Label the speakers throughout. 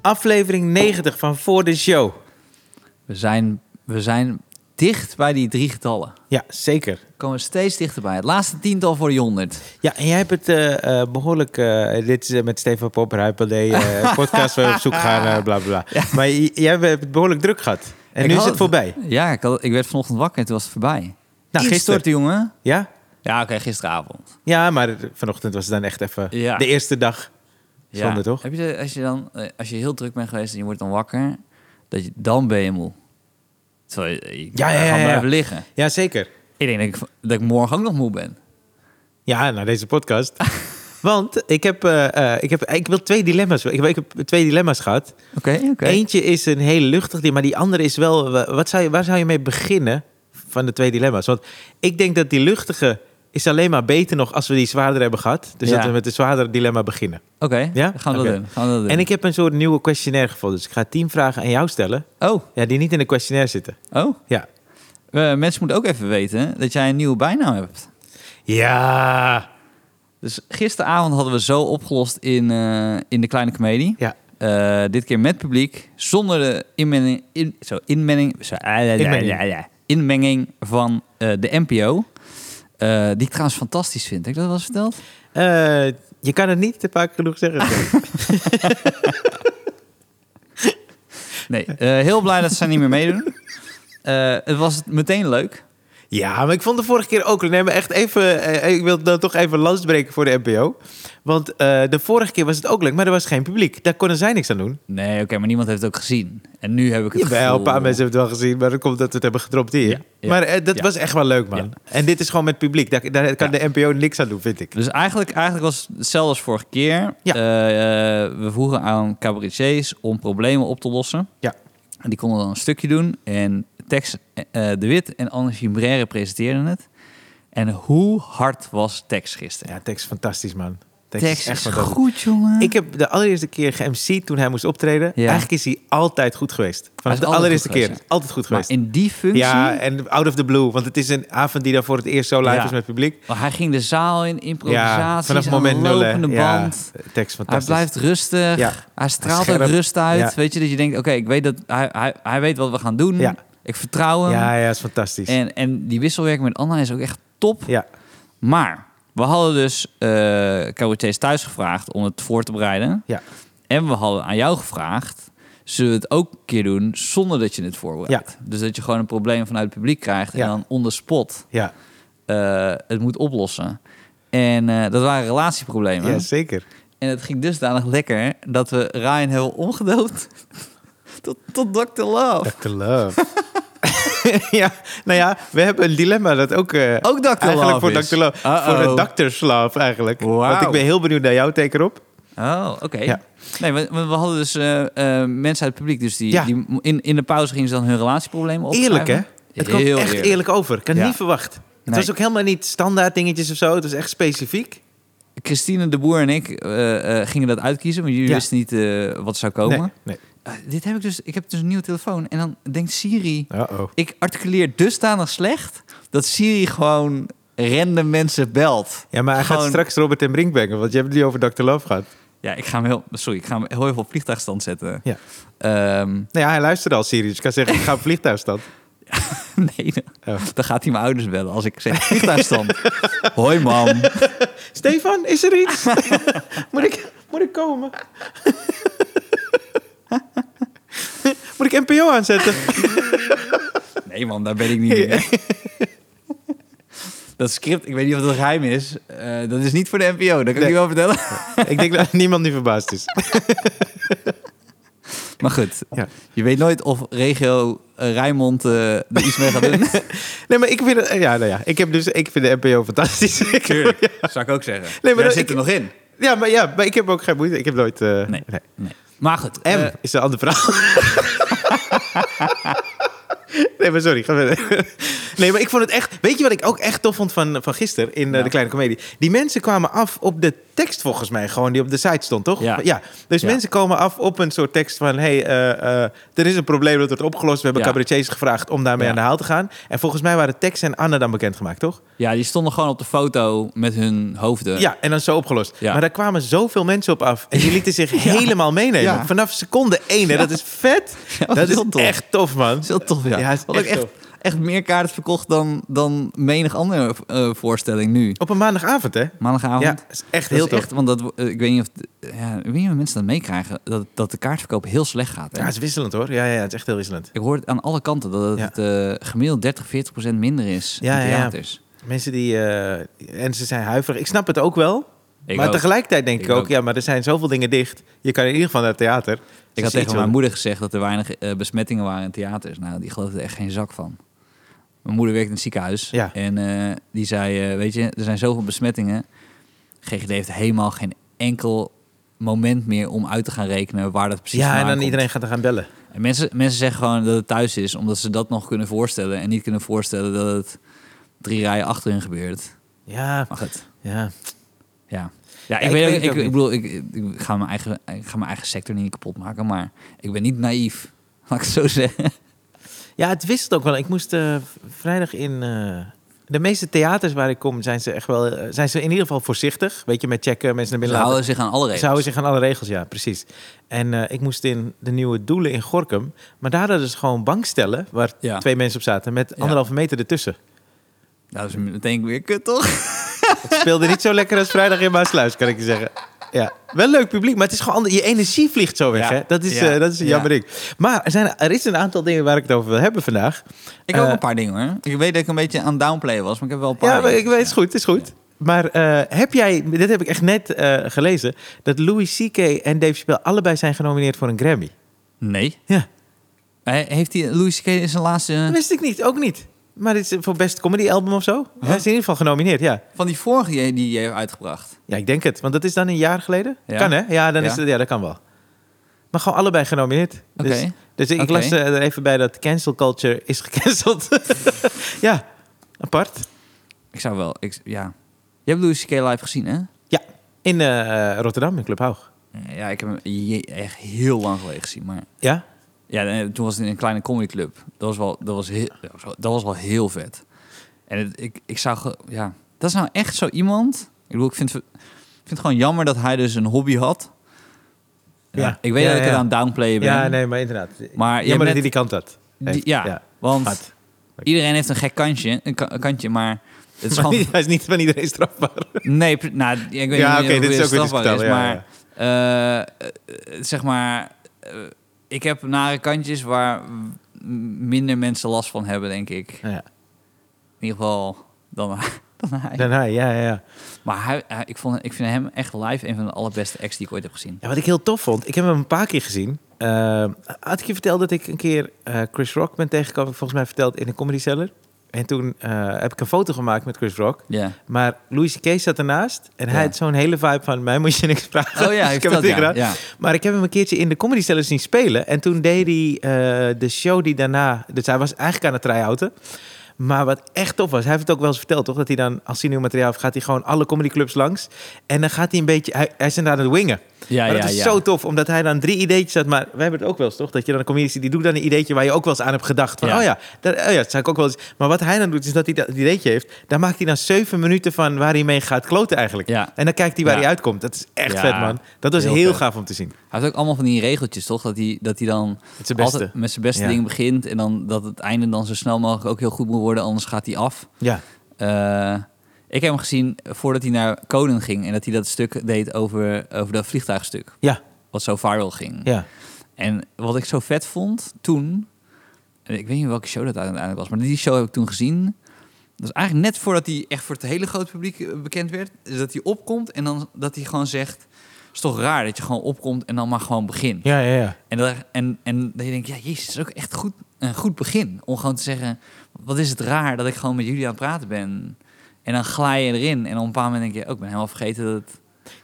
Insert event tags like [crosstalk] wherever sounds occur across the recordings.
Speaker 1: Aflevering 90 van Voor de Show.
Speaker 2: We zijn, we zijn dicht bij die drie getallen.
Speaker 1: Ja, zeker.
Speaker 2: We komen steeds dichterbij. Het laatste tiental voor de 100.
Speaker 1: Ja, en jij hebt het eh, eh, behoorlijk... eh, dit is eh, met Stefan Popper, Hyperlay, [laughs] eh, podcast waar we op zoek gaan, eh, bla bla bla. Maar j- jij hebt het behoorlijk druk gehad. En
Speaker 2: Ik
Speaker 1: nu is
Speaker 2: had-
Speaker 1: het voorbij.
Speaker 2: Ja, ik, had- ik werd vanochtend wakker en toen was het voorbij. Nou,
Speaker 1: gisteren.
Speaker 2: gisteren, jongen.
Speaker 1: Ja?
Speaker 2: Ja, oké, gisteravond.
Speaker 1: Ja, maar vanochtend was het dan echt even
Speaker 2: Ja.
Speaker 1: de eerste dag.
Speaker 2: Ja.
Speaker 1: Zonde, toch?
Speaker 2: Heb je, de- als, je dan, eh, als je heel druk bent geweest en je wordt dan wakker, dat je, dan ben je moe. Terwijl je, je
Speaker 1: Ja, ja, ja,
Speaker 2: kan
Speaker 1: ja.
Speaker 2: blijven liggen.
Speaker 1: Ja, zeker.
Speaker 2: Ik denk dat ik, dat ik morgen ook nog moe ben.
Speaker 1: Ja, naar deze [laughs] podcast. Want ik heb, eh, eh, ik heb... Ik wil twee dilemma's... Ik heb, ik heb twee dilemma's gehad.
Speaker 2: Oké, oké.
Speaker 1: Eentje is een heel luchtig dilemma, maar die andere is wel... wa- Wat zou je, waar zou je mee beginnen van de twee dilemma's? Want ik denk dat die luchtige is alleen maar beter nog als we die zwaarder hebben gehad. Dus
Speaker 2: Ja.
Speaker 1: dat we met het zwaardere dilemma beginnen.
Speaker 2: Oké,
Speaker 1: Ja?
Speaker 2: gaan, we dat
Speaker 1: Oké.
Speaker 2: doen. gaan we dat doen.
Speaker 1: En ik heb een soort nieuwe questionnaire gevonden. Dus ik ga tien vragen aan jou stellen,
Speaker 2: Oh,
Speaker 1: ja, die niet in de questionnaire zitten.
Speaker 2: oh.
Speaker 1: Ja.
Speaker 2: Eh, mensen moeten ook even weten dat jij een nieuwe bijnaam hebt.
Speaker 1: Ja.
Speaker 2: Dus gisteravond hadden we zo opgelost in, eh, in de Kleine Comedie.
Speaker 1: Ja.
Speaker 2: Eh, dit keer met publiek, zonder de inmenging, in, zo, inmenging, zo, ah, ja, ja,
Speaker 1: Inmenging.
Speaker 2: ja, ja. inmenging van eh, de NPO. Eh, die ik trouwens fantastisch vind. Heb ik dat wel eens verteld?
Speaker 1: Eh, je kan het niet te vaak genoeg zeggen. [laughs]
Speaker 2: Nee, eh, heel blij dat ze niet meer meedoen. Eh, het was meteen leuk.
Speaker 1: Ja, maar ik vond de vorige keer ook. Nee, maar echt even. eh, ik wil dan toch even lans breken voor de NPO. Want eh, de vorige keer was het ook leuk, maar er was geen publiek. Daar konden zij niks aan doen.
Speaker 2: Nee, oké, maar niemand heeft het ook gezien. En nu heb ik het
Speaker 1: Jawel,
Speaker 2: gevoel...
Speaker 1: een paar mensen hebben het wel gezien, maar dat komt dat we het hebben gedropt hier.
Speaker 2: Ja, ja,
Speaker 1: maar eh, dat
Speaker 2: ja.
Speaker 1: was echt wel leuk, man. En dit is gewoon met publiek. Daar, daar kan de NPO niks aan doen, vind ik.
Speaker 2: Dus eigenlijk, eigenlijk was het hetzelfde als vorige keer.
Speaker 1: Ja.
Speaker 2: Eh, eh, we vroegen aan cabaretiers om problemen op te lossen.
Speaker 1: Ja.
Speaker 2: En die konden dan een stukje doen. En Tex eh, de Wit en Anne Gimbrère presenteerden het. En hoe hard was Tex gisteren?
Speaker 1: Ja, tekst fantastisch, man. Tex,
Speaker 2: Tex
Speaker 1: is
Speaker 2: is,
Speaker 1: echt fantastisch.
Speaker 2: goed, jongen.
Speaker 1: Ik heb de allereerste keer geMC toen hij moest optreden.
Speaker 2: Ja.
Speaker 1: Eigenlijk is hij altijd goed geweest.
Speaker 2: Hij
Speaker 1: Vanaf
Speaker 2: is
Speaker 1: de
Speaker 2: altijd
Speaker 1: allereerste
Speaker 2: goed
Speaker 1: keer.
Speaker 2: geweest,
Speaker 1: Altijd goed
Speaker 2: maar
Speaker 1: geweest.
Speaker 2: in die functie...
Speaker 1: Ja, eh, en out of the blue. Want het is een avond die daar voor het eerst zo live
Speaker 2: Ja.
Speaker 1: is met publiek.
Speaker 2: Maar hij ging de zaal in, improvisaties,
Speaker 1: vanaf
Speaker 2: aan
Speaker 1: moment
Speaker 2: de
Speaker 1: nul. hè.
Speaker 2: lopende
Speaker 1: Ja,
Speaker 2: band.
Speaker 1: tekst
Speaker 2: Hij
Speaker 1: fantastisch.
Speaker 2: blijft rustig.
Speaker 1: Ja.
Speaker 2: Hij straalt ook
Speaker 1: Scherp.
Speaker 2: rust uit.
Speaker 1: Ja.
Speaker 2: Weet je, dat je denkt, oké, ik weet dat hij, hij, hij weet wat we gaan doen.
Speaker 1: Ja.
Speaker 2: Ik vertrouw hem.
Speaker 1: Ja, ja, is fantastisch.
Speaker 2: En, en die wisselwerking met Anna is ook echt top.
Speaker 1: Ja,
Speaker 2: Maar we hadden dus eh cabaretiers thuis gevraagd om het voor te bereiden.
Speaker 1: ja,
Speaker 2: En we hadden aan jou gevraagd, zullen we het ook een keer doen zonder dat je het voorbereidt? Dus dat je gewoon een probleem vanuit het publiek krijgt en
Speaker 1: Ja.
Speaker 2: dan on the spot
Speaker 1: ja.
Speaker 2: eh, het moet oplossen. En eh, dat waren relatieproblemen.
Speaker 1: ja, zeker.
Speaker 2: En het ging dusdanig lekker dat we Ryan hebben omgedoopt [laughs] tot, tot Dr. Love.
Speaker 1: Dr. Love. [laughs] ja, nou ja, we hebben een dilemma dat ook... eh,
Speaker 2: Ook Dr.
Speaker 1: Eigenlijk
Speaker 2: Love
Speaker 1: voor
Speaker 2: is.
Speaker 1: Dr. Love.
Speaker 2: Uh-oh.
Speaker 1: Voor de dokterslaaf eigenlijk.
Speaker 2: Wauw.
Speaker 1: Want ik ben heel benieuwd naar jouw teken op.
Speaker 2: Oh, oké.
Speaker 1: Ja.
Speaker 2: Nee, we, we we hadden dus eh, eh, mensen uit het publiek. Dus die,
Speaker 1: Ja.
Speaker 2: die in, in de pauze gingen ze dan hun relatieproblemen op.
Speaker 1: Eerlijk, hè? Het kwam echt eerlijk, over. Ik had
Speaker 2: Ja.
Speaker 1: niet verwacht. Het
Speaker 2: Nee.
Speaker 1: was ook helemaal niet standaard dingetjes of zo. Het was echt specifiek.
Speaker 2: Christine de Boer en ik eh, eh, gingen dat uitkiezen. Want jullie
Speaker 1: Ja.
Speaker 2: wisten niet eh, wat zou komen.
Speaker 1: Nee, nee.
Speaker 2: Eh, dit heb ik dus... Ik heb dus een nieuwe telefoon. En dan denkt Siri...
Speaker 1: Uh-oh.
Speaker 2: Ik articuleer dusdanig slecht... dat Siri gewoon random mensen belt.
Speaker 1: Ja, maar hij gaat
Speaker 2: Gewoon-
Speaker 1: straks Robert en Brink brengen, want je hebt het niet over Dr. Love gehad.
Speaker 2: Ja, ik ga hem heel... Sorry, ik ga hem heel even op vliegtuigstand zetten.
Speaker 1: Ja.
Speaker 2: Ehm, [laughs]
Speaker 1: Nou ja, hij luisterde al serieus. Ik kan zeggen, ik ga op vliegtuigstand.
Speaker 2: nee, dan,
Speaker 1: Oh.
Speaker 2: dan gaat hij mijn ouders bellen als ik zeg
Speaker 1: [laughs]
Speaker 2: vliegtuigstand. Hoi, mam.
Speaker 1: Stefan, is er iets? [laughs] moet, ik, moet ik komen? [laughs] moet ik NPO aanzetten?
Speaker 2: Nee man, daar ben ik niet meer. Dat script, ik weet niet of dat geheim is. eh, dat is niet voor de NPO, dat
Speaker 1: Nee.
Speaker 2: kan ik je wel
Speaker 1: [laughs]
Speaker 2: vertellen.
Speaker 1: [laughs] ik denk dat niemand nu verbaasd is.
Speaker 2: Maar goed,
Speaker 1: Ja.
Speaker 2: je weet nooit of regio eh, Rijnmond eh, er iets mee gaat doen.
Speaker 1: [laughs] Nee, maar ik vind, het- ja, nou ja, ik, heb dus, ik vind de NPO fantastisch. [laughs] Ik-
Speaker 2: [laughs] zou ik ook zeggen.
Speaker 1: maar
Speaker 2: Jij
Speaker 1: dat-
Speaker 2: zit er
Speaker 1: ik-
Speaker 2: nog in.
Speaker 1: ja, maar, ja, maar ik heb ook geen moeite. Ik heb nooit... eh,
Speaker 2: Nee.
Speaker 1: nee.
Speaker 2: Eh. nee. Maar goed.
Speaker 1: M
Speaker 2: eh,
Speaker 1: is een andere verhaal. [laughs] Nee, maar sorry. ga verder. Nee, maar ik vond het echt... Weet je wat ik ook echt tof vond van, van gisteren in eh,
Speaker 2: Ja.
Speaker 1: De Kleine Comedie? Die mensen kwamen af op de tekst volgens mij gewoon die op de site stond, toch?
Speaker 2: Ja.
Speaker 1: Dus
Speaker 2: Ja.
Speaker 1: mensen komen af op een soort tekst van... hey, eh, eh, er is een probleem dat wordt opgelost. We hebben
Speaker 2: Ja.
Speaker 1: cabaretiers gevraagd om daarmee
Speaker 2: Ja.
Speaker 1: aan de haal te gaan. En volgens mij waren Tex en Anne dan bekendgemaakt, toch?
Speaker 2: Ja, die stonden gewoon op de foto met hun hoofden.
Speaker 1: Ja, en dan zo opgelost.
Speaker 2: eh, Ja.
Speaker 1: Maar daar kwamen zoveel mensen op af. En die lieten zich helemaal meenemen.
Speaker 2: [laughs] Ja.
Speaker 1: Vanaf seconde één. Hè? Dat is vet.
Speaker 2: [laughs] Ja,
Speaker 1: dat is
Speaker 2: heel tof.
Speaker 1: echt tof, man.
Speaker 2: Dat is heel tof, ja.
Speaker 1: Ja, het is
Speaker 2: Had ook
Speaker 1: echt
Speaker 2: echt, echt meer kaarten verkocht dan, dan menig andere eh, voorstelling nu.
Speaker 1: Op een maandagavond, hè?
Speaker 2: Maandagavond.
Speaker 1: Ja, dat is echt
Speaker 2: Dat
Speaker 1: heel
Speaker 2: is
Speaker 1: tof.
Speaker 2: echt, want dat, eh, ik weet niet of ja, ik weet niet of mensen dat meekrijgen dat, dat de kaartverkoop heel slecht gaat. Hè?
Speaker 1: Ja, het is wisselend, hoor. Ja, ja, ja, het is echt heel wisselend.
Speaker 2: Ik hoor het aan alle kanten dat het eh, gemiddeld 30, 40 procent minder is
Speaker 1: Ja,
Speaker 2: in
Speaker 1: ja, ja.
Speaker 2: theaters.
Speaker 1: Mensen die... eh, en ze zijn huiverig. Ik snap het ook wel.
Speaker 2: Ik,
Speaker 1: maar
Speaker 2: ook.
Speaker 1: tegelijkertijd denk ik,
Speaker 2: Ik
Speaker 1: ook,
Speaker 2: ook.
Speaker 1: Ja, maar er zijn zoveel dingen dicht. Je kan in ieder geval naar het theater.
Speaker 2: ik
Speaker 1: Dus
Speaker 2: had
Speaker 1: iets
Speaker 2: tegen mijn
Speaker 1: van-
Speaker 2: moeder gezegd dat er weinig eh, besmettingen waren in theaters. Nou, die geloofde er echt geen zak van. Mijn moeder werkt in het ziekenhuis.
Speaker 1: Ja.
Speaker 2: En eh, die zei, eh, weet je, er zijn zoveel besmettingen. GGD heeft helemaal geen enkel moment meer om uit te gaan rekenen waar dat precies
Speaker 1: Ja, en
Speaker 2: vandaan
Speaker 1: dan
Speaker 2: komt.
Speaker 1: iedereen gaat er gaan bellen.
Speaker 2: En mensen, mensen zeggen gewoon dat het thuis is, omdat ze dat nog kunnen voorstellen. En niet kunnen voorstellen dat het drie rijen achter hun gebeurt.
Speaker 1: Ja,
Speaker 2: Maar goed,
Speaker 1: ja.
Speaker 2: ja. Ja, ik,
Speaker 1: ik
Speaker 2: weet,
Speaker 1: weet
Speaker 2: ook,
Speaker 1: het
Speaker 2: ik,
Speaker 1: ook
Speaker 2: ik
Speaker 1: niet.
Speaker 2: bedoel, ik, ik ga mijn eigen, ik ga mijn eigen sector niet kapot maken, maar ik ben niet naïef. [laughs] Laat ik het zo zeggen.
Speaker 1: Ja, het wisselt ook wel. Ik moest eh, vrijdag in. eh, de meeste theaters waar ik kom, zijn ze echt wel. eh, zijn ze in ieder geval voorzichtig. Weet je, met checken, mensen naar
Speaker 2: Ze
Speaker 1: binnen laten.
Speaker 2: houden zich aan alle regels.
Speaker 1: Ze houden zich aan alle regels, ja, precies. En eh, ik moest in de nieuwe doelen in Gorkum. Maar daar hadden ze gewoon bankstellen waar
Speaker 2: Ja.
Speaker 1: twee mensen op zaten. Met anderhalve meter ertussen.
Speaker 2: Nou, dat is meteen weer kut, toch?
Speaker 1: Het speelde niet zo lekker als vrijdag in Maasluis, kan ik je zeggen. Ja, wel leuk publiek, maar het is gewoon ander- je energie vliegt zo weg.
Speaker 2: Ja.
Speaker 1: Hè? Dat is,
Speaker 2: Ja.
Speaker 1: eh, dat is een
Speaker 2: Ja.
Speaker 1: jammer ding. Maar er, zijn, er is een aantal dingen waar ik het over wil hebben vandaag.
Speaker 2: Ik heb ook
Speaker 1: Eh,
Speaker 2: een paar dingen, hoor. Ik weet dat ik een beetje aan downplay was, maar ik heb wel een paar
Speaker 1: Ja, maar ik
Speaker 2: dingen.
Speaker 1: weet, het is goed, het is goed. Maar eh, heb jij, dit heb ik echt net eh, gelezen, dat Louis C.K. en Dave Chappelle allebei zijn genomineerd voor een Grammy.
Speaker 2: Nee.
Speaker 1: Ja,
Speaker 2: Hij- Heeft hij Louis C.K. in
Speaker 1: dat
Speaker 2: zijn laatste...
Speaker 1: wist ik niet, ook niet. Maar dit is voor best comedy album of zo. Hij is in ieder geval genomineerd, ja.
Speaker 2: Van die vorige die die hij heeft uitgebracht.
Speaker 1: Ja, ik denk het, want dat is dan een jaar geleden.
Speaker 2: Ja.
Speaker 1: Kan hè? Ja, dan
Speaker 2: Ja.
Speaker 1: Is het, ja, dat kan wel. Maar gewoon allebei genomineerd. Dus,
Speaker 2: Oké.
Speaker 1: dus ik
Speaker 2: Oké.
Speaker 1: las eh, er even bij dat cancel culture is gecanceld. [laughs] ja, apart.
Speaker 2: Ik zou wel... Ik, ja. Je hebt Louis C.K. live gezien, hè?
Speaker 1: Ja, in eh, Rotterdam, in Club Haug.
Speaker 2: Ja, ik heb hem je- echt heel lang geleden gezien, maar...
Speaker 1: Ja?
Speaker 2: Ja, en toen was het in een kleine comedyclub. Dat was wel, dat was heel, dat was wel heel vet. En het- ik, ik zou... ge- Ja, dat is nou echt zo iemand... Ik bedoel, ik vind, het- ik vind het gewoon jammer dat hij dus een hobby had. Ja.
Speaker 1: Ja.
Speaker 2: Ik weet
Speaker 1: Ja,
Speaker 2: dat ik
Speaker 1: ja.
Speaker 2: het aan het downplayen ben.
Speaker 1: Ja, nee, maar inderdaad.
Speaker 2: Maar
Speaker 1: Jammer
Speaker 2: je
Speaker 1: dat
Speaker 2: bent-
Speaker 1: hij die kant had.
Speaker 2: Die-
Speaker 1: Heeft.
Speaker 2: ja, want
Speaker 1: Had.
Speaker 2: iedereen heeft een gek kantje, een ka- kantje
Speaker 1: [laughs]
Speaker 2: maar... Het is
Speaker 1: Maar
Speaker 2: gewoon
Speaker 1: niet- hij is niet van iedereen strafbaar.
Speaker 2: Nee, pre- nou, ik weet
Speaker 1: Ja,
Speaker 2: niet
Speaker 1: oké,
Speaker 2: hoe
Speaker 1: dit is
Speaker 2: het
Speaker 1: ook weer
Speaker 2: strafbaar is,
Speaker 1: te vertellen,
Speaker 2: maar eh, eh, zeg maar, eh, ik heb nare kantjes waar m- minder mensen last van hebben, denk ik.
Speaker 1: Ja.
Speaker 2: In ieder geval dan, dan hij. [laughs]
Speaker 1: Dan hij, ja, ja, ja.
Speaker 2: Maar hij, hij- ik, vond, ik vind hem echt live een van de allerbeste acts die ik ooit heb gezien.
Speaker 1: Ja, wat ik heel tof vond, ik heb hem een paar keer gezien. Eh, had ik je verteld dat ik een keer eh, Chris Rock ben tegengekomen? Heb ik Volgens mij verteld in een comedy cellar. En toen eh, heb ik een foto gemaakt met Chris Rock.
Speaker 2: Ja.
Speaker 1: Maar Louis C.K. zat ernaast. En
Speaker 2: Ja.
Speaker 1: hij had zo'n hele vibe van, mij moet je niks vragen.
Speaker 2: Oh ja,
Speaker 1: [laughs] Dus
Speaker 2: hij
Speaker 1: ik heb het
Speaker 2: vertelt,
Speaker 1: weer
Speaker 2: ja,
Speaker 1: gedaan.
Speaker 2: ja.
Speaker 1: Maar ik heb hem een keertje in de comedy cellar zien spelen. En toen deed hij eh, de show die daarna... Dus hij was eigenlijk aan het try-outen. Maar wat echt tof was, hij heeft het ook wel eens verteld, toch? Dat hij dan, als hij nieuw materiaal heeft, gaat hij gewoon alle comedyclubs langs. En dan gaat hij een beetje... Hij, hij is inderdaad aan het wingen.
Speaker 2: Ja,
Speaker 1: maar dat
Speaker 2: ja,
Speaker 1: is
Speaker 2: ja.
Speaker 1: zo tof, omdat hij dan drie ideetjes had. Maar we hebben het ook wel eens, toch? Dat je dan een comedian ziet, die doet dan een ideetje waar je ook wel eens aan hebt gedacht. Van,
Speaker 2: Ja.
Speaker 1: oh ja, daar, oh ja, dat zou ik ook wel eens... Maar wat hij dan doet, is dat hij dat ideetje heeft. Daar maakt hij dan zeven minuten van waar hij mee gaat kloten eigenlijk.
Speaker 2: Ja.
Speaker 1: En dan kijkt hij waar
Speaker 2: Ja.
Speaker 1: hij uitkomt. Dat is echt
Speaker 2: Ja,
Speaker 1: vet, man. Dat was
Speaker 2: heel
Speaker 1: heel,
Speaker 2: vet.
Speaker 1: gaaf om te zien.
Speaker 2: Hij heeft ook allemaal van die regeltjes, toch? Dat hij, dat hij dan
Speaker 1: Het is het beste.
Speaker 2: altijd met zijn beste
Speaker 1: Ja.
Speaker 2: ding begint en dan dat het einde dan zo snel mogelijk ook heel goed moet worden, anders gaat hij af.
Speaker 1: Ja.
Speaker 2: Eh, ik heb hem gezien voordat hij naar Konen ging en dat hij dat stuk deed over, over dat vliegtuigstuk.
Speaker 1: Ja.
Speaker 2: Wat zo viral ging.
Speaker 1: Ja.
Speaker 2: En wat ik zo vet vond toen. en Ik weet niet welke show dat uiteindelijk was, maar die show heb ik toen gezien. Dat is eigenlijk net voordat hij echt voor het hele grote publiek eh, bekend werd. Is dat hij opkomt en dan dat hij gewoon zegt. is toch raar dat je gewoon opkomt en dan maar gewoon begint.
Speaker 1: Ja, ja, ja.
Speaker 2: En, dat, en, en dat je denkt, ja, jezus, dat is ook echt goed, een goed begin. Om gewoon te zeggen, wat is het raar dat ik gewoon met jullie aan het praten ben. En dan glij je erin. En op een bepaald moment denk je, ook ik ben helemaal vergeten dat het...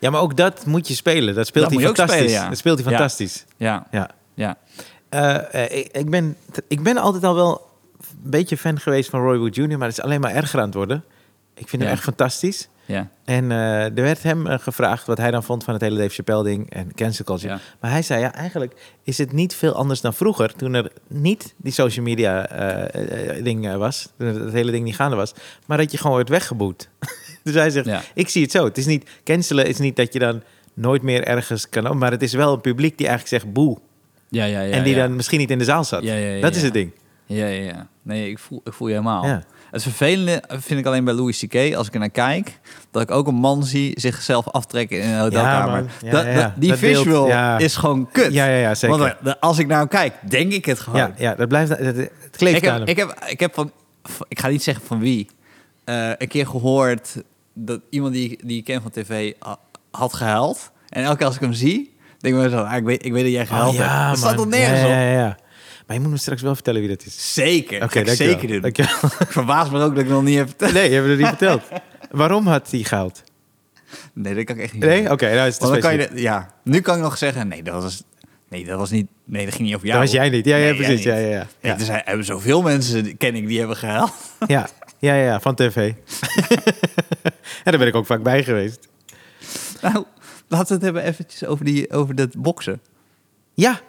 Speaker 1: Ja, maar ook dat moet je spelen. Dat speelt
Speaker 2: Dat
Speaker 1: hij
Speaker 2: moet je ook
Speaker 1: fantastisch.
Speaker 2: spelen, ja.
Speaker 1: Dat speelt hij
Speaker 2: Ja.
Speaker 1: fantastisch.
Speaker 2: Ja,
Speaker 1: Ja.
Speaker 2: ja.
Speaker 1: Eh, eh, ik, ik ben, ik ben altijd al wel een beetje fan geweest van Roy Wood Jr., maar het is alleen maar erger aan het worden. Ik vind
Speaker 2: Ja.
Speaker 1: hem echt fantastisch.
Speaker 2: Ja,
Speaker 1: En eh, er werd hem eh, gevraagd wat hij dan vond van het hele Dave Chappelle-ding en cancel culture.
Speaker 2: ja.
Speaker 1: Maar hij zei, ja, eigenlijk is het niet veel anders dan vroeger... toen er niet die social media eh, eh, eh, ding eh, was. Toen het hele ding niet gaande was. Maar dat je gewoon werd weggeboet. [laughs] dus hij zegt,
Speaker 2: ja.
Speaker 1: ik zie het zo. Het is niet, cancelen is niet dat je dan nooit meer ergens kan... maar het is wel een publiek die eigenlijk zegt boe.
Speaker 2: ja, ja, ja
Speaker 1: en die
Speaker 2: ja.
Speaker 1: dan misschien niet in de zaal zat.
Speaker 2: Ja, ja, ja,
Speaker 1: dat is
Speaker 2: ja.
Speaker 1: het
Speaker 2: Oh,
Speaker 1: ding.
Speaker 2: Ja, ja, ja. Nee, ik voel, ik voel je helemaal.
Speaker 1: Ja.
Speaker 2: Het vervelende vind ik alleen bij Louis C.K. als ik er naar kijk, dat ik ook een man zie zichzelf aftrekken in een hotelkamer.
Speaker 1: man. Ja,
Speaker 2: Dat-
Speaker 1: ja, ja.
Speaker 2: dat- die
Speaker 1: Dat beeld,
Speaker 2: visual
Speaker 1: ja.
Speaker 2: is gewoon kut.
Speaker 1: Ja, ja, ja, zeker.
Speaker 2: Want eh, als ik naar hem kijk, denk ik het gewoon.
Speaker 1: Ja, ja, dat blijft, dat- het kleeft
Speaker 2: ik,
Speaker 1: aan hem.
Speaker 2: heb, ik, heb, ik heb van, van- ik ga niet zeggen van wie, eh, een keer gehoord dat iemand die, die ik ken van tv ha- had gehuild. En elke keer als ik hem zie, denk ik me zo, ah, ik, weet, ik weet dat jij gehuild
Speaker 1: Oh, ja,
Speaker 2: hebt. Dat staat
Speaker 1: man.
Speaker 2: toch nergens
Speaker 1: ja,
Speaker 2: op?
Speaker 1: ja, ja. Maar je moet me straks wel vertellen wie dat is.
Speaker 2: Zeker.
Speaker 1: Oké,
Speaker 2: Oké,
Speaker 1: dank
Speaker 2: zeker
Speaker 1: je
Speaker 2: doen.
Speaker 1: wel. Dank je wel.
Speaker 2: Ik [laughs] verbaas me ook dat ik nog niet heb [laughs] verteld.
Speaker 1: [laughs] Nee, je hebt het niet verteld. Waarom had hij goud?
Speaker 2: Nee, dat kan ik echt niet.
Speaker 1: Nee?
Speaker 2: doen.
Speaker 1: Oké, nou is het
Speaker 2: Want dan kan je
Speaker 1: specifiek.
Speaker 2: de- ja, nu kan ik nog zeggen, nee, dat was, nee, dat was niet, nee, dat ging niet over
Speaker 1: Dat
Speaker 2: jou.
Speaker 1: was jij niet. Ja, ja
Speaker 2: Nee,
Speaker 1: precies. Ja,
Speaker 2: jij
Speaker 1: ja,
Speaker 2: niet.
Speaker 1: ja.
Speaker 2: Nee,
Speaker 1: Ja.
Speaker 2: er zijn, hebben zoveel mensen, die- ken ik, die hebben gehaald.
Speaker 1: Ja. Ja, ja, ja, van [laughs] tv. en daar ben ik ook vaak bij geweest.
Speaker 2: [laughs] Nou, laten we het hebben eventjes over, die, over dat boksen.
Speaker 1: Ja.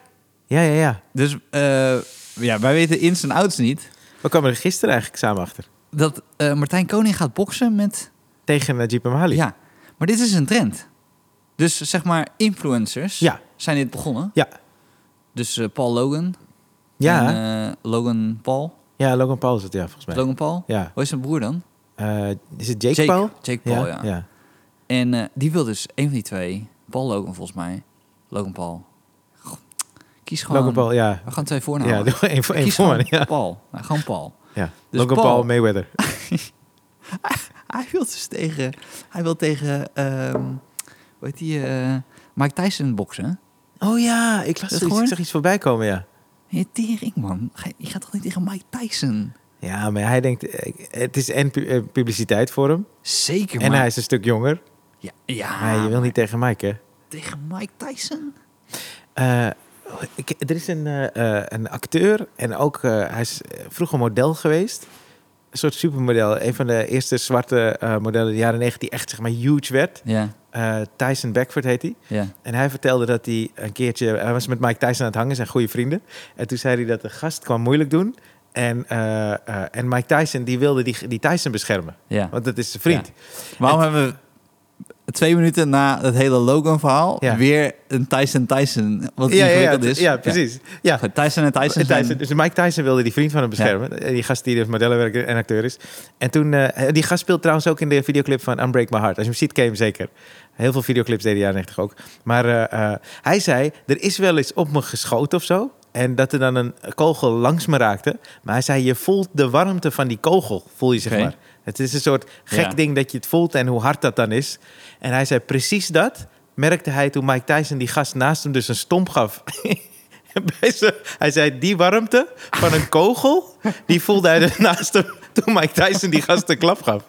Speaker 1: Ja, ja, ja.
Speaker 2: Dus eh, ja, wij weten ins en outs niet.
Speaker 1: We kwamen er gisteren eigenlijk samen achter.
Speaker 2: Dat eh, Martijn Koning gaat boksen met...
Speaker 1: Tegen Najib Amali.
Speaker 2: Ja, maar dit is een trend. Dus zeg maar, influencers
Speaker 1: Ja.
Speaker 2: zijn dit begonnen.
Speaker 1: Ja.
Speaker 2: Dus eh, Paul Logan.
Speaker 1: Ja,
Speaker 2: En, eh, Logan Paul.
Speaker 1: ja Logan Paul is het, ja, volgens mij.
Speaker 2: Logan Paul.
Speaker 1: Ja.
Speaker 2: Hoe is zijn broer dan?
Speaker 1: Eh, is het Jake, Paul?
Speaker 2: Jake Paul, ja.
Speaker 1: ja.
Speaker 2: En eh, die wil dus, een van die twee, Paul Logan volgens mij. Logan Paul. Goh, Kies gewoon...
Speaker 1: Logan Paul, ja.
Speaker 2: We gaan twee voornamen.
Speaker 1: Ja, doe [laughs] één voor één
Speaker 2: Kies
Speaker 1: voor
Speaker 2: gewoon
Speaker 1: me, ja.
Speaker 2: Paul. Nou, gewoon Paul.
Speaker 1: ja.
Speaker 2: Dus
Speaker 1: Logan
Speaker 2: Paul-
Speaker 1: Paul, Mayweather.
Speaker 2: [laughs] Hij wil dus tegen... Hij wil tegen... ehm hoe heet die? eh, Mike Tyson boksen.
Speaker 1: Oh ja, ik, las
Speaker 2: het
Speaker 1: iets, ik
Speaker 2: gehoord?
Speaker 1: zag iets voorbij komen, ja.
Speaker 2: Hé, tering, man. Ga- Je gaat toch niet tegen Mike Tyson?
Speaker 1: Ja, maar hij denkt, eh, het is en pu- eh, publiciteit voor hem.
Speaker 2: Zeker,
Speaker 1: En
Speaker 2: maar... Ah,
Speaker 1: hij is een stuk jonger.
Speaker 2: Ja, ja
Speaker 1: Maar je wil niet tegen Mike, hè?
Speaker 2: tegen Mike Tyson?
Speaker 1: Eh, ik, er is een, eh, eh, een acteur en ook eh, hij is eh, vroeger model geweest. Een soort supermodel. Een van de eerste zwarte eh, modellen in de jaren 90 die echt zeg maar huge werd.
Speaker 2: Ja,
Speaker 1: Eh, Tyson Beckford heet hij.
Speaker 2: ja.
Speaker 1: En hij vertelde dat hij een keertje... Hij was met Mike Tyson aan het hangen, zijn goede vrienden. En toen zei hij dat de gast kwam moeilijk doen. En, eh, eh, en Mike Tyson die wilde die, die Tyson beschermen.
Speaker 2: ja.
Speaker 1: Want dat is zijn vriend.
Speaker 2: Waarom hebben we twee minuten na het hele Logan-verhaal
Speaker 1: Ja.
Speaker 2: weer een Tyson Tyson? Wat
Speaker 1: ja, ja,
Speaker 2: ingewikkeld
Speaker 1: ja,
Speaker 2: is.
Speaker 1: ja, precies. Ja.
Speaker 2: Goed, Tyson en Tyson,
Speaker 1: Tyson,
Speaker 2: zijn-
Speaker 1: dus Mike Tyson wilde die vriend van hem beschermen. Eh, Die gast die dus modellenwerker en acteur is. En toen, eh, die gast speelt trouwens ook in de videoclip van Unbreak My Heart. Als je hem ziet, ken je hem zeker. Heel veel videoclips deden de jaren 90 ook. Maar eh, eh, hij zei, er is wel eens op me geschoten of zo. En dat er dan een kogel langs me raakte. Maar hij zei, je voelt de warmte van die kogel, voel je zeg
Speaker 2: Oké.
Speaker 1: maar. Het is een soort gek
Speaker 2: Ja.
Speaker 1: ding dat je het voelt en hoe hard dat dan is. En hij zei, precies dat merkte hij toen Mike Tyson die gast naast hem dus een stomp gaf. [laughs] Bij zijn- hij zei, die warmte van een kogel, die voelde hij dus naast hem [laughs] toen Mike Tyson die gast een klap gaf.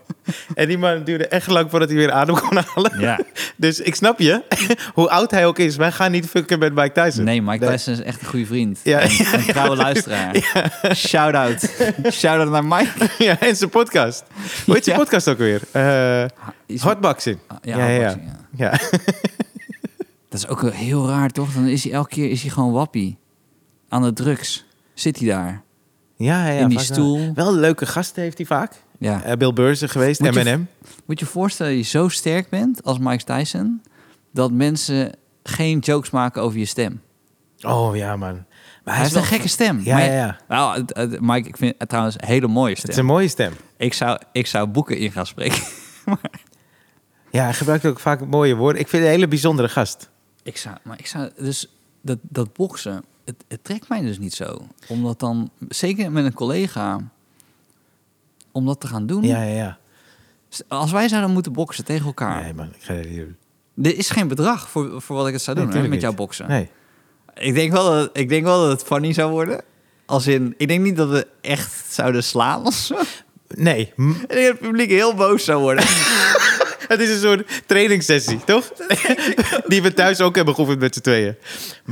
Speaker 1: En die man duurde echt lang voordat hij weer adem kon halen.
Speaker 2: Ja.
Speaker 1: [laughs] Dus ik snap je, [laughs] hoe oud hij ook is, wij gaan niet fucken met Mike Tyson.
Speaker 2: Nee, Mike Tyson is echt een goede vriend.
Speaker 1: Ja.
Speaker 2: En [laughs] een trouwe luisteraar. Shout-out. Shout-out naar Mike.
Speaker 1: [laughs] Ja, en zijn podcast. Hoe heet zijn
Speaker 2: [laughs] Ja.
Speaker 1: podcast ook weer? Eh
Speaker 2: Iets-
Speaker 1: hotboxing.
Speaker 2: Ja,
Speaker 1: ja, ja.
Speaker 2: boxing, ja.
Speaker 1: Ja. [laughs]
Speaker 2: Dat is ook wel heel raar, toch? Dan is hij elke keer is hij gewoon wappie. Aan de drugs. Zit hij daar.
Speaker 1: Ja, ja, ja,
Speaker 2: In die
Speaker 1: vaak wel.
Speaker 2: stoel.
Speaker 1: Wel leuke gasten heeft hij vaak.
Speaker 2: Ja.
Speaker 1: Eh, Bill Beurzen geweest,
Speaker 2: Moet je-
Speaker 1: M&M.
Speaker 2: Moet je je voorstellen dat je zo sterk bent als Mike Tyson... dat mensen geen jokes maken over je stem.
Speaker 1: Oh ja, man. Maar
Speaker 2: Hij, heeft een gekke stem.
Speaker 1: Ja,
Speaker 2: maar-
Speaker 1: ja, ja.
Speaker 2: Nou, het- het- Mike, ik vind het trouwens een hele mooie
Speaker 1: Het
Speaker 2: stem.
Speaker 1: is een mooie stem.
Speaker 2: Ik, zou, ik zou boeken in gaan spreken.
Speaker 1: Ja, hij gebruikt ook vaak mooie woorden. Ik vind het een hele bijzondere gast.
Speaker 2: ik zou, maar ik zou... Dus dat, dat boksen, het, het trekt mij dus niet zo. Omdat dan, zeker met een collega... Om dat te gaan doen.
Speaker 1: Ja, ja, ja.
Speaker 2: Als wij zouden moeten boksen tegen elkaar.
Speaker 1: Nee, man. Ik ga dit niet doen.
Speaker 2: Er is geen bedrag voor, voor wat ik het zou
Speaker 1: Nee,
Speaker 2: doen hè,
Speaker 1: tuurlijk
Speaker 2: met jouw
Speaker 1: niet.
Speaker 2: boksen.
Speaker 1: Nee.
Speaker 2: Ik denk, wel dat, ik denk wel dat het funny zou worden. Als in, ik denk niet dat we echt zouden slaan of zo. [laughs]
Speaker 1: Nee. Hm. [laughs]
Speaker 2: Ik denk dat het publiek heel boos zou worden.
Speaker 1: Het is een soort trainingssessie,
Speaker 2: [laughs]
Speaker 1: toch? Die we thuis ook hebben geoefend met z'n tweeën.
Speaker 2: En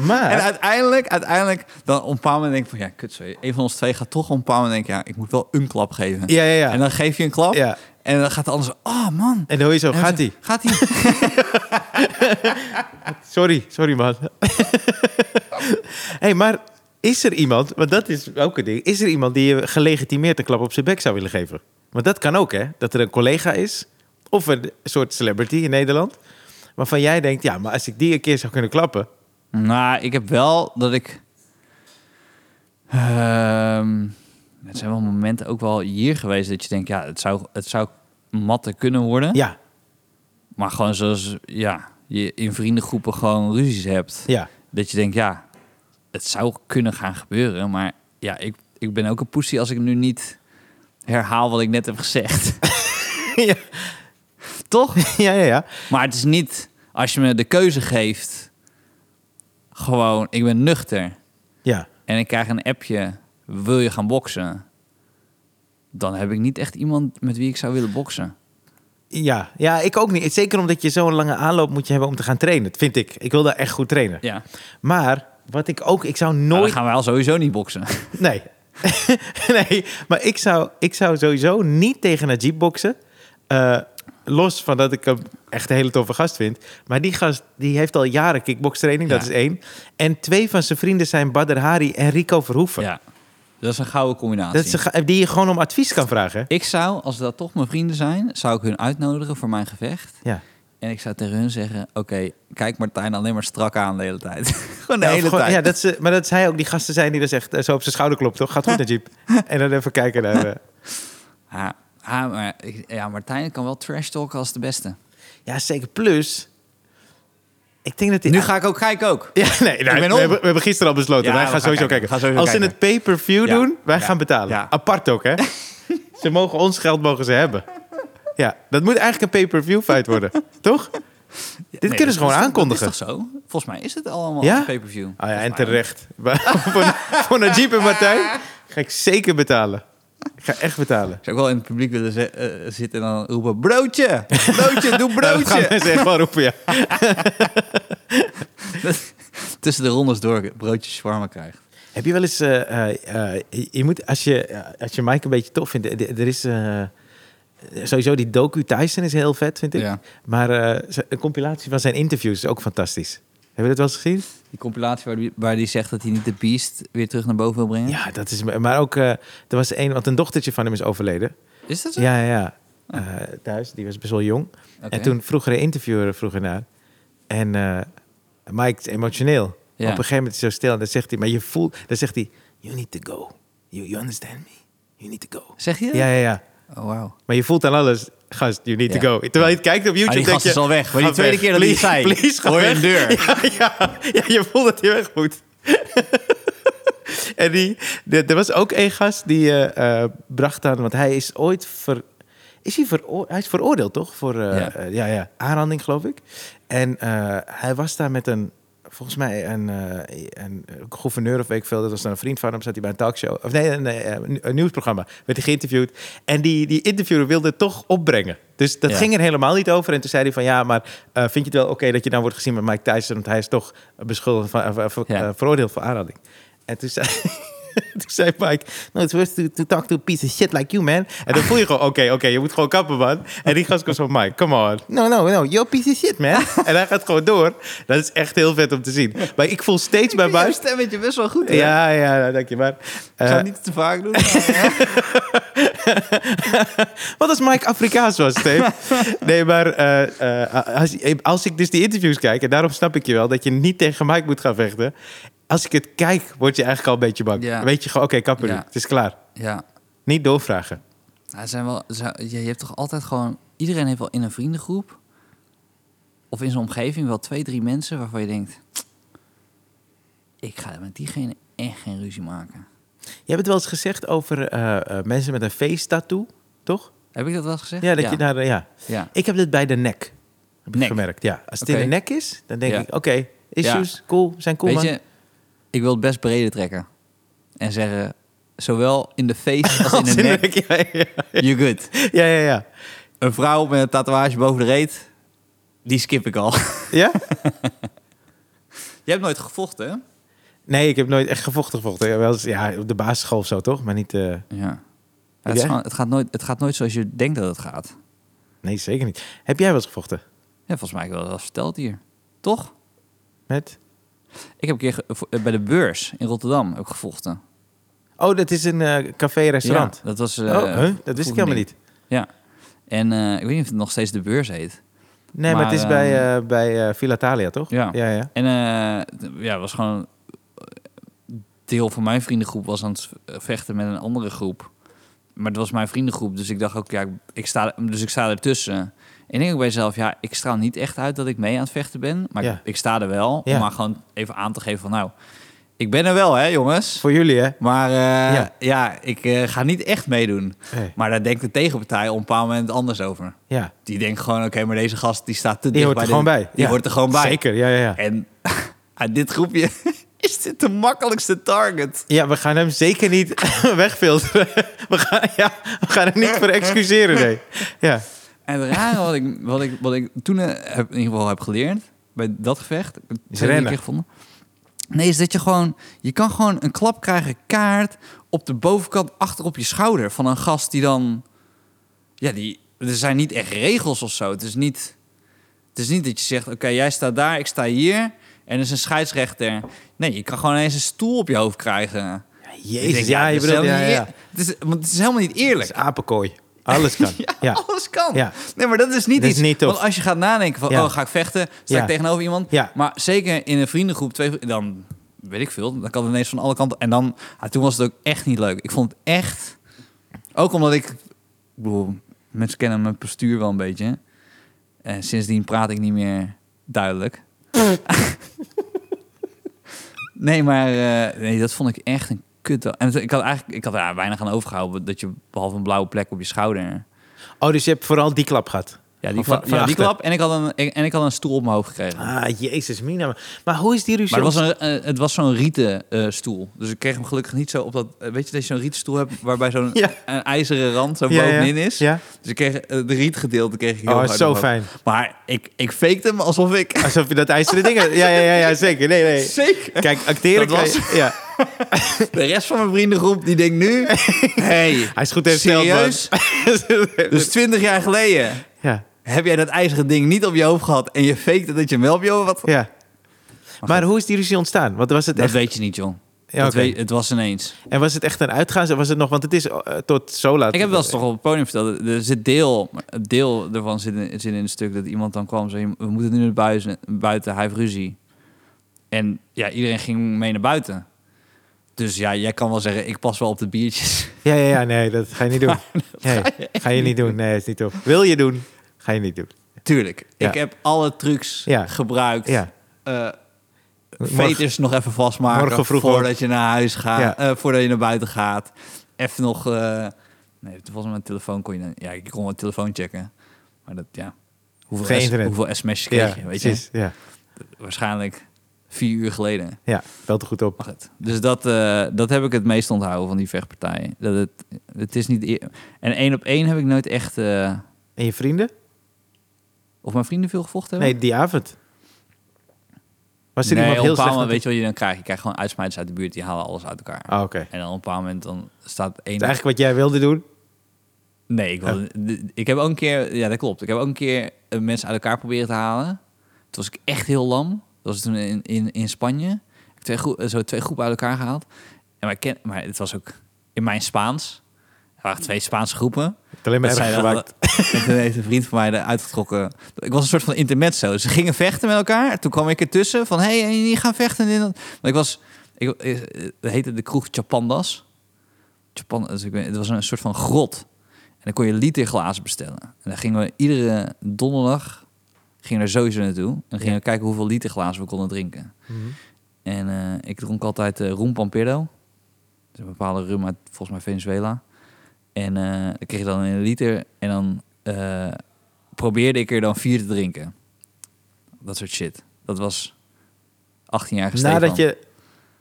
Speaker 1: Maar,
Speaker 2: uiteindelijk, uiteindelijk, dan op een bepaald moment denk ik van... Ja, kut, sorry. Een van ons twee gaat toch op een bepaald moment denken... Ja, ik moet wel een klap geven.
Speaker 1: ja, ja, ja.
Speaker 2: En dan geef je een klap.
Speaker 1: Ja.
Speaker 2: En dan gaat de ander zo... Oh, man.
Speaker 1: En dan hoor je zo,
Speaker 2: En dan
Speaker 1: gaat
Speaker 2: zo,
Speaker 1: hij?
Speaker 2: Gaat hij?
Speaker 1: Sorry, sorry man. [laughs] hey, maar is er iemand, want dat is ook een ding, is er iemand die je gelegitimeerd een klap op zijn bek zou willen geven? Want dat kan ook, hè? Dat er een collega is, of een soort celebrity in Nederland, waarvan jij denkt, ja, maar als ik die een keer zou kunnen klappen,
Speaker 2: nou, ik heb wel dat ik... Ehm, het zijn wel momenten ook wel hier geweest dat je denkt... Ja, het zou, het zou matten kunnen worden.
Speaker 1: ja,
Speaker 2: Maar gewoon zoals ja, je in vriendengroepen gewoon ruzies hebt. [laughs]
Speaker 1: ja.
Speaker 2: Dat je denkt, ja, het zou kunnen gaan gebeuren. Maar ja, ik, ik ben ook een poesie als ik nu niet herhaal wat ik net heb
Speaker 1: [laughs]
Speaker 2: gezegd.
Speaker 1: ja,
Speaker 2: Toch?
Speaker 1: [laughs] ja, ja, ja.
Speaker 2: Maar het is niet, als je me de keuze geeft, gewoon, ik ben nuchter.
Speaker 1: Ja,
Speaker 2: En ik krijg een appje, wil je gaan boksen? Dan heb ik niet echt iemand met wie ik zou willen boksen.
Speaker 1: ja, ja, ik ook niet. Zeker omdat je zo'n lange aanloop moet je hebben om te gaan trainen, dat vind ik. Ik wil daar echt goed trainen.
Speaker 2: Ja,
Speaker 1: Maar wat ik ook, ik zou
Speaker 2: nou, dan
Speaker 1: nooit
Speaker 2: gaan wij al sowieso niet boksen.
Speaker 1: Nee. [laughs] nee, maar ik zou, ik zou sowieso niet tegen Najib boksen. Eh, los van dat ik hem echt een hele toffe gast vind. Maar die gast die heeft al jaren kickbokstraining, dat
Speaker 2: Ja.
Speaker 1: is één. En twee van zijn vrienden zijn Badr Hari en Rico Verhoeven.
Speaker 2: Ja, dat is een gouden combinatie.
Speaker 1: Dat is een ga- die je gewoon om advies kan vragen. hè?
Speaker 2: Ik zou, als dat toch mijn vrienden zijn, zou ik hun uitnodigen voor mijn gevecht.
Speaker 1: Ja.
Speaker 2: En ik zou tegen hun zeggen, oké, kijk Martijn alleen maar strak aan de hele tijd. [laughs] gewoon de
Speaker 1: Ja, of
Speaker 2: hele
Speaker 1: Nou, gewoon-
Speaker 2: tijd.
Speaker 1: ja, dat ze, maar dat zij ook die gasten zijn die dan zegt, eh, zo op zijn schouder klopt, toch? Gaat goed,
Speaker 2: [laughs]
Speaker 1: Najib. En dan even kijken naar... eh,
Speaker 2: Ah, ah, maar, ik- ja, Martijn kan wel trash talken als de beste.
Speaker 1: ja, zeker. Plus, ik denk dat die...
Speaker 2: Nu ga ik ook, ga ik
Speaker 1: [laughs]
Speaker 2: ook.
Speaker 1: Ja, nee, nou,
Speaker 2: Ik ben
Speaker 1: we,
Speaker 2: om.
Speaker 1: hebben, we hebben gisteren al besloten.
Speaker 2: Ja,
Speaker 1: wij
Speaker 2: we
Speaker 1: gaan
Speaker 2: gaan
Speaker 1: sowieso kijken.
Speaker 2: kijken. Gaan sowieso
Speaker 1: Als ze
Speaker 2: kijken.
Speaker 1: het pay-per-view
Speaker 2: Ja.
Speaker 1: doen, wij
Speaker 2: Ja.
Speaker 1: gaan betalen.
Speaker 2: Ja.
Speaker 1: Apart
Speaker 2: [laughs]
Speaker 1: ook, hè? ze mogen ons geld mogen ze hebben. Ja, dat moet eigenlijk een pay-per-view fight worden, [laughs] toch? Dit
Speaker 2: Nee,
Speaker 1: kunnen ze
Speaker 2: dat
Speaker 1: gewoon
Speaker 2: is toch-
Speaker 1: aankondigen.
Speaker 2: Dat is toch zo? Volgens mij is het allemaal
Speaker 1: Ja?
Speaker 2: op pay-per-view.
Speaker 1: Ah ja, en
Speaker 2: Volgens mij
Speaker 1: terecht. [laughs] Maar voor, voor Najib en Martijn ga ik zeker betalen. Ik ga echt betalen.
Speaker 2: ook. Ik zou ook wel in het publiek willen ze- eh, zitten en dan roepen, broodje, broodje,
Speaker 1: [laughs]
Speaker 2: doe
Speaker 1: Nou, dat gaan
Speaker 2: broodje.
Speaker 1: mensen echt wel roepen, ja.
Speaker 2: Tussen de rondes door broodjes shawarma krijgt.
Speaker 1: Heb je wel eens, eh, eh, eh, je moet, als je, eh, als je Mike een beetje tof vindt, eh, d- er is eh, sowieso die docu Tyson is heel vet, vind ik.
Speaker 2: Ja.
Speaker 1: Maar eh, z- een compilatie van zijn interviews is ook fantastisch. Hebben we dat wel eens gezien?
Speaker 2: Die compilatie waar die, waar die zegt dat hij niet de beast weer terug naar boven wil brengen.
Speaker 1: Ja, dat is, maar ook, eh, er was één, want een dochtertje van hem is overleden.
Speaker 2: Is dat zo?
Speaker 1: Ja, ja, ja. Eh, thuis, die was best wel jong.
Speaker 2: Oh. Oké.
Speaker 1: En toen vroeg er een interviewer vroeg er naar. En eh, Mike is emotioneel.
Speaker 2: Ja.
Speaker 1: Op een gegeven moment is hij zo stil en dan zegt hij, maar je voelt, dan zegt hij, you need to go. You, you understand me? You need to go.
Speaker 2: Zeg je? dat?
Speaker 1: Ja, ja, ja.
Speaker 2: Oh, wauw.
Speaker 1: Maar je voelt aan alles, gast, you need
Speaker 2: Ja.
Speaker 1: to go. Terwijl je het kijkt op YouTube,
Speaker 2: Ah, die
Speaker 1: denk
Speaker 2: gast
Speaker 1: je...
Speaker 2: is al weg. Maar die
Speaker 1: ga
Speaker 2: tweede keer dat hij het zei,
Speaker 1: please, ga
Speaker 2: hoor je
Speaker 1: weg.
Speaker 2: een deur.
Speaker 1: [laughs] Ja, ja, ja, je voelt dat hij weg moet. [laughs] en die, de- er was ook één gast die eh, eh, bracht aan, want hij is ooit ver... Is hij, veroor, hij is veroordeeld, toch? Voor eh,
Speaker 2: Ja.
Speaker 1: eh, ja, ja, aanranding, geloof ik. En eh, hij was daar met een, volgens mij een, eh, een gouverneur of weet ik veel. Dat was dan een vriend van hem. Zat hij bij een talkshow, of nee, een, eh, een, een nieuwsprogramma. Werd hij geïnterviewd. En die, die interviewer wilde het toch opbrengen. Dus dat
Speaker 2: Ja.
Speaker 1: ging er helemaal niet over. En toen zei hij van, ja, maar eh, vind je het wel oké dat je nou wordt gezien met Mike Tyson? Want hij is toch beschuldigd van, eh, ver-
Speaker 2: Ja.
Speaker 1: eh, veroordeeld voor aanranding. En toen zei... [laughs] Toen zei Mike, no, it's worse to, to talk to a piece of shit like you, man. En dan voel je gewoon, oké, oké, je moet gewoon kappen, man. En die gast komt zo, Mike, come on. No, no, no, you're a piece of shit, man. [laughs] En hij gaat gewoon door. Dat is echt heel vet om te zien. Maar ik voel steeds bij
Speaker 2: Jouw
Speaker 1: Mike...
Speaker 2: stemmetje best wel goed. hè?
Speaker 1: Ja, ja, nou, dank je, maar...
Speaker 2: Ik
Speaker 1: eh,
Speaker 2: zou het niet te
Speaker 1: [laughs]
Speaker 2: vaak doen. maar-
Speaker 1: wat als Mike Afrikaans was, [laughs] Steve? nee, maar eh, eh, als, als ik dus die interviews kijk... en daarom snap ik je wel, dat je niet tegen Mike moet gaan vechten... als ik het kijk, word je eigenlijk al een beetje bang.
Speaker 2: Ja.
Speaker 1: Weet je gewoon, oké, kappen nu.
Speaker 2: Ja.
Speaker 1: Het is klaar.
Speaker 2: ja.
Speaker 1: Niet doorvragen.
Speaker 2: Ja, er zijn wel, er zijn- je je hebt toch altijd gewoon... Iedereen heeft wel in een vriendengroep... of in zijn omgeving wel twee, drie mensen waarvan je denkt... Ik ga met diegene echt geen ruzie maken.
Speaker 1: Je hebt het wel eens gezegd over eh, eh, mensen met een face-tattoo, toch?
Speaker 2: Heb ik dat wel eens gezegd?
Speaker 1: Ja, dat
Speaker 2: ja.
Speaker 1: Je daar, ja,
Speaker 2: ja.
Speaker 1: ik heb dit bij de nek. Heb ik
Speaker 2: Nek.
Speaker 1: gemerkt, ja. Als het
Speaker 2: Oké.
Speaker 1: in de nek is, dan denk
Speaker 2: Ja.
Speaker 1: ik, oké, issues, cool, we zijn cool
Speaker 2: Weet
Speaker 1: man.
Speaker 2: je, ik wil het best breder trekken.
Speaker 1: [laughs]
Speaker 2: En zeggen, zowel in de face als in de nek,
Speaker 1: Ja, [laughs] ja, ja.
Speaker 2: [laughs] you're good.
Speaker 1: ja, ja, ja.
Speaker 2: Een vrouw met een tatoeage boven de reet, die skip ik al. [laughs]
Speaker 1: Ja? [laughs]
Speaker 2: Je hebt nooit gevochten, hè?
Speaker 1: Nee, ik heb nooit echt gevochten gevochten. Ja, wel eens- ja, op de basisschool of zo, toch? Maar niet... eh,
Speaker 2: Ja.
Speaker 1: Heb
Speaker 2: Het, is
Speaker 1: jij?
Speaker 2: gewoon- het, gaat nooit, het gaat nooit zoals je denkt dat het gaat.
Speaker 1: nee, zeker niet. Heb jij wel eens gevochten?
Speaker 2: Ja, volgens mij heb ik wel eens verteld hier. Toch?
Speaker 1: Met?
Speaker 2: Ik heb een keer ge- vo- eh, bij de beurs in Rotterdam heb ik gevochten.
Speaker 1: Oh, dat is een eh, café-restaurant.
Speaker 2: Ja, dat was... eh,
Speaker 1: oh, huh? dat wist ik helemaal niet.
Speaker 2: Ja. En eh, ik weet niet of het nog steeds de beurs heet.
Speaker 1: Nee, maar,
Speaker 2: Maar,
Speaker 1: het is bij, eh, bij eh, Villa Thalia, toch?
Speaker 2: Ja.
Speaker 1: ja, ja.
Speaker 2: En eh, d- ja, het was gewoon... Deel van mijn vriendengroep was aan het eh, vechten met een andere groep. Maar het was mijn vriendengroep, dus ik dacht ook, ja, ik sta, dus ik sta ertussen. En ik denk ook bij mezelf, ja, ik straal niet echt uit dat ik mee aan het vechten ben. Maar
Speaker 1: Ja.
Speaker 2: ik, ik sta er wel,
Speaker 1: Ja.
Speaker 2: om maar gewoon even aan te geven van, nou, ik ben er wel, hè, jongens.
Speaker 1: Voor jullie, hè?
Speaker 2: Maar eh,
Speaker 1: Ja.
Speaker 2: ja. ik eh, ga niet echt meedoen.
Speaker 1: Nee.
Speaker 2: Maar daar denkt de tegenpartij op een bepaald moment anders over.
Speaker 1: Ja.
Speaker 2: Die denkt gewoon, oké, maar deze gast die staat te
Speaker 1: Die
Speaker 2: dicht
Speaker 1: hoort
Speaker 2: bij
Speaker 1: er
Speaker 2: de-
Speaker 1: gewoon bij.
Speaker 2: Die
Speaker 1: Ja.
Speaker 2: hoort er gewoon bij.
Speaker 1: Zeker, ja, ja, ja.
Speaker 2: En aan dit groepje [laughs] is dit de makkelijkste target.
Speaker 1: Ja, we gaan hem zeker niet [laughs] wegfilteren. We gaan, ja, we gaan hem niet voor excuseren, nee. Ja,
Speaker 2: En het rare wat ik, wat ik, wat ik toen eh, heb, in ieder geval heb geleerd... bij dat gevecht, ik heb het twee drie
Speaker 1: rennen.
Speaker 2: keer gevonden... Nee, is dat je gewoon... Je kan gewoon een klap krijgen, kaart... op de bovenkant achter op je schouder... van een gast die dan... Ja, die, er zijn niet echt regels of zo. Het is niet, het is niet dat je zegt... Oké, jij staat daar, ik sta hier... en er is een scheidsrechter. Nee, je kan gewoon eens een stoel op je hoofd krijgen.
Speaker 1: jezus.
Speaker 2: Ik denk,
Speaker 1: ja, je
Speaker 2: dat is
Speaker 1: bedoelt, ja,
Speaker 2: helemaal
Speaker 1: ja. ja.
Speaker 2: niet eer- Het, is, want het is helemaal niet
Speaker 1: Het
Speaker 2: eerlijk.
Speaker 1: is apenkooi. Alles kan.
Speaker 2: Ja,
Speaker 1: [laughs] Ja.
Speaker 2: alles kan.
Speaker 1: Ja.
Speaker 2: Nee, maar dat is niet
Speaker 1: Dat is
Speaker 2: iets.
Speaker 1: niet tof.
Speaker 2: want als je gaat nadenken van,
Speaker 1: Ja.
Speaker 2: oh, ga ik vechten? Sta
Speaker 1: Ja.
Speaker 2: ik tegenover iemand?
Speaker 1: Ja.
Speaker 2: Maar zeker in een vriendengroep, twee, vri- dan weet ik veel. Dan kan het ineens van alle kanten. En dan, ah, toen was het ook echt niet leuk. Ik vond het echt, ook omdat ik, ik bedoel, mensen kennen mijn postuur wel een beetje. En sindsdien praat ik niet meer duidelijk. [laughs] nee, maar eh, nee, dat vond ik echt een kut. En het- ik had eigenlijk ik had daar weinig aan overgehouden. Dat je behalve een blauwe plek op je schouder.
Speaker 1: Oh, dus je hebt vooral die klap gehad.
Speaker 2: Ja, die,
Speaker 1: Of van-
Speaker 2: klap,
Speaker 1: van
Speaker 2: ja, die
Speaker 1: achter.
Speaker 2: klap. En ik had een, ik- en ik had een stoel op mijn hoofd gekregen.
Speaker 1: Ah, jezus, Mina. Maar hoe is die ruzie?
Speaker 2: Maar het was, een, eh, het was zo'n rieten eh, stoel. Dus ik kreeg hem gelukkig niet zo op dat... eh, weet je dat je zo'n rieten stoel hebt waarbij zo'n
Speaker 1: [laughs] Ja.
Speaker 2: een ijzeren rand zo
Speaker 1: Ja, ja.
Speaker 2: bovenin is?
Speaker 1: Ja.
Speaker 2: Dus ik kreeg eh, de rietgedeelte kreeg ik heel
Speaker 1: Oh,
Speaker 2: hard
Speaker 1: zo
Speaker 2: op mijn
Speaker 1: fijn.
Speaker 2: hoofd. Maar ik, ik fakte hem alsof ik...
Speaker 1: Alsof je dat ijzeren ding... had. Ja, ja, ja, ja, zeker. Nee, nee.
Speaker 2: [laughs]
Speaker 1: [laughs]
Speaker 2: Zeker.
Speaker 1: Kijk, acteren
Speaker 2: Dat
Speaker 1: kan je- Ja.
Speaker 2: De rest van mijn vriendengroep die denkt
Speaker 1: [laughs]
Speaker 2: nu... hey,
Speaker 1: Hij is goed hersteld,
Speaker 2: Serieus?
Speaker 1: man.
Speaker 2: dus twintig jaar geleden
Speaker 1: [laughs] Ja,
Speaker 2: heb jij dat ijzeren ding niet op je hoofd gehad... en je fakte dat je hem wel op je hoofd had.
Speaker 1: ja. Maar hoe is die ruzie ontstaan? Want was het
Speaker 2: Dat
Speaker 1: echt,
Speaker 2: weet je niet, John.
Speaker 1: Ja,
Speaker 2: Dat
Speaker 1: oké.
Speaker 2: weet- het was ineens.
Speaker 1: en was het echt een uitgaan? Was het nog, want het is eh, tot zo laat.
Speaker 2: Ik heb wel eens toch op het podium verteld. Er zit deel, het deel ervan zit in, zit in het stuk dat iemand dan kwam en zei: We moeten nu naar buiten, buiten hij heeft ruzie. En ja, iedereen ging mee naar buiten. Dus ja, jij kan wel zeggen: Ik pas wel op de biertjes. [laughs]
Speaker 1: Ja, ja, ja, nee, dat ga je niet doen. Nee, ga je niet doen. Nee, dat is niet op. Wil je doen? Ga je niet doen.
Speaker 2: Tuurlijk.
Speaker 1: Ja.
Speaker 2: Ik heb alle trucs
Speaker 1: Ja.
Speaker 2: gebruikt.
Speaker 1: Ja.
Speaker 2: Eh,
Speaker 1: Morgen-
Speaker 2: veters nog even vastmaken
Speaker 1: morgen vroeg
Speaker 2: voordat je naar huis gaat,
Speaker 1: Ja.
Speaker 2: eh, voordat je naar buiten gaat. Even nog. eh nee, toen was mijn telefoon kon je dan. Ja, ik kon mijn telefoon checken, maar dat ja.
Speaker 1: Geen
Speaker 2: Hoeveel, s,
Speaker 1: internet.
Speaker 2: hoeveel sms'jes
Speaker 1: Ja,
Speaker 2: kreeg je, weet je?
Speaker 1: precies. Ja,
Speaker 2: Waarschijnlijk vier uur geleden.
Speaker 1: ja, wel te goed op.
Speaker 2: Mag het. Dus dat, eh, dat heb ik het meest onthouden van die vechtpartijen. Dat het, het is niet eer- En één op één heb ik nooit echt... eh,
Speaker 1: En je vrienden?
Speaker 2: of mijn vrienden veel gevochten hebben.
Speaker 1: Nee, die avond. Was er iemand
Speaker 2: op
Speaker 1: heel slecht?
Speaker 2: een bepaald
Speaker 1: aan toe-
Speaker 2: moment, weet je wat je dan krijgt? Je krijgt gewoon uitsmijters uit de buurt, die halen alles uit elkaar.
Speaker 1: Ah, oké.
Speaker 2: En dan op een bepaald moment dan staat één...
Speaker 1: Dus eigenlijk wat jij wilde doen.
Speaker 2: Nee, ik, wilde- d- ik heb ook een keer... Ja, dat klopt. Ik heb ook een keer eh, mensen uit elkaar proberen te halen. Toen was ik echt heel lam. Dat was toen in, in, in Spanje. Ik heb twee groe- eh, zo twee groepen uit elkaar gehaald. En maar, ik ken, maar het was ook in mijn Spaans. Er waren twee Spaanse groepen.
Speaker 1: Het alleen maar
Speaker 2: Dat
Speaker 1: erg
Speaker 2: zij dan-
Speaker 1: gemaakt.
Speaker 2: en toen heeft een vriend van mij eruit getrokken. Ik was een soort van intermezzo. Ze gingen vechten met elkaar. Toen kwam ik ertussen van, hé, hey, jullie gaan vechten. En dan- Want ik was, ik, eh, het heette de kroeg Chapandas. Chapan, dus ik weet- het was een soort van grot. En dan kon je literglazen bestellen. En dan gingen we iedere donderdag gingen we er sowieso naartoe. En dan gingen we kijken hoeveel literglazen we konden drinken.
Speaker 1: Mhm.
Speaker 2: En eh, ik dronk altijd eh rum pampero. Dat is een bepaalde rum uit volgens mij Venezuela. En eh, dan kreeg je dan een liter. En dan eh, probeerde ik er dan vier te drinken. Dat soort shit. Dat was 18 jaar gestegen.
Speaker 1: Nadat je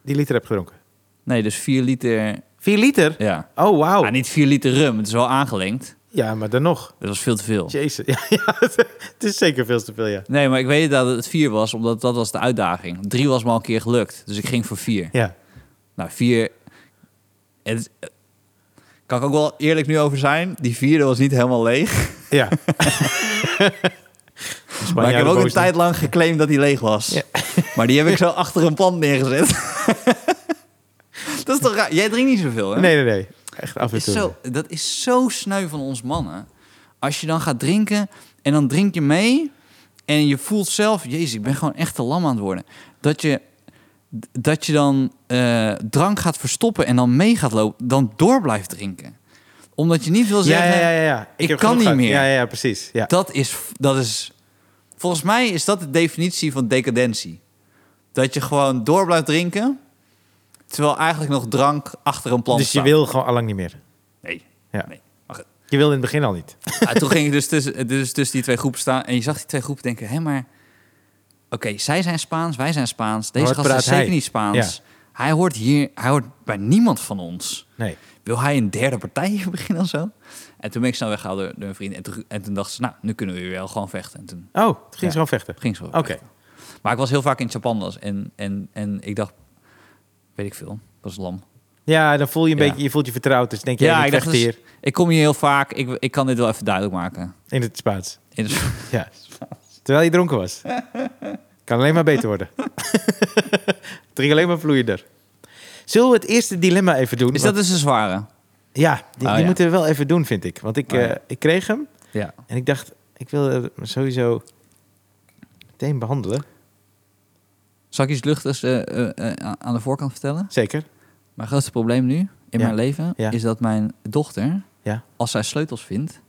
Speaker 1: die liter hebt gedronken.
Speaker 2: Nee, dus vier liter...
Speaker 1: Vier liter?
Speaker 2: Ja.
Speaker 1: Oh, wauw.
Speaker 2: Ah, Maar niet vier liter rum. Het is wel aangelengd.
Speaker 1: Ja, maar dan nog.
Speaker 2: Dat was veel te veel.
Speaker 1: Jezus. [laughs] Ja, ja, het, het is zeker veel te veel, ja.
Speaker 2: Nee, maar ik weet dat het vier was, omdat dat was de uitdaging. Drie was me al een keer gelukt, dus ik ging voor vier.
Speaker 1: Ja.
Speaker 2: Nou, vier... Het, is- eh, kan ik ook wel eerlijk nu over zijn. Die vierde was niet helemaal leeg.
Speaker 1: [laughs] ja.
Speaker 2: maar ik heb ook een
Speaker 1: boos doen.
Speaker 2: tijd lang geclaimd dat hij leeg was.
Speaker 1: Ja.
Speaker 2: [laughs] Maar die heb ik zo achter een
Speaker 1: [laughs]
Speaker 2: pand neergezet. dat is toch raar? Jij drinkt niet zoveel, hè?
Speaker 1: Nee, nee, nee. Echt af en
Speaker 2: Is
Speaker 1: toe.
Speaker 2: zo, dat is zo sneu van ons mannen. Als je dan gaat drinken en dan drink je mee... en je voelt zelf... Jezus, ik ben gewoon echt te lam aan het worden. Dat je, dat je dan eh, drank gaat verstoppen en dan mee gaat lopen... dan door blijft drinken. Omdat je niet wil
Speaker 1: Ja,
Speaker 2: zeggen...
Speaker 1: ja, ja, ja, ja.
Speaker 2: ik
Speaker 1: heb
Speaker 2: kan
Speaker 1: genoeg
Speaker 2: niet
Speaker 1: gehad.
Speaker 2: meer.
Speaker 1: Ja, ja, ja, precies. Ja.
Speaker 2: Dat is, dat is. Volgens mij is dat de definitie van decadentie. Dat je gewoon door blijft drinken. Terwijl eigenlijk nog drank achter een plant
Speaker 1: Dus je
Speaker 2: staat.
Speaker 1: wil gewoon allang niet meer.
Speaker 2: Nee.
Speaker 1: Ja.
Speaker 2: nee. Maar goed.
Speaker 1: Je wilde in het begin al niet.
Speaker 2: Ah, toen ging ik dus tussen, dus tussen die twee groepen staan. En je zag die twee groepen denken: hé, maar. Oké, zij zijn Spaans, wij zijn Spaans. Deze
Speaker 1: Maar wat
Speaker 2: gast is
Speaker 1: praat
Speaker 2: zeker
Speaker 1: hij?
Speaker 2: niet Spaans. Hij hoort hier, hij hoort bij niemand van ons.
Speaker 1: Nee.
Speaker 2: Wil hij een derde partij [laughs] beginnen of zo? En toen ben ik snel weggehaald door, door een vriend. En toen, en toen dacht ze: nou, nu kunnen we weer wel gewoon vechten. En toen
Speaker 1: Oh, het ging
Speaker 2: Ja.
Speaker 1: ze gewoon vechten.
Speaker 2: ging ze wel.
Speaker 1: Oké.
Speaker 2: Maar ik was heel vaak in Chapandas en, en, en ik dacht, weet ik veel, ik was lam.
Speaker 1: Ja, dan voel je een
Speaker 2: Ja.
Speaker 1: beetje, je voelt je vertrouwd. Dus denk je, ik,
Speaker 2: ik
Speaker 1: vecht
Speaker 2: dus,
Speaker 1: hier
Speaker 2: ik kom hier heel vaak, ik, ik kan dit wel even duidelijk
Speaker 1: [laughs]
Speaker 2: maken.
Speaker 1: in het Spaans.
Speaker 2: In de- [laughs]
Speaker 1: Ja. Terwijl je dronken was. kan alleen maar beter
Speaker 2: [laughs]
Speaker 1: worden. het ging alleen maar vloeiender. Zullen we het eerste dilemma even doen?
Speaker 2: Is dat
Speaker 1: Want-
Speaker 2: dus een zware?
Speaker 1: Ja, die,
Speaker 2: Oh,
Speaker 1: die
Speaker 2: ja.
Speaker 1: moeten we wel even doen, vind ik. Want ik,
Speaker 2: Oh, ja.
Speaker 1: eh, ik kreeg hem
Speaker 2: Ja.
Speaker 1: en ik dacht, ik wil er sowieso meteen behandelen.
Speaker 2: Zal ik iets luchtigs eh, eh, eh, a- aan de voorkant vertellen?
Speaker 1: Zeker.
Speaker 2: Mijn grootste probleem nu in
Speaker 1: Ja.
Speaker 2: mijn leven
Speaker 1: Ja.
Speaker 2: is dat mijn dochter,
Speaker 1: Ja.
Speaker 2: als zij sleutels vindt,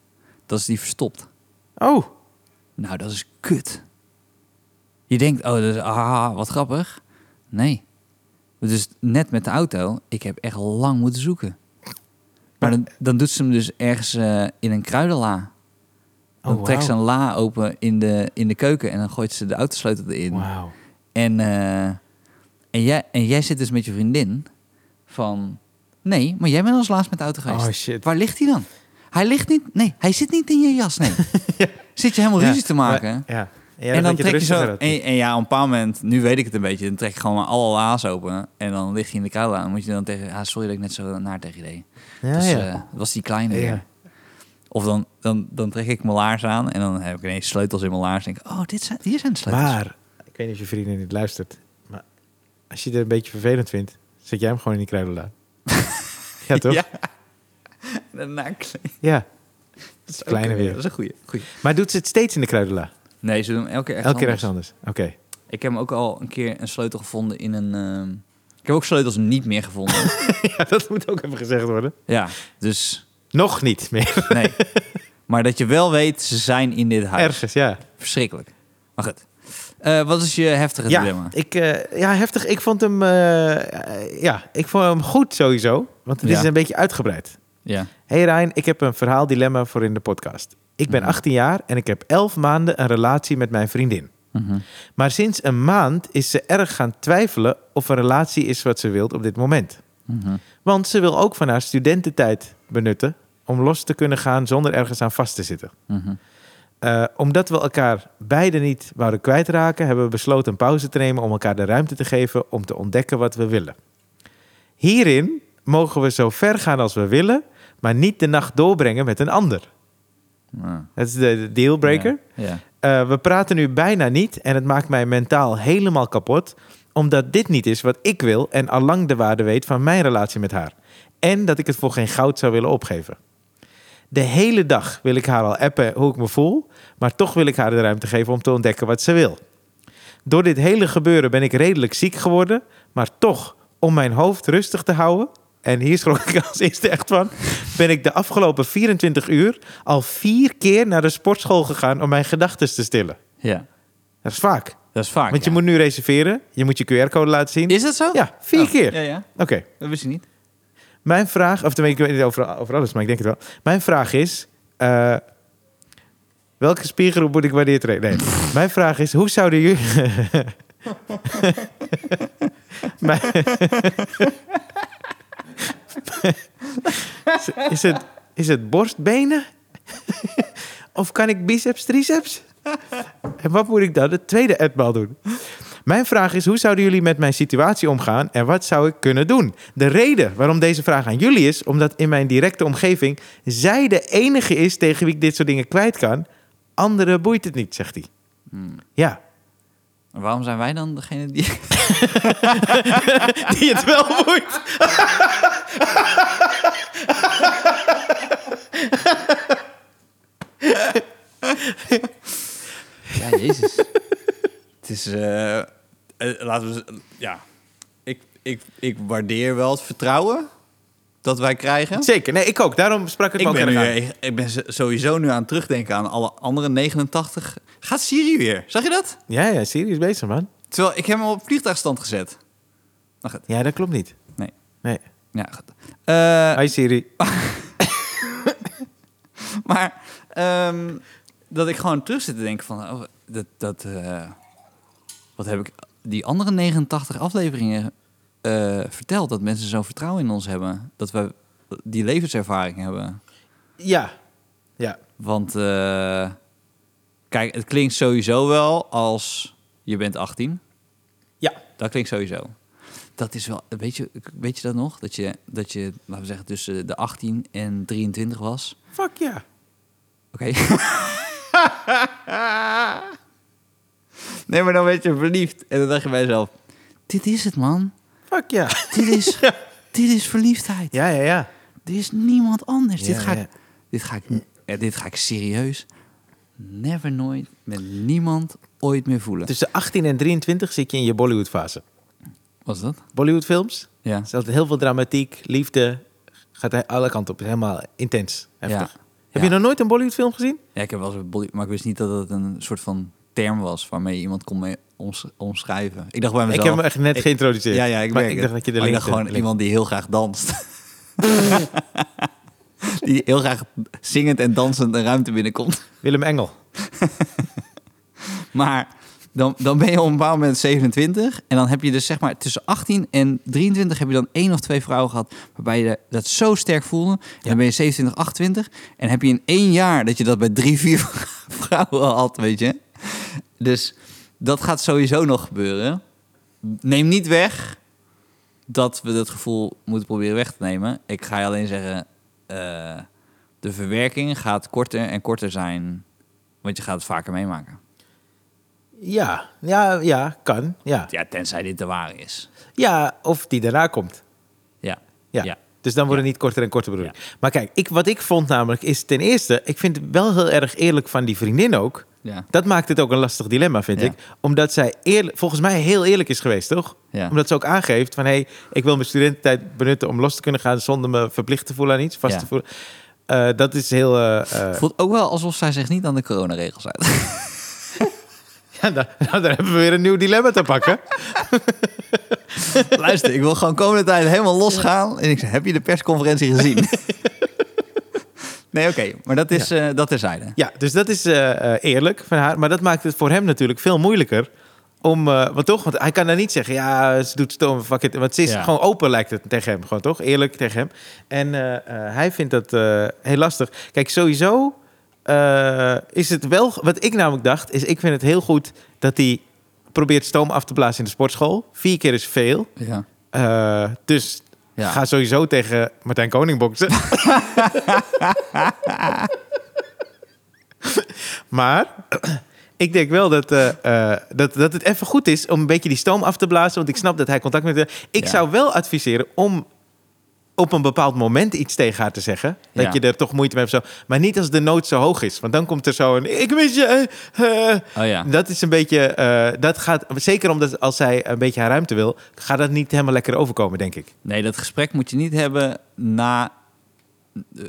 Speaker 2: dat ze die verstopt.
Speaker 1: Oh,
Speaker 2: Nou, dat is kut. Je denkt, oh, dat is, ah, wat grappig. Nee. Dus net met de auto, ik heb echt lang moeten zoeken. Maar dan, dan doet ze hem dus ergens eh, in een kruidenla. Dan
Speaker 1: Oh,
Speaker 2: trekt ze
Speaker 1: wauw.
Speaker 2: een la open in de, in de keuken en dan gooit ze de autosleutel erin.
Speaker 1: wauw.
Speaker 2: En, eh, en, jij, en jij zit dus met je vriendin van... Nee, maar jij bent als laatst met de auto geweest.
Speaker 1: Oh, shit.
Speaker 2: Waar ligt hij dan? Hij ligt niet... Nee, hij zit niet in je jas, nee. Zit je helemaal
Speaker 1: [laughs] Ja,
Speaker 2: ruzie te maken?
Speaker 1: maar- ja. Ja,
Speaker 2: en dan
Speaker 1: dat je het
Speaker 2: trek je
Speaker 1: rustiger
Speaker 2: zo...
Speaker 1: had.
Speaker 2: En, en ja, op een bepaald moment, nu weet ik het een beetje... dan trek je gewoon maar alle laas open... en dan lig je in de koude aan. moet je dan tegen... Ah, sorry dat ik net zo naar tegen je deed.
Speaker 1: Ja,
Speaker 2: dat is,
Speaker 1: ja.
Speaker 2: eh, dat was die kleine weer.
Speaker 1: Ja.
Speaker 2: Of dan, dan, dan trek ik mijn laars aan... en dan heb ik ineens sleutels in mijn laars... en denk ik, oh, dit zijn, hier zijn de sleutels.
Speaker 1: Maar, ik weet niet of je vriendin dit luistert, maar als je het een beetje vervelend vindt, zet jij hem gewoon in die
Speaker 2: [laughs]
Speaker 1: kruidenla. ja, toch?
Speaker 2: Ja.
Speaker 1: Ja.
Speaker 2: [laughs] Daarna
Speaker 1: Dat is kleine
Speaker 2: Oké,
Speaker 1: weer.
Speaker 2: Dat is eh, een goeie. goeie.
Speaker 1: Maar doet ze het steeds in de kruidenla?
Speaker 2: Nee, ze doen hem elke keer echt
Speaker 1: Elke keer
Speaker 2: anders.
Speaker 1: ergens anders. Oké. [laughs]
Speaker 2: Ik heb hem ook al een keer een sleutel gevonden in een... ehm, Ik heb ook sleutels niet meer
Speaker 1: [laughs]
Speaker 2: gevonden.
Speaker 1: ja, dat moet ook even gezegd worden.
Speaker 2: ja, dus
Speaker 1: Nog niet meer.
Speaker 2: nee. Maar dat je wel weet, ze zijn in dit huis.
Speaker 1: Ergens, ja.
Speaker 2: Verschrikkelijk. Maar goed. Eh, wat is je heftige dilemma?
Speaker 1: Ja, ik, eh, ja, heftig. Ik vond hem, eh, eh, ja, ik vond hem goed sowieso, want het
Speaker 2: Ja.
Speaker 1: is een beetje uitgebreid.
Speaker 2: Ja.
Speaker 1: Hey Rijn, ik heb een verhaaldilemma voor in de podcast. Ik ben
Speaker 2: Mhm.
Speaker 1: 18 jaar en ik heb 11 maanden een relatie met mijn vriendin.
Speaker 2: Mhm.
Speaker 1: Maar sinds een maand is ze erg gaan twijfelen of een relatie is wat ze wilt op dit moment.
Speaker 2: Mhm.
Speaker 1: Want ze wil ook van haar studententijd benutten om los te kunnen gaan zonder ergens aan vast te zitten.
Speaker 2: Mhm.
Speaker 1: Eh, omdat we elkaar beiden niet wouden kwijtraken, hebben we besloten een pauze te nemen om elkaar de ruimte te geven om te ontdekken wat we willen. Hierin mogen we zo ver gaan als we willen, maar niet de nacht doorbrengen met een ander.
Speaker 2: Nou,
Speaker 1: Dat is de, de dealbreaker.
Speaker 2: Ja. ja.
Speaker 1: Eh, we praten nu bijna niet en het maakt mij mentaal helemaal kapot. Omdat dit niet is wat ik wil en allang de waarde weet van mijn relatie met haar. En dat ik het voor geen goud zou willen opgeven. De hele dag wil ik haar al appen hoe ik me voel. Maar toch wil ik haar de ruimte geven om te ontdekken wat ze wil. Door dit hele gebeuren ben ik redelijk ziek geworden. Maar toch, om mijn hoofd rustig te houden. En hier schrok ik als eerste echt van. Ben ik de afgelopen 24 uur al vier keer naar de sportschool gegaan om mijn gedachten te stillen.
Speaker 2: Ja.
Speaker 1: Dat is vaak.
Speaker 2: Dat is vaak.
Speaker 1: Want je
Speaker 2: Ah, ja.
Speaker 1: moet nu reserveren. Je moet je QR-code laten zien.
Speaker 2: Is dat zo?
Speaker 1: Ja, vier
Speaker 2: Oh,
Speaker 1: keer.
Speaker 2: Ja, ja.
Speaker 1: Oké.
Speaker 2: Dat wist ik niet.
Speaker 1: Mijn vraag, of tenminste, ik weet niet over, over alles, maar ik denk het wel. Mijn vraag is, eh, welke spiergroep moet ik wanneer trainen? Nee, mijn vraag is, hoe zouden jullie... mijn... is, het, is het borstbenen? [laughs] of kan ik biceps, triceps? en wat moet ik dan de tweede etmaal doen? Mijn vraag is, hoe zouden jullie met mijn situatie omgaan en wat zou ik kunnen doen? De reden waarom deze vraag aan jullie is, omdat in mijn directe omgeving zij de enige is tegen wie ik dit soort dingen kwijt kan. Anderen boeit het niet, zegt hij.
Speaker 2: Hmm.
Speaker 1: Ja, [laughs]
Speaker 2: Maar waarom zijn wij dan degene die...
Speaker 1: die het wel boeit.
Speaker 2: Ja, jezus. [laughs] het is... eh, eh, laten we... z- Ja. Ik, ik, ik waardeer wel het vertrouwen dat wij krijgen.
Speaker 1: Zeker, nee, ik ook. Daarom sprak ik, me
Speaker 2: Ik
Speaker 1: ook
Speaker 2: ben,
Speaker 1: erg
Speaker 2: nu, eh,
Speaker 1: aan.
Speaker 2: ik- ik ben z- sowieso nu aan het terugdenken aan alle andere 89. Gaat Siri weer? Zag je dat?
Speaker 1: Ja, ja, Siri is bezig, man.
Speaker 2: Terwijl ik heb hem op vliegtuigstand gezet. Nou goed.
Speaker 1: Ja, dat klopt niet.
Speaker 2: Nee.
Speaker 1: Nee.
Speaker 2: Ja, goed. Eh,
Speaker 1: Hi Siri.
Speaker 2: maar ehm, dat ik gewoon terug zit te denken van... oh, dat, dat, eh, wat heb ik die andere 89 afleveringen eh, verteld? Dat mensen zo'n vertrouwen in ons hebben. Dat we die levenservaring hebben.
Speaker 1: Ja. Ja.
Speaker 2: Want eh, kijk, het klinkt sowieso wel als je bent 18.
Speaker 1: Ja.
Speaker 2: Dat klinkt sowieso. Dat is wel, weet je, weet je dat nog? Dat je, dat je, laten we zeggen, tussen de 18 en 23 was.
Speaker 1: Fuck ja.
Speaker 2: Oké. nee, maar dan werd je verliefd. En dan dacht je bij jezelf, dit is het man.
Speaker 1: Fuck ja.
Speaker 2: Dit [laughs] is, dit is verliefdheid.
Speaker 1: Ja, ja, ja.
Speaker 2: Er is niemand anders.
Speaker 1: Ja,
Speaker 2: dit, ga
Speaker 1: ja.
Speaker 2: ik, dit, ga ik, ja, dit ga ik serieus never nooit met niemand ooit meer voelen.
Speaker 1: Tussen 18 en 23 zit je in je Bollywood-fase.
Speaker 2: Wat is dat?
Speaker 1: Bollywood-films,
Speaker 2: Ja.
Speaker 1: zelfs heel veel dramatiek, liefde, gaat hij alle kanten op. Helemaal intens, heftig.
Speaker 2: Ja.
Speaker 1: Heb
Speaker 2: Ja.
Speaker 1: je nog nooit een Bollywood-film gezien?
Speaker 2: ja, ik heb wel eens een Bolly- maar ik wist niet dat het een soort van term was waarmee je iemand kon mee oms- omschrijven. Ik dacht bij
Speaker 1: ik
Speaker 2: mezelf.
Speaker 1: heb hem echt net
Speaker 2: ik-
Speaker 1: geïntroduceerd.
Speaker 2: Ja, ja, ik
Speaker 1: maar
Speaker 2: merk
Speaker 1: ik
Speaker 2: het.
Speaker 1: dacht dat je de
Speaker 2: Maar ik
Speaker 1: link...
Speaker 2: dacht gewoon iemand die heel graag danst. [laughs] die heel graag zingend en dansend een ruimte binnenkomt.
Speaker 1: Willem Engel.
Speaker 2: [laughs] Maar dan, dan ben je op een bepaald moment 27. En dan heb je dus zeg maar tussen 18 en 23 heb je dan één of twee vrouwen gehad. waarbij je dat zo sterk voelde. En dan ben je 27, 28. En heb je in één jaar dat je dat bij drie, vier [laughs] vrouwen had, weet je. Dus dat gaat sowieso nog gebeuren. Neem niet weg dat we dat gevoel moeten proberen weg te nemen. Ik ga je alleen zeggen. eh, de verwerking gaat korter en korter zijn. Want je gaat het vaker meemaken.
Speaker 1: Ja, ja, ja, kan. Ja.
Speaker 2: Ja, tenzij dit de waar is.
Speaker 1: ja, of die daarna komt.
Speaker 2: Ja.
Speaker 1: Ja. Dus dan worden niet korter en korter bedoel ik. Maar kijk, ik, wat ik vond namelijk is ten eerste... ik vind het wel heel erg eerlijk van die vriendin ook...
Speaker 2: Ja.
Speaker 1: Dat maakt het ook een lastig dilemma, vind
Speaker 2: Ja.
Speaker 1: ik. Omdat zij eerlijk, volgens mij heel eerlijk is geweest, toch?
Speaker 2: Ja.
Speaker 1: Omdat ze ook aangeeft van... hé, hey, ik wil mijn studententijd benutten om los te kunnen gaan... zonder me verplicht te voelen aan iets, vast
Speaker 2: Ja.
Speaker 1: te voelen. Eh, dat is heel... eh, eh, [laughs]
Speaker 2: Het voelt ook wel alsof zij zich niet aan de coronaregels uit. [laughs]
Speaker 1: ja, nou, nou, daar hebben we weer een nieuw dilemma te pakken.
Speaker 2: Luister, ik wil gewoon komende tijd helemaal losgaan. En ik zeg, heb je de
Speaker 1: [laughs]
Speaker 2: persconferentie gezien? nee, oké. maar dat is, eh dat terzijde.
Speaker 1: ja, dus dat is eh, eh, eerlijk van haar. Maar dat maakt het voor hem natuurlijk veel moeilijker... Om, eh want toch, want hij kan dan niet zeggen, ja, ze doet stoom, fuck it. Want ze is
Speaker 2: Ja.
Speaker 1: gewoon open, lijkt het tegen hem, gewoon toch? Eerlijk tegen hem. En eh, eh, hij vindt dat eh, heel lastig. Kijk, sowieso eh, is het wel. Wat ik namelijk dacht, is ik vind het heel goed dat hij probeert stoom af te blazen in de sportschool. Vier keer is veel.
Speaker 2: Ja.
Speaker 1: Eh, dus
Speaker 2: Ja.
Speaker 1: ga sowieso tegen Martijn Koning
Speaker 2: [laughs]
Speaker 1: boksen. maar ik denk wel dat, eh, eh, dat, dat het even goed is om een beetje die stoom af te blazen. Want ik snap dat hij contact met haar... Ik
Speaker 2: Ja.
Speaker 1: zou wel adviseren om op een bepaald moment iets tegen haar te zeggen. Dat
Speaker 2: Ja.
Speaker 1: je er toch moeite mee hebt. of Zo. Maar niet als de nood zo hoog is. Want dan komt er zo een... Ik mis je. eh, eh."
Speaker 2: Oh ja.
Speaker 1: Dat is een beetje... eh, dat gaat, zeker omdat als zij een beetje haar ruimte wil... gaat dat niet helemaal lekker overkomen, denk ik.
Speaker 2: Nee, dat gesprek moet je niet hebben na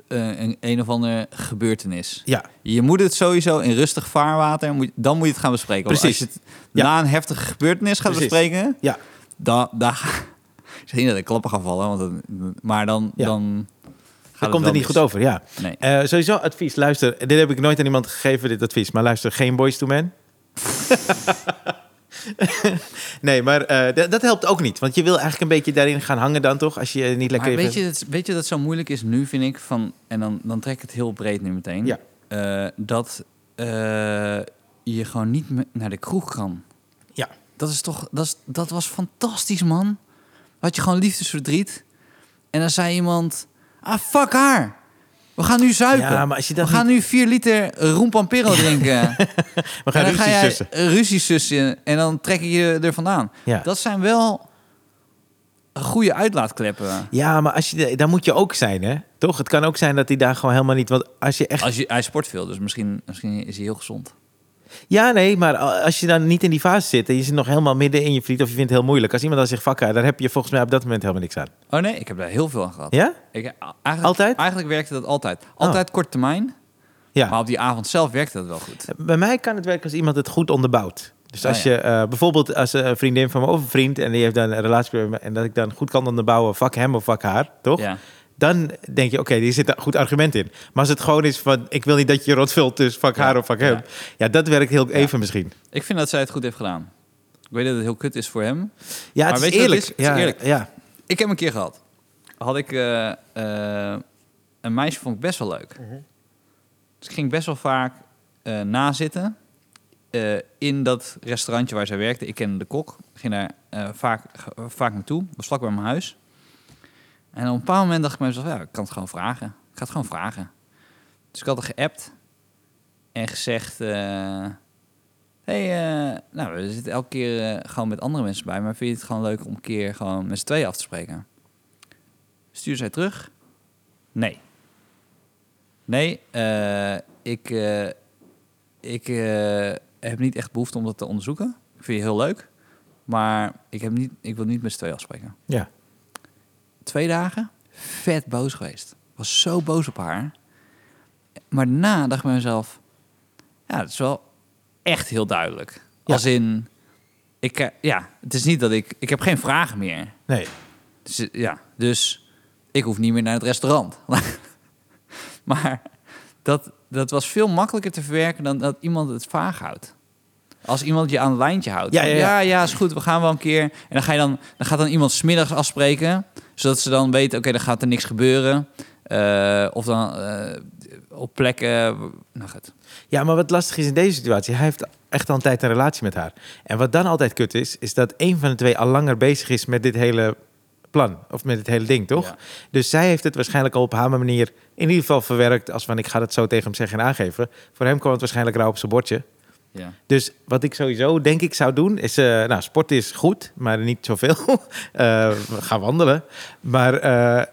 Speaker 2: eh, een, een of andere gebeurtenis.
Speaker 1: Ja,
Speaker 2: Je moet het sowieso in rustig vaarwater, moet, dan moet je het gaan bespreken. Want
Speaker 1: Precies.
Speaker 2: Als je het
Speaker 1: Ja.
Speaker 2: na een heftige gebeurtenis gaat
Speaker 1: Precies.
Speaker 2: bespreken,
Speaker 1: ja.
Speaker 2: dan, dan [laughs] ik zeg niet dat ik klappen ga vallen, want dan- maar dan,
Speaker 1: Ja.
Speaker 2: dan gaat
Speaker 1: Dat komt
Speaker 2: wel
Speaker 1: er niet
Speaker 2: mis.
Speaker 1: goed over, ja.
Speaker 2: Nee.
Speaker 1: Eh, sowieso advies, luister. Dit heb ik nooit aan iemand gegeven, dit advies. Maar luister, geen boys to men. [laughs] nee, maar eh, d- dat helpt ook niet. Want je wil eigenlijk een beetje daarin gaan hangen dan toch? Als je niet lekker...
Speaker 2: Maar
Speaker 1: even-
Speaker 2: weet je, dat, weet je dat het zo moeilijk is nu, vind ik, van, en dan, dan trek ik het heel breed nu meteen.
Speaker 1: Ja.
Speaker 2: eh, dat eh, je gewoon niet me- naar de kroeg kan.
Speaker 1: Ja.
Speaker 2: Dat is toch, dat, is, dat was fantastisch, man. Had je gewoon liefdesverdriet. En dan zei iemand, ah, fuck haar. We gaan nu zuipen.
Speaker 1: Ja, maar als je dat
Speaker 2: We gaan nu 4 liter
Speaker 1: [laughs]
Speaker 2: roempampero drinken.
Speaker 1: We gaan
Speaker 2: en dan
Speaker 1: ruzie
Speaker 2: ga
Speaker 1: zussen.
Speaker 2: jij ruzie sussen en dan trek je je er vandaan.
Speaker 1: Ja.
Speaker 2: Dat zijn wel goede
Speaker 1: [laughs]
Speaker 2: uitlaatkleppen.
Speaker 1: Ja, maar als je, daar moet je ook zijn, hè? Toch? Het kan ook zijn dat hij daar gewoon helemaal niet... Want als je echt...
Speaker 2: Als je, hij sport veel, dus misschien, misschien is hij heel gezond.
Speaker 1: Ja, nee, maar a- als je dan niet in die fase zit... en je zit nog helemaal midden in je vriend of je vindt het heel moeilijk... als iemand dan zegt, fuck haar, daar heb je volgens mij op dat moment helemaal niks aan.
Speaker 2: Oh nee, ik heb daar heel veel aan gehad.
Speaker 1: Ja?
Speaker 2: Ik, eigenlijk,
Speaker 1: Altijd? Oh.
Speaker 2: Eigenlijk werkte dat altijd. Altijd kort termijn,
Speaker 1: Ja.
Speaker 2: maar op die avond zelf werkte dat wel goed.
Speaker 1: Bij mij kan het werken als iemand het goed onderbouwt. Dus
Speaker 2: Ah,
Speaker 1: als je eh, bijvoorbeeld als een vriendin van me of een vriend en die heeft dan een relatie met me en dat ik dan goed kan onderbouwen, fuck hem of fuck haar, toch?
Speaker 2: Ja.
Speaker 1: Dan denk je, oké, die zit een goed argument in. Maar als het gewoon is van, ik wil niet dat je rot vult, dus fuck
Speaker 2: Ja,
Speaker 1: haar of fuck hem.
Speaker 2: ja.
Speaker 1: Ja, dat werkt heel even misschien.
Speaker 2: Ik vind dat zij het goed heeft gedaan. Ik weet dat het heel kut is voor hem.
Speaker 1: Ja,
Speaker 2: Maar
Speaker 1: het
Speaker 2: weet
Speaker 1: is
Speaker 2: je wat
Speaker 1: eerlijk.
Speaker 2: het is? Het is
Speaker 1: ja,
Speaker 2: eerlijk.
Speaker 1: Ja.
Speaker 2: Ik heb een keer gehad. Had ik eh, eh, een meisje vond ik best wel leuk. Dus ik ging best wel vaak eh nazitten eh, in dat restaurantje waar zij werkte. Ik kende de kok. Ik ging daar eh, vaak, ge- vaak naartoe. Dat was vlak bij mijn huis. En op een bepaald moment dacht ik bij mezelf, ja, ik kan het gewoon vragen. Ik ga het gewoon vragen. Dus ik had haar geappt en gezegd... eh, hey, eh, nou, we zitten elke keer eh, gewoon met andere mensen bij, maar vind je het gewoon leuk om een keer gewoon met z'n tweeën af te spreken? Stuur zij terug? Nee. Nee, eh, ik, eh, ik eh, heb niet echt behoefte om dat te onderzoeken. Ik vind je heel leuk, maar ik, heb niet, ik wil niet met z'n tweeën afspreken.
Speaker 1: ja.
Speaker 2: Twee dagen, vet boos geweest. Was zo boos op haar. Maar daarna dacht ik bij mezelf... Ja, dat is wel echt heel duidelijk.
Speaker 1: Ja.
Speaker 2: Als in... Ik, eh, ja, het is niet dat ik... Ik heb geen vragen meer.
Speaker 1: Nee.
Speaker 2: Dus, eh, ja, dus ik hoef niet meer naar het restaurant. [laughs] maar dat, dat was veel makkelijker te verwerken dan dat iemand het vaag houdt. Als iemand je aan het lijntje houdt.
Speaker 1: Ja, ja, ja.
Speaker 2: is goed, we gaan wel een keer. En dan, ga je dan, dan gaat dan iemand smiddags afspreken, zodat ze dan weten, oké, dan gaat er niks gebeuren. Eh, of dan eh, op plekken... Nou goed.
Speaker 1: Ja, maar wat lastig is in deze situatie, hij heeft echt al een tijd een relatie met haar. En wat dan altijd kut is, is dat een van de twee al langer bezig is met dit hele plan. Of met dit hele ding, toch?
Speaker 2: Ja.
Speaker 1: Dus zij heeft het waarschijnlijk al op haar manier in ieder geval verwerkt. Als van ik ga dat zo tegen hem zeggen en aangeven. Voor hem kwam het waarschijnlijk rauw op zijn bordje.
Speaker 2: Ja.
Speaker 1: Dus wat ik sowieso denk ik zou doen is, eh, nou, sport is goed, maar niet zoveel. [laughs] Eh ga wandelen. Maar eh,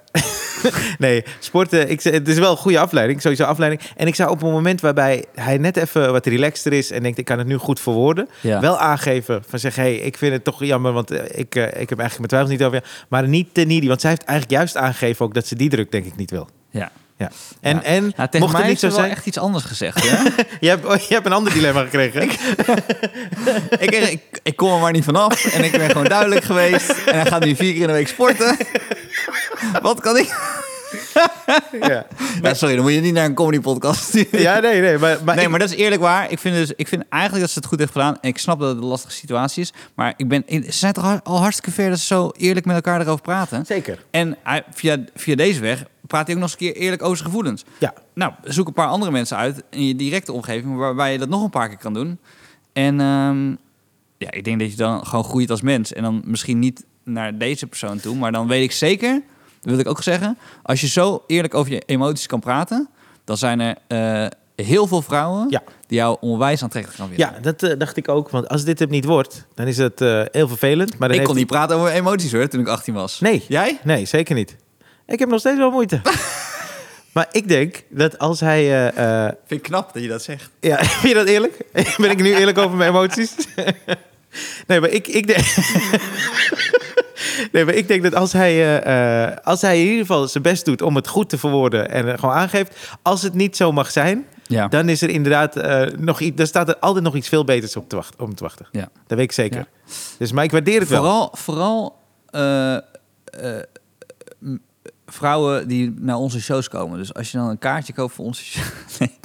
Speaker 1: [laughs] nee, sporten, ik, het is wel een goede afleiding, sowieso afleiding. En ik zou op een moment waarbij hij net even wat relaxter is en denkt, ik kan het nu goed verwoorden,
Speaker 2: Ja.
Speaker 1: wel aangeven van zeg, hey, ik vind het toch jammer, want eh, ik, eh, ik heb eigenlijk mijn twijfels niet over. je. Maar niet te needy, want zij heeft eigenlijk juist aangegeven ook dat ze die druk denk ik niet wil.
Speaker 2: Ja.
Speaker 1: Ja. En,
Speaker 2: Ja.
Speaker 1: en
Speaker 2: Nou, tegen
Speaker 1: mocht
Speaker 2: mij
Speaker 1: het niet
Speaker 2: heeft
Speaker 1: zo
Speaker 2: ze wel
Speaker 1: zijn,
Speaker 2: echt iets anders gezegd. Hè?
Speaker 1: [laughs] je, hebt, oh, je hebt een ander dilemma
Speaker 2: [laughs]
Speaker 1: gekregen.
Speaker 2: ik, ik, ik kom er maar niet vanaf. En ik ben gewoon duidelijk geweest. En hij gaat nu vier keer in de week sporten. Wat kan ik?
Speaker 1: ja.
Speaker 2: Ja, sorry, dan moet je niet naar een comedy podcast sturen.
Speaker 1: [laughs] ja, nee, nee. Maar, maar
Speaker 2: nee,
Speaker 1: ik-
Speaker 2: maar dat is eerlijk waar. Ik vind, dus, ik vind eigenlijk dat ze het goed heeft gedaan. En ik snap dat het een lastige situatie is. Maar ik ben, in- ze zijn toch al- al hartstikke ver dat ze zo eerlijk met elkaar erover praten.
Speaker 1: Zeker.
Speaker 2: En hij- via, via deze weg praat hij ook nog eens een keer eerlijk over zijn gevoelens.
Speaker 1: Ja.
Speaker 2: Nou, zoek een paar andere mensen uit in je directe omgeving waarbij je dat nog een paar keer kan doen. En ehm, ja, ik denk dat je dan gewoon groeit als mens. En dan misschien niet naar deze persoon toe, maar dan weet ik zeker, dat wil ik ook zeggen, als je zo eerlijk over je emoties kan praten, dan zijn er eh, heel veel vrouwen
Speaker 1: Ja.
Speaker 2: die jou onwijs aantrekkelijk gaan vinden.
Speaker 1: Ja, dat eh, dacht ik ook. Want als dit het niet wordt, dan is het eh, heel vervelend. Maar dan
Speaker 2: ik kon
Speaker 1: heeft-
Speaker 2: niet praten over emoties hoor, toen ik 18 was.
Speaker 1: Nee.
Speaker 2: Jij?
Speaker 1: Nee, zeker niet. Ik heb nog steeds wel
Speaker 2: [laughs]
Speaker 1: moeite. maar ik denk dat als hij... eh, eh,
Speaker 2: Vind ik knap dat je dat zegt.
Speaker 1: ja, [laughs] vind je dat eerlijk? ben ik nu eerlijk over mijn emoties? [laughs] nee, maar ik, ik denk... [laughs] Nee, maar ik denk dat als hij, eh, eh, als hij in ieder geval zijn best doet om het goed te verwoorden en eh, gewoon aangeeft, als het niet zo mag zijn,
Speaker 2: Ja.
Speaker 1: dan is er inderdaad eh, nog iets, dan staat er altijd nog iets veel beters op te wachten, om te wachten.
Speaker 2: ja.
Speaker 1: Dat weet ik zeker. Dus, maar ik waardeer het wel.
Speaker 2: Vooral, vooral eh, eh, m- vrouwen die naar onze shows komen. Dus als je dan een kaartje koopt voor onze show. [laughs] Nee.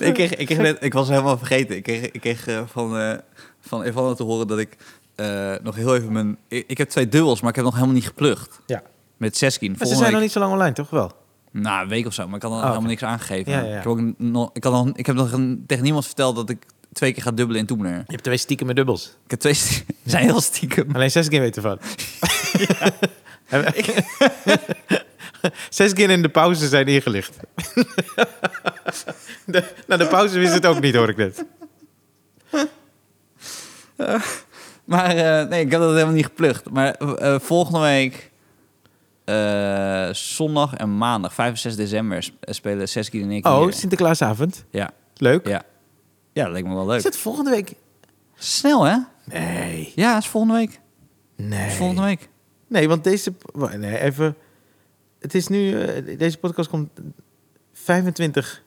Speaker 2: ik, kreeg, ik, kreeg net, ik was helemaal vergeten. Ik kreeg, ik kreeg eh, van, eh van Evanna te horen dat ik eh, nog heel even mijn... Ik, ik heb twee dubbels, maar ik heb nog helemaal niet geplucht.
Speaker 1: Ja.
Speaker 2: Met Seskin.
Speaker 1: Maar ze
Speaker 2: Volgende
Speaker 1: zijn nog
Speaker 2: week,
Speaker 1: niet zo lang online, toch wel?
Speaker 2: nou, een week of zo, maar ik had er
Speaker 1: Oh,
Speaker 2: helemaal
Speaker 1: oké.
Speaker 2: niks aangegeven.
Speaker 1: Ja, ja, ja.
Speaker 2: Ik, heb ook nog, ik, had nog, ik heb nog een- tegen niemand verteld dat ik twee keer ga dubbelen in Toemler.
Speaker 1: Je hebt twee stiekem met dubbels.
Speaker 2: Ik heb twee stie- [laughs] zijn heel stiekem.
Speaker 1: Alleen zes keer weten [laughs] van. zes keer in de pauze zijn ingelicht. de, na de pauze wist het ook niet, hoor ik net.
Speaker 2: Maar eh, nee, ik heb dat helemaal niet geplukt. Maar eh, eh, volgende week, eh, zondag en maandag, 5 en 6 december, sp- eh, spelen Seskin en ik
Speaker 1: Oh,
Speaker 2: hier.
Speaker 1: Sinterklaasavond.
Speaker 2: Ja,
Speaker 1: Leuk.
Speaker 2: ja. Ja, dat lijkt me wel leuk.
Speaker 1: Is het volgende week?
Speaker 2: Snel, hè?
Speaker 1: Nee.
Speaker 2: Ja, is volgende week. Is
Speaker 1: Nee.
Speaker 2: volgende week.
Speaker 1: Nee, want deze... wa- Nee, even... Het is nu... eh, deze podcast komt 25...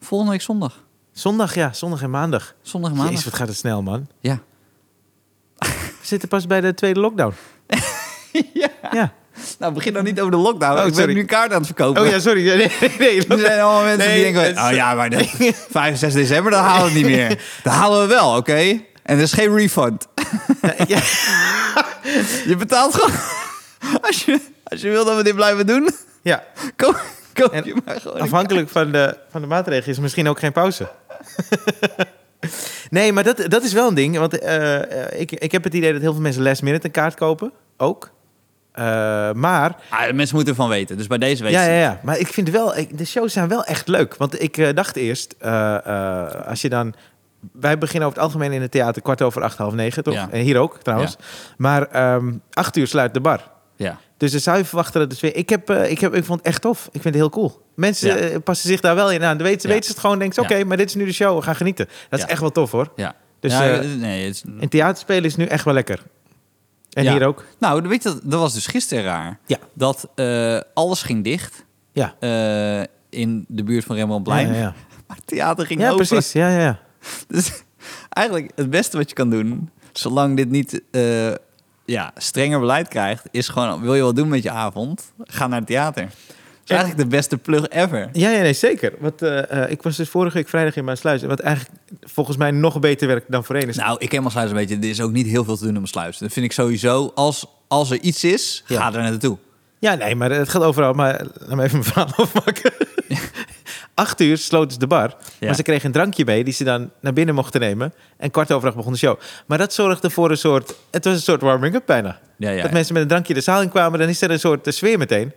Speaker 2: Volgende week zondag.
Speaker 1: Zondag, ja. Zondag en maandag.
Speaker 2: Zondag en
Speaker 1: Jezus,
Speaker 2: maandag.
Speaker 1: wat gaat het snel, man.
Speaker 2: Ja.
Speaker 1: We zitten pas bij de tweede lockdown.
Speaker 2: ja.
Speaker 1: [laughs] Ja.
Speaker 2: Nou, begin nou niet over de lockdown.
Speaker 1: Oh,
Speaker 2: ik ben
Speaker 1: sorry.
Speaker 2: nu kaart aan het verkopen.
Speaker 1: Oh ja, sorry. [laughs] Nee, nee, nee,
Speaker 2: Er zijn allemaal mensen
Speaker 1: Nee,
Speaker 2: die denken,
Speaker 1: het-
Speaker 2: oh ja, maar de [laughs] 5 en 6 december, dat halen we niet meer. Dat halen we wel, oké? En er is geen refund.
Speaker 1: ja.
Speaker 2: [laughs] Je betaalt gewoon... [laughs] Als je, als je wil dat we dit blijven doen, [laughs]
Speaker 1: Ja,
Speaker 2: koop, koop
Speaker 1: En
Speaker 2: je maar gewoon... een
Speaker 1: afhankelijk van de, van de maatregelen is misschien ook geen pauze. [laughs] nee, maar dat, dat is wel een ding. Want eh, eh, ik, ik heb het idee dat heel veel mensen last minute een kaart kopen. Ook. Eh, maar,
Speaker 2: kaart. Ah, de mensen moeten ervan weten, dus bij deze weet
Speaker 1: ja,
Speaker 2: je.
Speaker 1: ja, ja. maar ik vind wel, ik- de shows zijn wel echt leuk. Want ik eh, dacht eerst, eh, eh, als je dan... Wij beginnen over het algemeen in het theater kwart over acht, half negen, toch?
Speaker 2: Ja.
Speaker 1: En hier ook, trouwens. Maar ehm, acht uur sluit de bar.
Speaker 2: Ja.
Speaker 1: Dus dan zou je verwachten dat het weer... Ik, heb, eh, ik, heb, ik vond het echt tof. Ik vind het heel cool. Mensen
Speaker 2: Ja.
Speaker 1: eh, passen zich daar wel in aan. Dan weten, ze-
Speaker 2: Ja.
Speaker 1: weten ze het gewoon. denken ze,
Speaker 2: Ja.
Speaker 1: oké, maar dit is nu de show. We gaan genieten. Dat
Speaker 2: Ja.
Speaker 1: is echt wel tof, hoor.
Speaker 2: ja.
Speaker 1: Dus,
Speaker 2: Ja,
Speaker 1: eh,
Speaker 2: nee, het is-
Speaker 1: En theaterspelen is nu echt wel lekker. En
Speaker 2: Ja.
Speaker 1: hier ook.
Speaker 2: Nou, weet je, dat, dat was dus gisteren raar.
Speaker 1: Ja.
Speaker 2: Dat eh, alles ging dicht
Speaker 1: Ja.
Speaker 2: eh, in de buurt van Rembrandtplein.
Speaker 1: Ja, ja, ja.
Speaker 2: [laughs] Maar het theater ging
Speaker 1: Ja,
Speaker 2: open.
Speaker 1: precies. Ja, ja, ja.
Speaker 2: Dus eigenlijk het beste wat je kan doen, zolang dit niet eh, ja, strenger beleid krijgt, is gewoon: wil je wat doen met je avond? Ga naar het theater. Dat
Speaker 1: Ja.
Speaker 2: is eigenlijk de beste plug ever.
Speaker 1: Ja, ja, nee, zeker. Want eh, eh, ik was dus vorige week vrijdag in mijn sluis. Wat eigenlijk volgens mij nog beter werkt dan voorheen is.
Speaker 2: Nou, ik ken mijn sluis een beetje. Er is ook niet heel veel te doen in mijn sluis. Dat vind ik sowieso. Als, als er iets is,
Speaker 1: Ja.
Speaker 2: ga er naartoe.
Speaker 1: Ja, nee, maar het gaat overal. Maar laat me even mijn verhaal [laughs]
Speaker 2: [laughs]
Speaker 1: afmaken. Acht uur sloten ze de bar.
Speaker 2: Ja.
Speaker 1: Maar ze kregen een drankje mee die ze dan naar binnen mochten nemen. En kwart over acht begon de show. Maar dat zorgde voor een soort... Het was een soort warming-up bijna.
Speaker 2: Ja, ja,
Speaker 1: dat
Speaker 2: ja.
Speaker 1: mensen met een drankje de zaal in kwamen. Dan is er een soort eh, sfeer meteen.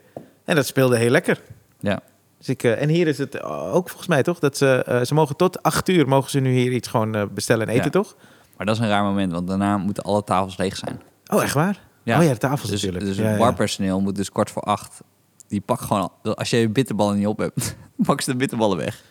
Speaker 1: En dat speelde heel lekker.
Speaker 2: Ja.
Speaker 1: Dus ik, eh, en hier is het ook volgens mij toch? Dat ze, eh, ze mogen tot acht uur mogen ze nu hier iets gewoon eh, bestellen en eten,
Speaker 2: Ja.
Speaker 1: toch?
Speaker 2: Maar dat is een raar moment, want daarna moeten alle tafels leeg zijn.
Speaker 1: Oh, echt waar?
Speaker 2: Ja.
Speaker 1: Oh ja, de tafels
Speaker 2: Dus,
Speaker 1: natuurlijk.
Speaker 2: dus
Speaker 1: ja, ja.
Speaker 2: barpersoneel moet dus kwart voor acht. Die pak gewoon, al- als je je bitterballen niet op hebt, [laughs] pak ze de bitterballen weg.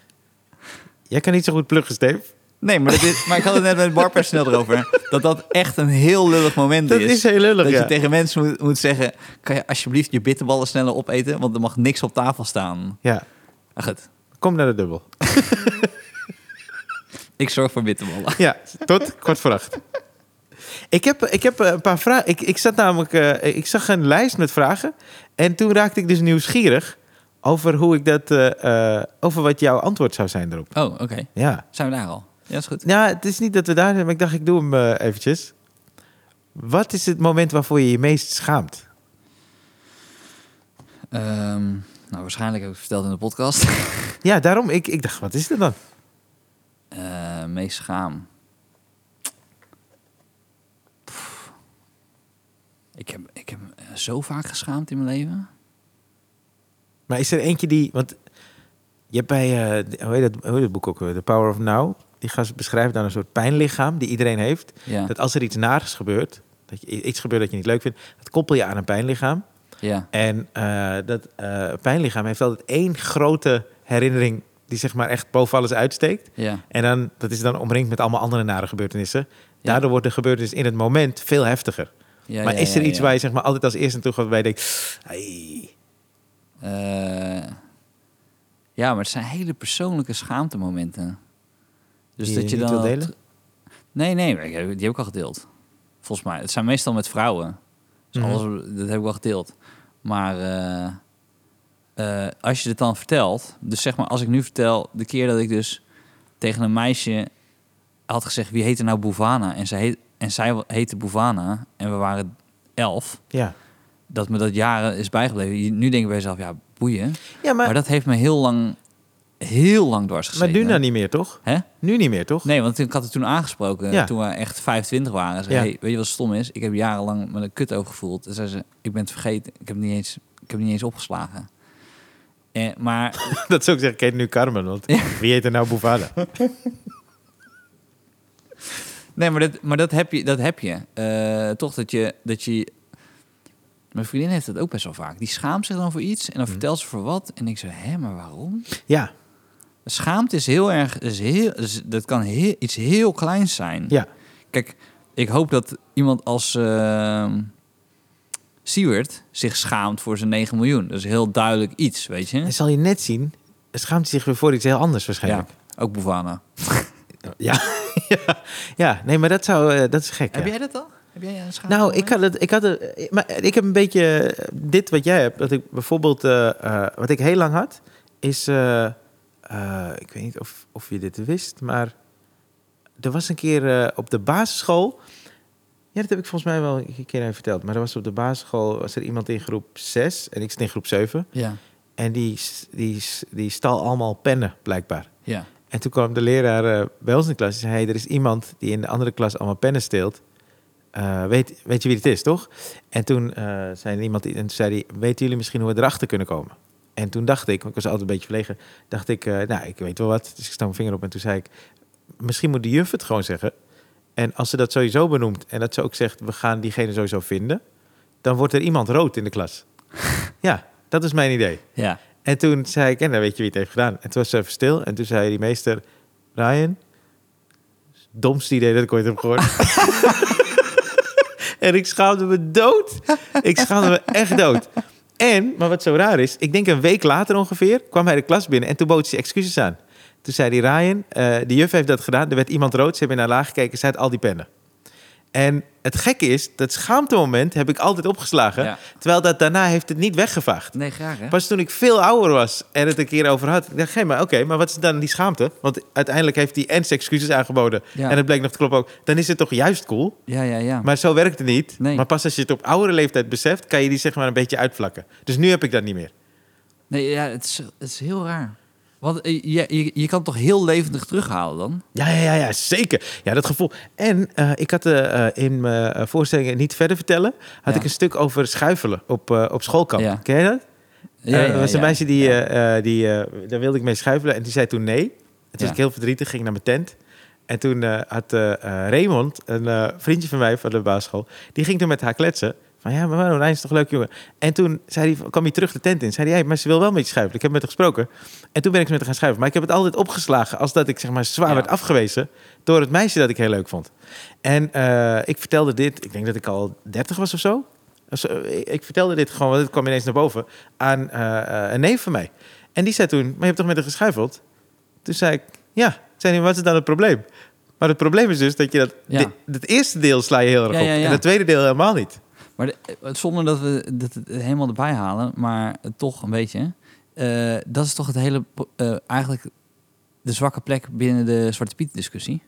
Speaker 1: Jij kan niet zo goed pluggen, Steve.
Speaker 2: Nee, maar, dat is, maar ik had het net met het barpersoneel erover. Dat dat echt een heel lullig moment
Speaker 1: Dat
Speaker 2: is.
Speaker 1: is heel lullig,
Speaker 2: Dat
Speaker 1: ja.
Speaker 2: je tegen mensen moet, moet zeggen, kan je alsjeblieft je bitterballen sneller opeten? Want er mag niks op tafel staan.
Speaker 1: Ja,
Speaker 2: Maar goed,
Speaker 1: kom naar de dubbel.
Speaker 2: ik zorg voor bitterballen.
Speaker 1: Ja, tot kwart voor acht. Ik heb, ik heb eh, een paar vragen. Ik, ik, zat namelijk, eh, ik zag een lijst met vragen. En toen raakte ik dus nieuwsgierig over, hoe ik dat, eh, eh, over wat jouw antwoord zou zijn erop.
Speaker 2: Oh, oké.
Speaker 1: Ja.
Speaker 2: Zijn we daar al? Ja, dat is goed.
Speaker 1: Nou, het is niet dat we daar zijn, maar ik dacht, ik doe hem eh, eventjes. Wat is het moment waarvoor je je meest schaamt?
Speaker 2: Ehm, nou, waarschijnlijk heb ik het verteld in de podcast. [laughs]
Speaker 1: Ja, daarom. Ik, ik dacht, wat is het dan?
Speaker 2: Eh, meest schaam. Pff. Ik heb, ik heb me eh, zo vaak geschaamd in mijn leven.
Speaker 1: Maar is er eentje die... Want je hebt bij... eh, de- hoe, heet dat, hoe heet dat boek ook? weer? The Power of Now. Die gast beschrijft dan een soort pijnlichaam die iedereen heeft.
Speaker 2: Ja,
Speaker 1: Dat als er iets naars gebeurt, dat je, iets gebeurt dat je niet leuk vindt, dat koppel je aan een pijnlichaam.
Speaker 2: ja,
Speaker 1: En eh, dat eh, pijnlichaam heeft altijd één grote herinnering die zeg maar echt boven alles uitsteekt.
Speaker 2: ja.
Speaker 1: En dan, dat is dan omringd met allemaal andere nare gebeurtenissen.
Speaker 2: Ja.
Speaker 1: Daardoor wordt de gebeurtenis in het moment veel heftiger.
Speaker 2: ja
Speaker 1: maar
Speaker 2: ja,
Speaker 1: is er
Speaker 2: ja,
Speaker 1: iets
Speaker 2: ja.
Speaker 1: waar je zeg maar altijd als eerste naartoe gaat waarbij je denkt... "Ai."
Speaker 2: Eh, ja, maar het zijn hele persoonlijke schaamtemomenten. Dus
Speaker 1: Die je
Speaker 2: dat je
Speaker 1: niet
Speaker 2: dan
Speaker 1: wilt
Speaker 2: al-
Speaker 1: delen?
Speaker 2: Nee, nee, maar ik heb- die heb ik al gedeeld. Volgens mij. Het zijn meestal met vrouwen. Dus
Speaker 1: Mhm.
Speaker 2: alles, dat heb ik al gedeeld. Maar eh, eh, als je het dan vertelt, dus zeg maar als ik nu vertel, de keer dat ik dus tegen een meisje had gezegd wie heette nou Bouvana en zij, heet, en zij heette Bouvana en we waren elf.
Speaker 1: Ja,
Speaker 2: dat me dat jaren is bijgebleven. Je- Nu denk ik bij jezelf, ja, boeien.
Speaker 1: Ja,
Speaker 2: Maar,
Speaker 1: maar, maar,
Speaker 2: dat heeft me heel lang, heel lang dwars gezeten.
Speaker 1: nu nou niet meer, toch?
Speaker 2: Hè?
Speaker 1: Nu niet meer, [laughs] toch?
Speaker 2: Nee, want ik had het toen aangesproken,
Speaker 1: Ja.
Speaker 2: toen we echt 25 waren. Zei,
Speaker 1: Ja.
Speaker 2: hey, weet je wat stom is? Ik heb jarenlang me een kut over gevoeld. Toen zei ze, ik ben het vergeten. Ik heb het niet eens, ik heb het niet eens opgeslagen. Eh, maar [laughs]
Speaker 1: Nou, Dat zou ik zeggen, ik heet nu Carmen, want wie heet er nou Bouvada?
Speaker 2: Nee, maar dat, maar dat heb je. Dat heb je. Eh, toch dat je, dat je. Mijn vriendin heeft dat ook best wel vaak. Die schaamt zich dan voor iets en
Speaker 1: Mhm.
Speaker 2: dan vertelt ze voor wat. En ik zeg, hè, maar waarom?
Speaker 1: Ja,
Speaker 2: Schaamte is heel erg. Is heel, is- dat kan heel, iets heel kleins zijn.
Speaker 1: ja.
Speaker 2: Kijk, ik hoop dat iemand als. ehm Seward zich schaamt voor zijn 9 miljoen. Dat is heel duidelijk iets, weet je?
Speaker 1: En zal je net zien, schaamt hij zich weer voor iets heel anders
Speaker 2: Ja,
Speaker 1: waarschijnlijk.
Speaker 2: ook Bouvana.
Speaker 1: Ja, ja. ja. nee, maar dat, zou, eh, dat is gek. ja.
Speaker 2: Heb jij dat al? Heb jij een schaamte?
Speaker 1: Nou, ik had het, ik had het, maar ik heb een beetje eh, dit wat jij hebt. Dat ik bijvoorbeeld, eh, eh, wat ik heel lang had, is, eh, eh, ik weet niet of, of je dit wist, maar er was een keer eh, op de basisschool. Ja, dat heb ik volgens mij wel een keer even verteld. Maar er was op de basisschool was er iemand in groep 6 en ik zit in groep 7.
Speaker 2: Ja,
Speaker 1: En die, s- die, s- die stal allemaal pennen, blijkbaar.
Speaker 2: ja.
Speaker 1: En toen kwam de leraar eh, bij ons in de klas en zei... Hey, er is iemand die in de andere klas allemaal pennen steelt. Eh, weet, weet je wie het is, toch? En toen eh, zei er iemand... En toen zei hij, weten jullie misschien hoe we erachter kunnen komen? En toen dacht ik, want ik was altijd een beetje verlegen... dacht ik, eh, nou, ik weet wel wat. Dus ik stak mijn vinger op en toen zei ik... misschien moet de juf het gewoon zeggen. En als ze dat sowieso benoemt en dat ze ook zegt... we gaan diegene sowieso vinden... dan wordt er iemand rood in de klas. ja, dat is mijn idee.
Speaker 2: Ja.
Speaker 1: En toen zei ik, en dan weet je wie het heeft gedaan. En toen was ze even stil. En toen zei die meester, Ryan, domste idee dat ik ooit heb gehoord. [laughs] en ik schaamde me dood. Ik schaamde me echt dood. En, maar wat zo raar is, ik denk een week later ongeveer, kwam hij de klas binnen en toen bood hij excuses aan. Toen zei hij, Ryan, eh, de juf heeft dat gedaan. Er werd iemand rood, ze hebben naar laag gekeken, ze had al die pennen. En het gekke is, dat schaamtemoment heb ik altijd opgeslagen.
Speaker 2: Ja.
Speaker 1: Terwijl dat daarna heeft het niet weggevaagd.
Speaker 2: Nee, graag hè?
Speaker 1: Pas toen ik veel ouder was en het een keer over had, ik dacht ik, maar oké, maar wat is dan die schaamte? Want uiteindelijk heeft hij en zijn excuses aangeboden
Speaker 2: Ja.
Speaker 1: en het bleek nog te kloppen ook. Dan is het toch juist cool?
Speaker 2: Ja, ja, ja.
Speaker 1: Maar zo werkt het niet.
Speaker 2: Nee.
Speaker 1: Maar pas als je het op oudere leeftijd beseft, kan je die zeg maar een beetje uitvlakken. Dus nu heb ik dat niet meer.
Speaker 2: Nee, ja, het is, het is heel raar. Want eh, je, je, je kan toch heel levendig terughalen dan?
Speaker 1: Ja, ja, ja, ja zeker. Ja, dat gevoel. En eh, ik had eh, eh, in mijn eh, voorstellingen niet verder vertellen, had
Speaker 2: Ja.
Speaker 1: ik een stuk over schuifelen op, eh, op schoolkamp.
Speaker 2: Ja.
Speaker 1: Ken je dat?
Speaker 2: Ja,
Speaker 1: Eh,
Speaker 2: ja,
Speaker 1: er was een
Speaker 2: ja.
Speaker 1: meisje die, eh, eh, die eh, daar wilde ik mee schuifelen en die zei toen nee. En toen was
Speaker 2: Ja.
Speaker 1: ik heel verdrietig, ging naar mijn tent. En toen eh, had eh, eh, Raymond, een eh, vriendje van mij van de basisschool, die ging toen met haar kletsen. Van ja, maar Rijn is toch leuk jongen. En toen zei hij, kwam hij terug de tent in. Zei hij, hey, maar ze wil wel met je schuifelen. Ik heb met haar gesproken. En toen ben ik met haar gaan schuiven. Maar ik heb het altijd opgeslagen als dat ik zeg maar zwaar
Speaker 2: Ja.
Speaker 1: werd afgewezen door het meisje dat ik heel leuk vond. En eh, ik vertelde dit, ik denk dat ik al 30 was of zo. Of zo, eh, Ik ik vertelde dit gewoon, want het kwam ineens naar boven, aan eh, eh, een neef van mij. En die zei toen, maar je hebt toch met haar geschuifeld? Toen zei ik, ja. Zei hij, wat is dan het probleem? Maar het probleem is dus dat je dat...
Speaker 2: Ja.
Speaker 1: dit- Het eerste deel sla je heel erg
Speaker 2: Ja,
Speaker 1: op.
Speaker 2: ja, ja.
Speaker 1: En het tweede deel helemaal niet.
Speaker 2: Maar de- eh, zonder dat we dat het helemaal erbij halen, maar eh, toch een beetje. eh, dat is toch het hele, pro- eh, eigenlijk de zwakke plek binnen de Zwarte Piet discussie?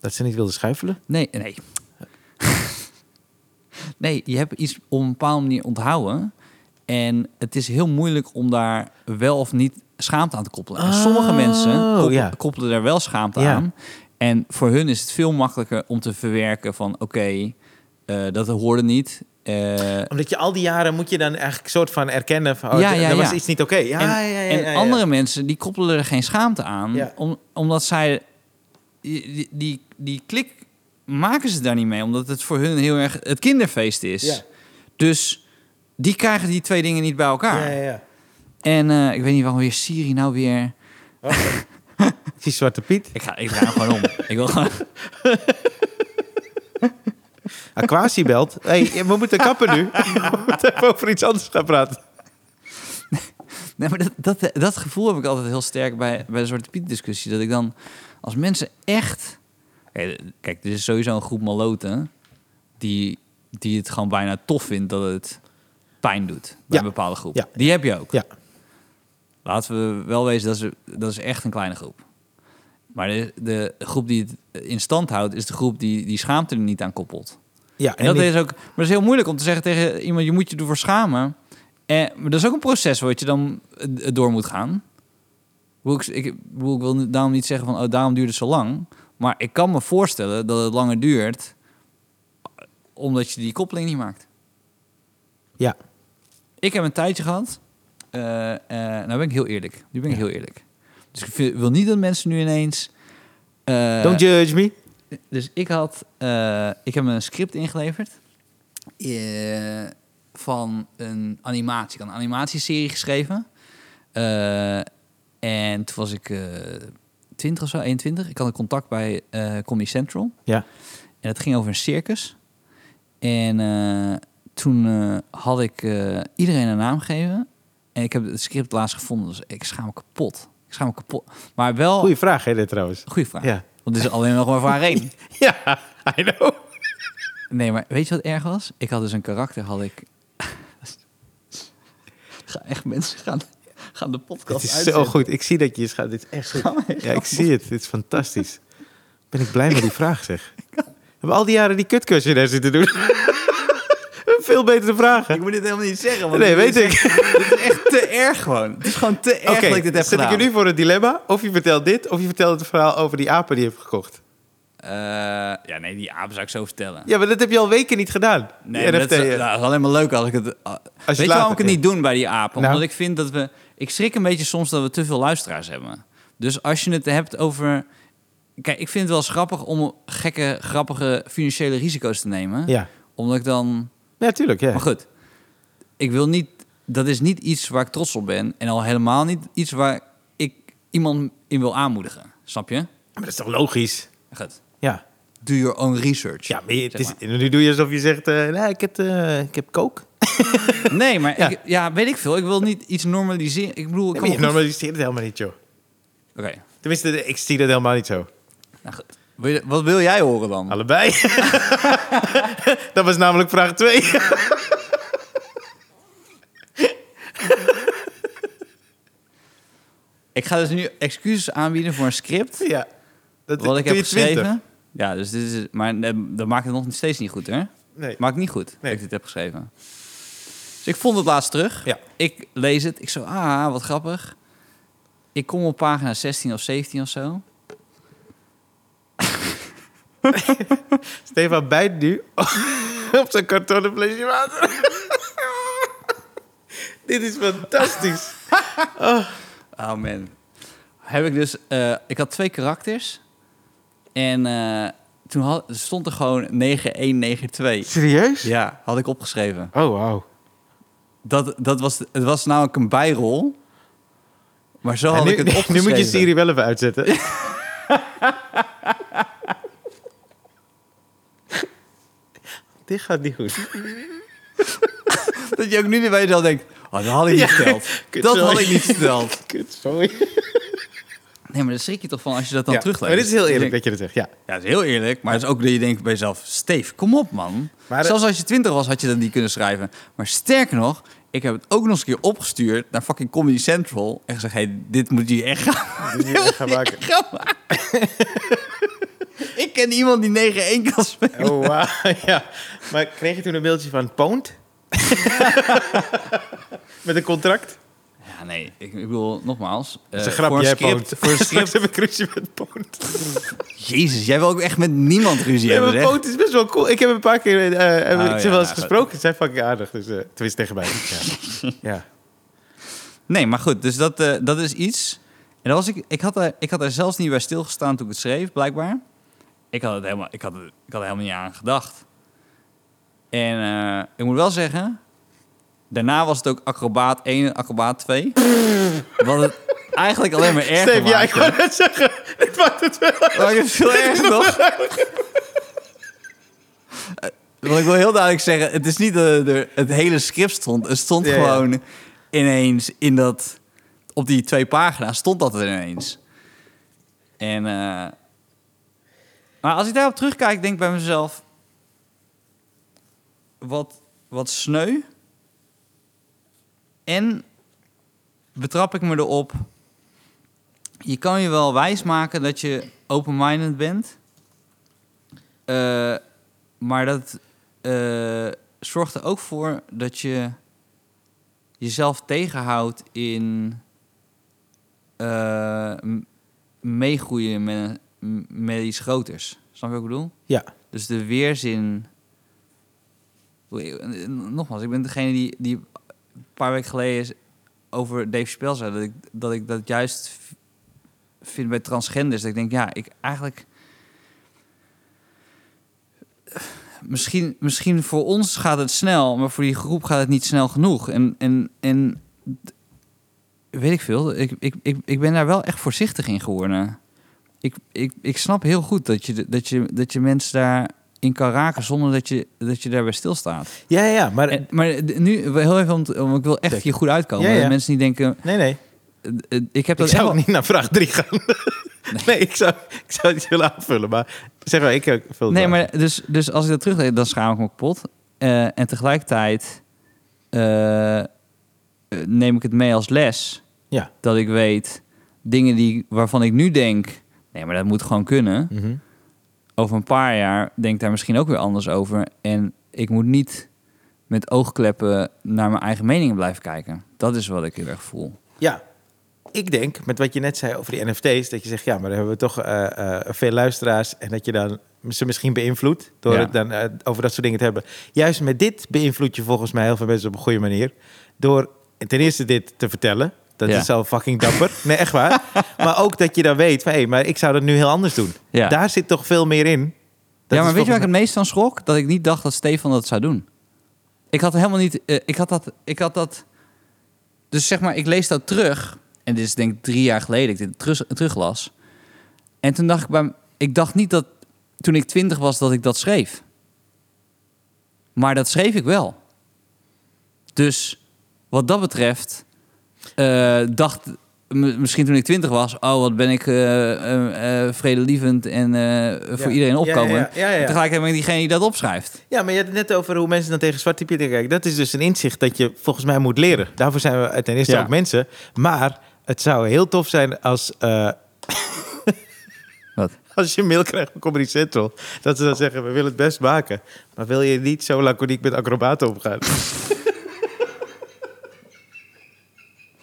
Speaker 1: Dat ze niet wilde schuifelen?
Speaker 2: Nee, nee. [laughs] nee, je hebt iets op een bepaalde manier onthouden. En het is heel moeilijk om daar wel of niet schaamte aan te koppelen. En sommige
Speaker 1: Oh,
Speaker 2: mensen koppelen,
Speaker 1: ja.
Speaker 2: koppelen daar wel schaamte
Speaker 1: Ja.
Speaker 2: aan. En voor hun is het veel makkelijker om te verwerken van... oké, eh, dat hoorde niet. Eh,
Speaker 1: Omdat je al die jaren moet je dan eigenlijk soort van erkennen... Van, oh,
Speaker 2: Ja,
Speaker 1: d-
Speaker 2: ja,
Speaker 1: er was
Speaker 2: ja.
Speaker 1: iets niet oké. Ja,
Speaker 2: en
Speaker 1: ja, ja, ja,
Speaker 2: en
Speaker 1: ja, ja.
Speaker 2: andere mensen die koppelen er geen schaamte aan,
Speaker 1: Ja.
Speaker 2: om, omdat zij die, die, die klik maken ze daar niet mee, omdat het voor hun heel erg het kinderfeest is.
Speaker 1: Ja.
Speaker 2: Dus die krijgen die twee dingen niet bij elkaar.
Speaker 1: Ja, ja, ja.
Speaker 2: En eh, ik weet niet waarom weer Siri nou weer.
Speaker 1: Ik zie Zwarte Piet.
Speaker 2: Ik ga, ik draai hem gewoon om. Ik wil gewoon.
Speaker 1: Aquasi
Speaker 2: [laughs]
Speaker 1: belt. hey, we moeten kappen nu. [laughs] We moeten even over iets anders gaan praten.
Speaker 2: Nee, maar dat, dat, dat gevoel heb ik altijd heel sterk bij, bij de Zwarte Piet discussie. Dat ik dan, als mensen echt... Kijk, kijk, er is sowieso een groep maloten die, die het gewoon bijna tof vindt dat het pijn doet bij
Speaker 1: Ja.
Speaker 2: een bepaalde groep.
Speaker 1: Ja.
Speaker 2: Die heb je ook.
Speaker 1: Ja.
Speaker 2: Laten we wel wezen, dat is, dat is echt een kleine groep. Maar de, de groep die het in stand houdt, is de groep die, die schaamte er niet aan koppelt.
Speaker 1: Ja,
Speaker 2: En
Speaker 1: en
Speaker 2: dat
Speaker 1: die-
Speaker 2: is ook, maar dat is heel moeilijk om te zeggen tegen iemand, je moet je ervoor schamen. En, maar dat is ook een proces wat je dan eh, door moet gaan. Hoe ik, ik, hoe ik wil niet- daarom niet zeggen van, oh, daarom duurt het zo lang. Maar ik kan me voorstellen dat het langer duurt, omdat je die koppeling niet maakt.
Speaker 1: ja.
Speaker 2: Ik heb een tijdje gehad. eh, eh, nou ben ik heel eerlijk. Nu ben ik heel eerlijk. Dus ik vind- wil niet dat mensen nu ineens... eh,
Speaker 1: Don't judge me.
Speaker 2: dus ik had, eh, ik heb een script ingeleverd eh, van een animatie. Ik had een animatieserie geschreven. Eh, en toen was ik eh 20 of zo, 21. Ik had een contact bij eh Comedy Central.
Speaker 1: Ja.
Speaker 2: En het ging over een circus. En eh, toen eh, had ik eh, iedereen een naam gegeven. En ik heb het script laatst gevonden. Dus ik schaam me kapot. Ik schaam me kapot. Maar wel...
Speaker 1: Goeie vraag, hè, dit trouwens.
Speaker 2: Goeie vraag.
Speaker 1: Ja.
Speaker 2: Want het is alleen nog
Speaker 1: [laughs]
Speaker 2: maar voor haar één.
Speaker 1: Ja, I know.
Speaker 2: Nee, maar weet je wat erg was? Ik had dus een karakter, had ik... [laughs] Ga- Echt, mensen gaan, gaan de
Speaker 1: Dit
Speaker 2: podcast
Speaker 1: is zo
Speaker 2: uitzetten.
Speaker 1: goed. Ik zie dat je je schaamt. Dit is
Speaker 2: [laughs]
Speaker 1: echt goed. Ja, ik zie het. Dit is fantastisch. Ben ik blij met die vraag, zeg. Hebben we al die jaren die kutkusje daar zitten
Speaker 2: [laughs]
Speaker 1: doen? Veel betere vragen.
Speaker 2: Ik moet dit helemaal niet zeggen. Want
Speaker 1: Nee,
Speaker 2: dit
Speaker 1: weet ik.
Speaker 2: is- Dit is echt te erg gewoon. Het is gewoon te erg
Speaker 1: Oké,
Speaker 2: dat ik dit heb
Speaker 1: zet
Speaker 2: gedaan.
Speaker 1: ik je nu voor het dilemma. Of je vertelt dit, of je vertelt het verhaal over die apen die je hebt gekocht.
Speaker 2: Eh, ja, nee, die apen zou ik zo vertellen.
Speaker 1: Ja, maar dat heb je al weken niet gedaan.
Speaker 2: Nee, maar dat is,
Speaker 1: RFT.
Speaker 2: nou, dat is alleen maar leuk als ik het... weet je
Speaker 1: later-
Speaker 2: waarom ik het niet doen bij die apen? Omdat
Speaker 1: Nou.
Speaker 2: ik vind dat we... Ik schrik een beetje soms dat we te veel luisteraars hebben. Dus als je het hebt over... Kijk, ik vind het wel eens grappig om gekke, grappige financiële risico's te nemen.
Speaker 1: Ja,
Speaker 2: Omdat ik dan...
Speaker 1: ja tuurlijk. Ja.
Speaker 2: Maar goed, ik wil niet... Dat is niet iets waar ik trots op ben. En al helemaal niet iets waar ik iemand in wil aanmoedigen. Snap je?
Speaker 1: Maar dat is toch logisch?
Speaker 2: Goed.
Speaker 1: Ja.
Speaker 2: Do your own research.
Speaker 1: Ja, maar je- het
Speaker 2: zeg
Speaker 1: is, nu doe je alsof je zegt, eh, nee, ik heb, eh, ik heb kook.
Speaker 2: Nee,
Speaker 1: [laughs]
Speaker 2: maar
Speaker 1: Ja.
Speaker 2: Ik, ja, weet ik veel. Ik wil niet iets normaliseren. Ik bedoel,
Speaker 1: Nee,
Speaker 2: ik kan
Speaker 1: maar je
Speaker 2: me goed-
Speaker 1: normaliseert het helemaal niet, joh.
Speaker 2: Oké,
Speaker 1: Tenminste, ik zie dat helemaal niet zo.
Speaker 2: nou goed. Wil je- wat wil jij horen dan?
Speaker 1: Allebei. [laughs] dat was namelijk vraag 2.
Speaker 2: Ik ga dus nu excuses aanbieden voor een script.
Speaker 1: [laughs] ja. Dat
Speaker 2: Wat ik
Speaker 1: toen
Speaker 2: heb
Speaker 1: je 20.
Speaker 2: geschreven. Ja, dus dit is, maar eh, dat maakt het nog steeds niet goed, hè?
Speaker 1: Nee. [laughs]
Speaker 2: Maakt niet goed dat
Speaker 1: Nee.
Speaker 2: ik dit heb geschreven. Dus ik vond het laatst terug.
Speaker 1: Ja.
Speaker 2: Ik lees het. Ik zo, ah, wat grappig. Ik kom op pagina 16 of 17 of zo.
Speaker 1: Stefan bijt nu [laughs] op zijn kartonnen flesje water. [laughs] Dit is fantastisch.
Speaker 2: Oh man. Heb ik dus, eh, ik had twee karakters. En eh, toen had, stond er gewoon 9192.
Speaker 1: Serieus?
Speaker 2: Ja, had ik opgeschreven.
Speaker 1: Oh, wauw.
Speaker 2: Dat, dat was, het was namelijk een bijrol. Maar zo
Speaker 1: En [laughs]
Speaker 2: had
Speaker 1: nu,
Speaker 2: ik het opgeschreven.
Speaker 1: nu moet je Siri wel even
Speaker 2: [laughs]
Speaker 1: uitzetten. Dit gaat niet
Speaker 2: [laughs]
Speaker 1: goed.
Speaker 2: Dat je ook nu weer bij jezelf denkt... Oh, dat had ik niet
Speaker 1: Ja,
Speaker 2: verteld.
Speaker 1: [laughs] kut,
Speaker 2: Dat
Speaker 1: sorry.
Speaker 2: had ik niet
Speaker 1: [laughs]
Speaker 2: verteld.
Speaker 1: Kut, sorry.
Speaker 2: Nee, maar daar schrik je toch van als je dat dan
Speaker 1: Ja,
Speaker 2: terugleest.
Speaker 1: Maar dit is heel eerlijk
Speaker 2: Je denkt-
Speaker 1: dat je dat
Speaker 2: [laughs]
Speaker 1: zegt, ja.
Speaker 2: Ja, dat is heel eerlijk. Maar het is ook dat je denkt bij jezelf... Steef, kom op, man.
Speaker 1: Maar eh, dat-
Speaker 2: Zelfs als je twintig was, had je dat niet kunnen schrijven. Maar sterker nog... Ik heb het ook nog eens een keer opgestuurd naar fucking Comedy Central. En gezegd, hey, dit moet je echt [laughs] gaan,
Speaker 1: Dit moet je echt gaan maken.
Speaker 2: gaan maken. [laughs] ik ken iemand die 9-1 kan spelen.
Speaker 1: Oh, wauw, [laughs] ja. Maar kreeg je toen een mailtje van Poont? [laughs] Met een contract?
Speaker 2: Ja, nee, ik, ik bedoel, nogmaals.
Speaker 1: Dat is
Speaker 2: eh,
Speaker 1: een grapje,
Speaker 2: voor
Speaker 1: hè,
Speaker 2: een
Speaker 1: Poont?
Speaker 2: script. Voor een
Speaker 1: [laughs] Straks
Speaker 2: script.
Speaker 1: heb ik ruzie met Poont.
Speaker 2: Jezus, jij wil ook echt met niemand ruzie
Speaker 1: Ja,
Speaker 2: hebben,
Speaker 1: maar
Speaker 2: zeg.
Speaker 1: Poont is best wel cool. Ik heb een paar keer... eh, eh,
Speaker 2: Oh,
Speaker 1: ik
Speaker 2: ja,
Speaker 1: heb wel eens
Speaker 2: nou,
Speaker 1: gesproken. Ze zijn fucking aardig. Dus, eh tenminste, tegen mij. Ja.
Speaker 2: [laughs]
Speaker 1: ja.
Speaker 2: Nee, maar goed, dus dat, eh, dat is iets. En dat was ik, ik, had er, ik had er zelfs niet bij stilgestaan toen ik het schreef, blijkbaar. Ik had, het helemaal, ik had, het, ik had er helemaal niet aan gedacht. En eh, ik moet wel zeggen, daarna was het ook acrobaat 1 en acrobaat 2. [laughs] Wat het eigenlijk alleen maar erger
Speaker 1: Steve, ja, ik
Speaker 2: maakte.
Speaker 1: wou net zeggen. Dit maakt het wel...
Speaker 2: Maar ik vind het veel erger nog. Eh, Wat ik wil heel duidelijk zeggen, het is niet dat er het hele script stond. Het stond
Speaker 1: Ja, ja.
Speaker 2: gewoon ineens in dat... Op die twee pagina's stond dat er ineens. En... eh, maar als ik daarop terugkijk, denk ik bij mezelf... Wat, wat sneu. En betrap ik me erop je kan je wel wijsmaken dat je open-minded bent. Eh, maar dat eh, zorgt er ook voor dat je jezelf tegenhoudt in eh, m- meegroeien met, m- met iets groters. Snap je wat ik bedoel?
Speaker 1: Ja.
Speaker 2: Dus de weerzin. Oei, eh, Nogmaals, ik ben degene die, die een paar weken geleden is over Dave Spel zei. Dat ik, dat ik dat juist v- vind bij transgenders. Dat ik denk, ja, ik eigenlijk. Misschien, misschien voor ons gaat het snel, maar voor die groep gaat het niet snel genoeg. En, en, en d- weet ik veel, ik, ik, ik, ik ben daar wel echt voorzichtig in geworden ik, ik, ik snap heel goed dat je, de- dat je, dat je mensen daarin kan raken zonder dat je, dat je daarbij stilstaat.
Speaker 1: Ja, ja, ja, maar...
Speaker 2: En, maar d- nu, wel heel even, want, want ik wil echt
Speaker 1: Zeker.
Speaker 2: hier goed uitkomen.
Speaker 1: Ja, ja.
Speaker 2: Dat mensen niet denken,
Speaker 1: Nee, nee.
Speaker 2: eh, eh, ik heb dat
Speaker 1: Ik zou
Speaker 2: echt
Speaker 1: ook
Speaker 2: wel-
Speaker 1: niet naar vraag 3 gaan.
Speaker 2: [laughs]
Speaker 1: nee, ik, zou, ik zou het willen aanvullen, maar zeg maar, ik eh, vul het wel.
Speaker 2: Nee, maar dus, dus als ik dat teruglees, dan schaam ik me kapot. Eh, en tegelijkertijd eh, eh, neem ik het mee als les.
Speaker 1: Ja.
Speaker 2: Dat ik weet, dingen die, waarvan ik nu denk, nee, maar dat moet gewoon kunnen.
Speaker 1: Mhm.
Speaker 2: over een paar jaar denk ik daar misschien ook weer anders over. En ik moet niet met oogkleppen naar mijn eigen meningen blijven kijken. Dat is wat ik heel erg voel.
Speaker 1: Ja, ik denk met wat je net zei over die NFT's, dat je zegt, ja, maar dan hebben we toch eh, eh, veel luisteraars en dat je dan ze misschien beïnvloedt door
Speaker 2: Ja.
Speaker 1: het dan eh, over dat soort dingen te hebben. Juist met dit beïnvloed je volgens mij heel veel mensen op een goede manier door ten eerste dit te vertellen. Dat
Speaker 2: Ja.
Speaker 1: is al fucking dapper. [laughs] Nee, echt waar. maar ook dat je dan weet van, hé, maar ik zou dat nu heel anders doen.
Speaker 2: Ja,
Speaker 1: Daar zit toch veel meer in. Dat
Speaker 2: ja maar
Speaker 1: is
Speaker 2: weet je waar ik
Speaker 1: volgens
Speaker 2: het meest van schrok? Dat ik niet dacht dat Stefan dat zou doen. Ik had helemaal niet... eh, ik, had dat, ik had dat... Dus zeg maar, ik lees dat terug. En dit is denk ik drie jaar geleden dat ik dit terug, teruglas. En toen dacht ik bij... m- Ik dacht niet dat toen ik twintig was dat ik dat schreef. Maar dat schreef ik wel. Dus wat dat betreft eh, dacht m- misschien toen ik twintig was... oh, wat ben ik eh, eh, eh, vredelievend en eh, voor
Speaker 1: Ja.
Speaker 2: iedereen
Speaker 1: Ja, ja,
Speaker 2: opkomen.
Speaker 1: ja, ja, ja.
Speaker 2: En Tegelijkertijd ben ik diegene die dat opschrijft.
Speaker 1: Ja, maar je had het net over hoe mensen dan tegen Zwarte Pieter kijken. Dat is dus een inzicht dat je volgens mij moet leren. Daarvoor zijn we ten eerste
Speaker 2: Ja.
Speaker 1: ook mensen. Maar het zou heel tof zijn als, eh,
Speaker 2: Wat?
Speaker 1: als je een mail krijgt van Comedy Central. Dat ze dan zeggen, we willen het best maken. Maar wil je niet zo laconiek met acrobaten omgaan?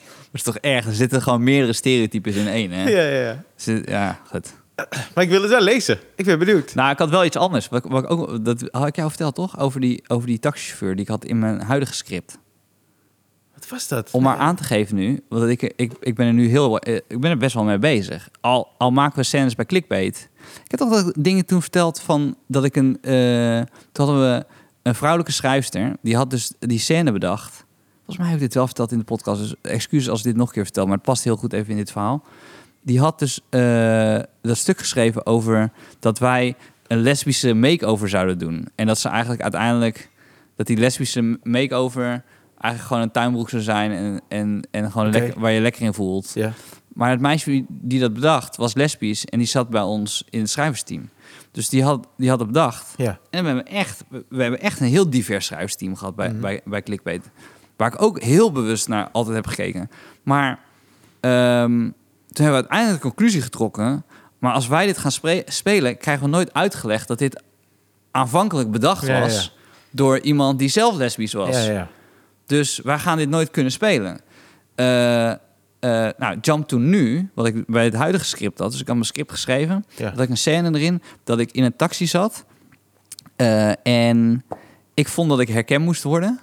Speaker 2: Dat is toch erg? Er zitten gewoon meerdere stereotypes in één, hè?
Speaker 1: [laughs] ja, ja, ja.
Speaker 2: Zit- ja, goed.
Speaker 1: Maar ik wil het wel lezen. Ik ben benieuwd.
Speaker 2: Nou, ik had wel iets anders. Wat, ik- wat ik ook, dat had ik jou verteld, toch? Over die, over die taxichauffeur die ik had in mijn huidige script.
Speaker 1: Wat was dat?
Speaker 2: Om maar aan te geven nu, want ik, ik, ik ben er nu heel, eh, ik ben er best wel mee bezig. Al, al maken we scènes bij clickbait. Ik heb toch dat dingen toen verteld van dat ik een, eh, toen hadden we een vrouwelijke schrijfster die had dus die scène bedacht. Volgens mij heb ik dit wel verteld in de podcast, dus excuses als ik dit nog een keer vertel, maar het past heel goed even in dit verhaal. Die had dus eh, dat stuk geschreven over dat wij een lesbische makeover zouden doen en dat ze eigenlijk uiteindelijk dat die lesbische makeover eigenlijk gewoon een tuinbroek zou zijn en, en, en gewoon
Speaker 1: Oké.
Speaker 2: lekker, waar je lekker in voelt.
Speaker 1: Ja.
Speaker 2: Maar het meisje die- die dat bedacht was lesbisch en die zat bij ons in het schrijversteam. Dus die had, die had het bedacht.
Speaker 1: Ja.
Speaker 2: En we hebben, echt, we, we hebben echt een heel divers schrijversteam gehad
Speaker 1: Mhm.
Speaker 2: bij, bij, bij Clickbait. Waar ik ook heel bewust naar altijd heb gekeken. Maar ehm, toen hebben we uiteindelijk de conclusie getrokken. Maar als wij dit gaan spre- spelen, krijgen we nooit uitgelegd dat dit aanvankelijk bedacht
Speaker 1: Ja, ja,
Speaker 2: was door iemand die zelf lesbisch was.
Speaker 1: Ja, ja.
Speaker 2: Dus wij gaan dit nooit kunnen spelen. Eh, eh, nou, Jump to Nu, wat ik bij het huidige script had. Dus ik had mijn script geschreven.
Speaker 1: Ja.
Speaker 2: Dat ik een scène erin, dat ik in een taxi zat. Eh, en ik vond dat ik herkend moest worden.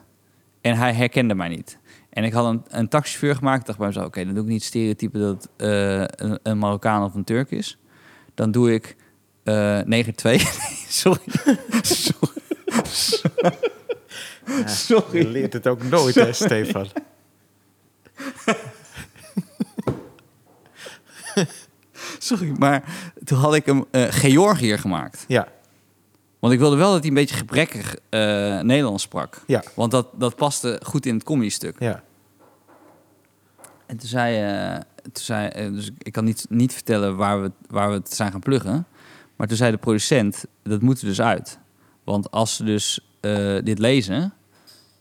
Speaker 2: En hij herkende mij niet. En ik had een, een taxichauffeur gemaakt. Ik dacht bij mezelf, oké, dan doe ik niet stereotype dat het eh, een, een Marokkaan of een Turk is. Dan doe ik eh neger 2. [laughs] Sorry. Sorry. Sorry.
Speaker 1: Je leert het ook nooit,
Speaker 2: [laughs]
Speaker 1: hè, Stefan.
Speaker 2: [laughs] Sorry, maar toen had ik hem eh, Georgiër gemaakt.
Speaker 1: Ja,
Speaker 2: Want ik wilde wel dat hij een beetje gebrekkig eh, Nederlands sprak.
Speaker 1: Ja.
Speaker 2: Want dat, dat paste goed in het comedy stuk.
Speaker 1: ja.
Speaker 2: En toen zei, eh, toen zei eh, dus ik kan niet, niet vertellen waar we, waar we het zijn gaan pluggen. Maar toen zei de producent, dat moet er dus uit. Want als ze dus eh, dit lezen,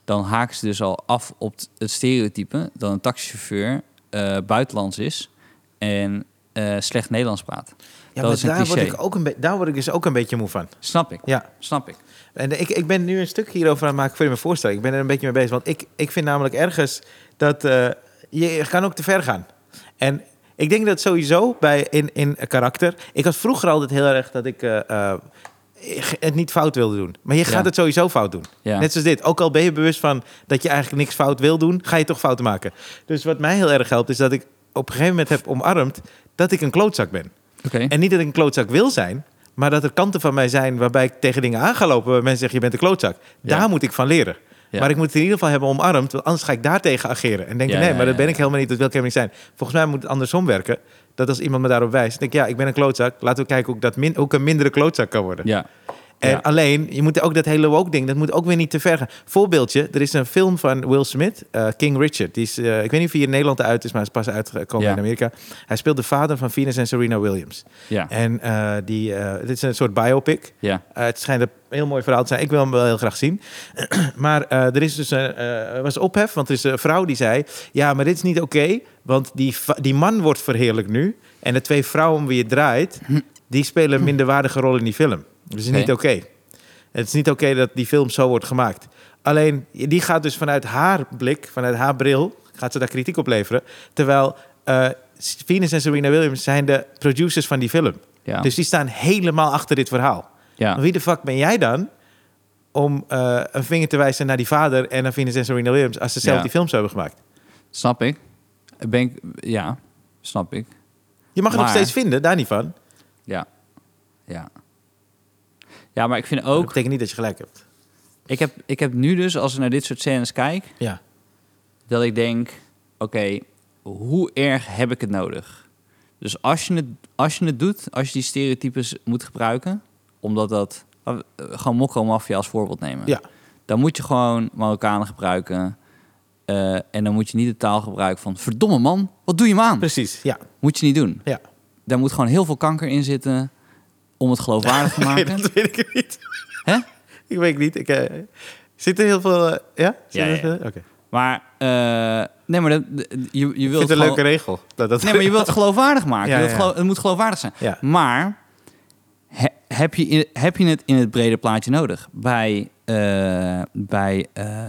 Speaker 2: dan haken ze dus al af op t- het stereotype dat een taxichauffeur eh, buitenlands is en eh, eh, slecht Nederlands praat.
Speaker 1: Ja,
Speaker 2: dat
Speaker 1: maar
Speaker 2: is een
Speaker 1: daar word,
Speaker 2: cliché.
Speaker 1: ik ook een be- daar word ik dus ook een beetje moe van.
Speaker 2: Snap ik,
Speaker 1: Ja.
Speaker 2: snap ik.
Speaker 1: En ik, ik ben nu een stuk hierover aan het maken voor je me voorstellen. Ik ben er een beetje mee bezig. Want ik, ik vind namelijk ergens dat eh, je kan ook te ver gaan. En ik denk dat sowieso bij in, in karakter. Ik had vroeger altijd heel erg dat ik. eh, eh, ik het niet fout wilde doen. Maar je gaat
Speaker 2: Ja.
Speaker 1: het sowieso fout doen.
Speaker 2: Ja.
Speaker 1: Net zoals dit. Ook al ben je bewust van dat je eigenlijk niks fout wil doen, ga je toch fouten maken. Dus wat mij heel erg helpt, is dat ik op een gegeven moment heb omarmd dat ik een klootzak ben.
Speaker 2: Oké,
Speaker 1: [laughs] En niet dat ik een klootzak wil zijn, maar dat er kanten van mij zijn waarbij ik tegen dingen aan ga lopen waar mensen zeggen: je bent een klootzak.
Speaker 2: Ja.
Speaker 1: Daar moet ik van leren.
Speaker 2: Ja.
Speaker 1: Maar ik moet het in ieder geval hebben omarmd, want anders ga ik daartegen ageren. En denk
Speaker 2: Ja,
Speaker 1: nee,
Speaker 2: ja,
Speaker 1: maar dat
Speaker 2: ja,
Speaker 1: ben ik
Speaker 2: ja.
Speaker 1: helemaal niet, dat wil ik helemaal niet zijn. Volgens mij moet het andersom werken. Dat als iemand me daarop wijst, denk ik, ja, ik ben een klootzak. Laten we kijken hoe ik, dat min, hoe ik een mindere klootzak kan worden.
Speaker 2: ja.
Speaker 1: En
Speaker 2: Ja.
Speaker 1: alleen, je moet ook dat hele woke ding, dat moet ook weer niet te ver gaan. Voorbeeldje, er is een film van Will Smith, eh, King Richard. Die is, eh, ik weet niet of hij in Nederland uit is, maar hij is pas uitgekomen
Speaker 2: Ja.
Speaker 1: in Amerika. Hij speelt de vader van Venus en Serena Williams.
Speaker 2: ja,
Speaker 1: En eh, die, eh, dit is een soort biopic.
Speaker 2: ja.
Speaker 1: Eh, het schijnt een heel mooi verhaal te zijn. Ik wil hem wel heel graag zien. [clears throat] maar eh, er is dus een, eh, er was ophef, want er is een vrouw die zei... ja, maar dit is niet oké, want die, va- die man wordt verheerlijk nu... en de twee vrouwen om wie je draait... die spelen een minderwaardige rol in die film. Dus het is niet oké. Het is niet oké dat die film zo wordt gemaakt. Alleen, die gaat dus vanuit haar blik, vanuit haar bril... gaat ze daar kritiek op leveren. Terwijl eh Venus en Serena Williams zijn de producers van die film.
Speaker 2: ja.
Speaker 1: Dus die staan helemaal achter dit verhaal.
Speaker 2: ja.
Speaker 1: Wie de fuck ben jij dan om eh, een vinger te wijzen naar die vader en naar Venus en Serena Williams als ze zelf
Speaker 2: Ja.
Speaker 1: die films hebben gemaakt?
Speaker 2: Snap ik. Ben ik. Ja, snap ik.
Speaker 1: Je mag het nog
Speaker 2: Maar-
Speaker 1: steeds vinden, daar niet van.
Speaker 2: Ja. Ja. Ja, maar ik vind
Speaker 1: Dat
Speaker 2: ook...
Speaker 1: betekent niet dat je gelijk hebt.
Speaker 2: Ik heb, ik heb nu dus, als ik naar dit soort scènes kijk...
Speaker 1: Ja.
Speaker 2: dat ik denk... Oké, hoe erg heb ik het nodig? Dus als je het, als je het doet, als je die stereotypes moet gebruiken... omdat dat... eh, Gewoon Mokko Mafia als voorbeeld nemen.
Speaker 1: Ja.
Speaker 2: Dan moet je gewoon Marokkanen gebruiken... eh, en dan moet je niet de taal gebruiken van... verdomme man, wat doe je me aan?
Speaker 1: Precies. Ja.
Speaker 2: Moet je niet doen.
Speaker 1: ja.
Speaker 2: daar moet gewoon heel veel kanker in zitten om het geloofwaardig te
Speaker 1: [laughs] Nee,
Speaker 2: maken.
Speaker 1: dat weet ik niet.
Speaker 2: Hè?
Speaker 1: Ik weet het niet. Ik, eh, zit er heel veel. eh, ja? Zit
Speaker 2: Ja,
Speaker 1: er
Speaker 2: ja.
Speaker 1: veel- Oké.
Speaker 2: Maar eh, nee, maar dat, je, je
Speaker 1: Ik vind het
Speaker 2: wilt
Speaker 1: een
Speaker 2: gewoon-
Speaker 1: leuke regel. Dat, dat,
Speaker 2: Nee, maar je wilt het geloofwaardig maken.
Speaker 1: Ja,
Speaker 2: Je wilt
Speaker 1: ja.
Speaker 2: geloof- het moet geloofwaardig zijn.
Speaker 1: Ja.
Speaker 2: Maar he- heb, je in- heb je het in het brede plaatje nodig? Bij, eh, bij eh,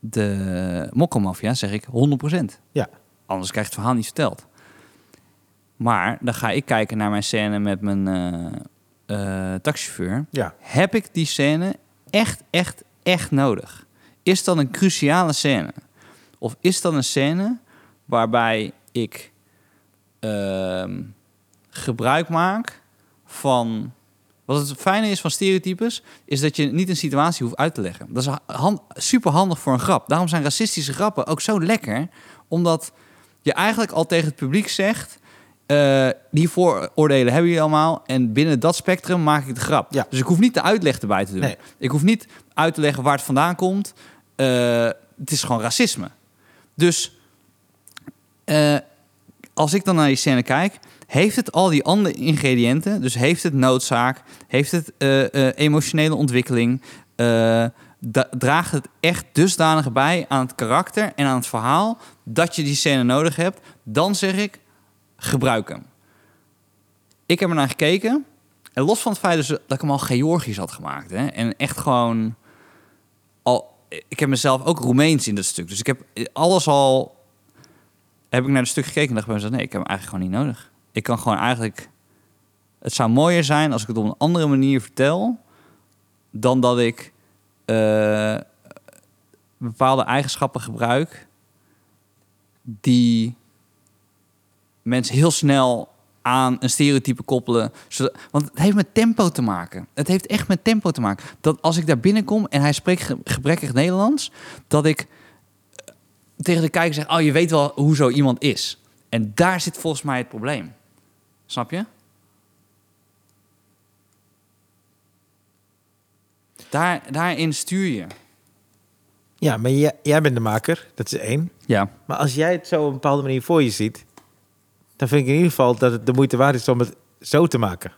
Speaker 2: de mokkelmafia zeg ik 100%.
Speaker 1: [laughs] Ja.
Speaker 2: Anders krijg je het verhaal niet verteld. Maar dan ga ik kijken naar mijn scène met mijn eh, eh, taxichauffeur.
Speaker 1: Ja.
Speaker 2: Heb ik die scène echt, echt, echt nodig? Is dat een cruciale scène? Of is dat een scène waarbij ik ehm, gebruik maak van. Wat het fijne is van stereotypes, is dat je niet een situatie hoeft uit te leggen. Dat is hand, super handig voor een grap. Daarom zijn racistische grappen ook zo lekker. Omdat je eigenlijk al tegen het publiek zegt. eh, die vooroordelen hebben jullie allemaal. En binnen dat spectrum maak ik de grap.
Speaker 1: Ja.
Speaker 2: Dus ik hoef niet de uitleg erbij te doen.
Speaker 1: Nee.
Speaker 2: Ik hoef niet uit te leggen waar het vandaan komt. Eh, het is gewoon racisme. Dus eh, als ik dan naar die scène kijk, heeft het al die andere ingrediënten? Dus heeft het noodzaak? Heeft het eh, eh, emotionele ontwikkeling? eh, da- draagt het echt dusdanig bij aan het karakter en aan het verhaal dat je die scène nodig hebt? Dan zeg ik, gebruik hem. Ik heb er naar gekeken. En los van het feit dus dat ik hem al Georgisch had gemaakt. Hè, en echt gewoon al. Ik heb mezelf ook Roemeens in dat stuk. Dus ik heb alles al. Heb ik naar het stuk gekeken en dacht bij mezelf: nee, ik heb hem eigenlijk gewoon niet nodig. Ik kan gewoon eigenlijk. Het zou mooier zijn als ik het op een andere manier vertel. dan dat ik. eh, bepaalde eigenschappen gebruik. die mensen heel snel aan een stereotype koppelen. Zodat, want het heeft met tempo te maken. Het heeft echt met tempo te maken. Dat als ik daar binnenkom en hij spreekt ge- gebrekkig Nederlands, dat ik eh, tegen de kijker zeg: Oh, je weet wel hoe zo iemand is. En daar zit volgens mij het probleem. Snap je? Daar, daarin stuur je.
Speaker 1: ja, maar jij, jij bent de maker. Dat is één.
Speaker 2: Ja.
Speaker 1: Maar als jij het zo op een bepaalde manier voor je ziet, dan vind ik in ieder geval dat het de moeite waard is om het zo te maken.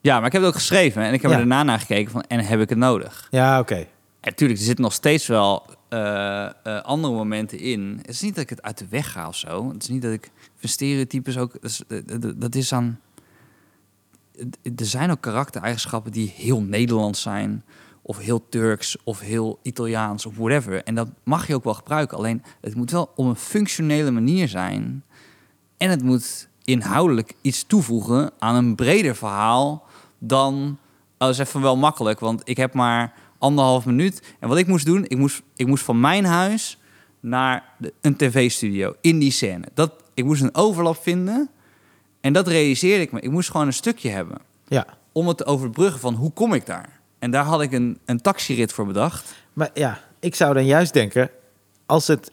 Speaker 2: ja, maar ik heb het ook geschreven en ik heb
Speaker 1: Ja.
Speaker 2: er daarna naar gekeken van, en heb ik het nodig?
Speaker 1: Ja, oké.
Speaker 2: Natuurlijk, er zit nog steeds wel eh, eh, andere momenten in. Het is niet dat ik het uit de weg ga of zo. Het is niet dat ik ik vind stereotypes ook. Dat is, eh, eh, dat is aan. eh, Er zijn ook karaktereigenschappen die heel Nederlands zijn, of heel Turks, of heel Italiaans, of whatever. En dat mag je ook wel gebruiken. Alleen het moet wel op een functionele manier zijn. En het moet inhoudelijk iets toevoegen aan een breder verhaal dan. Oh, dat is even wel makkelijk, want ik heb maar anderhalf minuut. En wat ik moest doen, ik moest, ik moest van mijn huis naar de- een tv-studio in die scène. Dat, ik moest een overlap vinden en dat realiseerde ik me. Ik moest gewoon een stukje hebben
Speaker 1: Ja.
Speaker 2: om het te overbruggen van hoe kom ik daar. En daar had ik een, een taxirit voor bedacht.
Speaker 1: Maar ja, ik zou dan juist denken, als het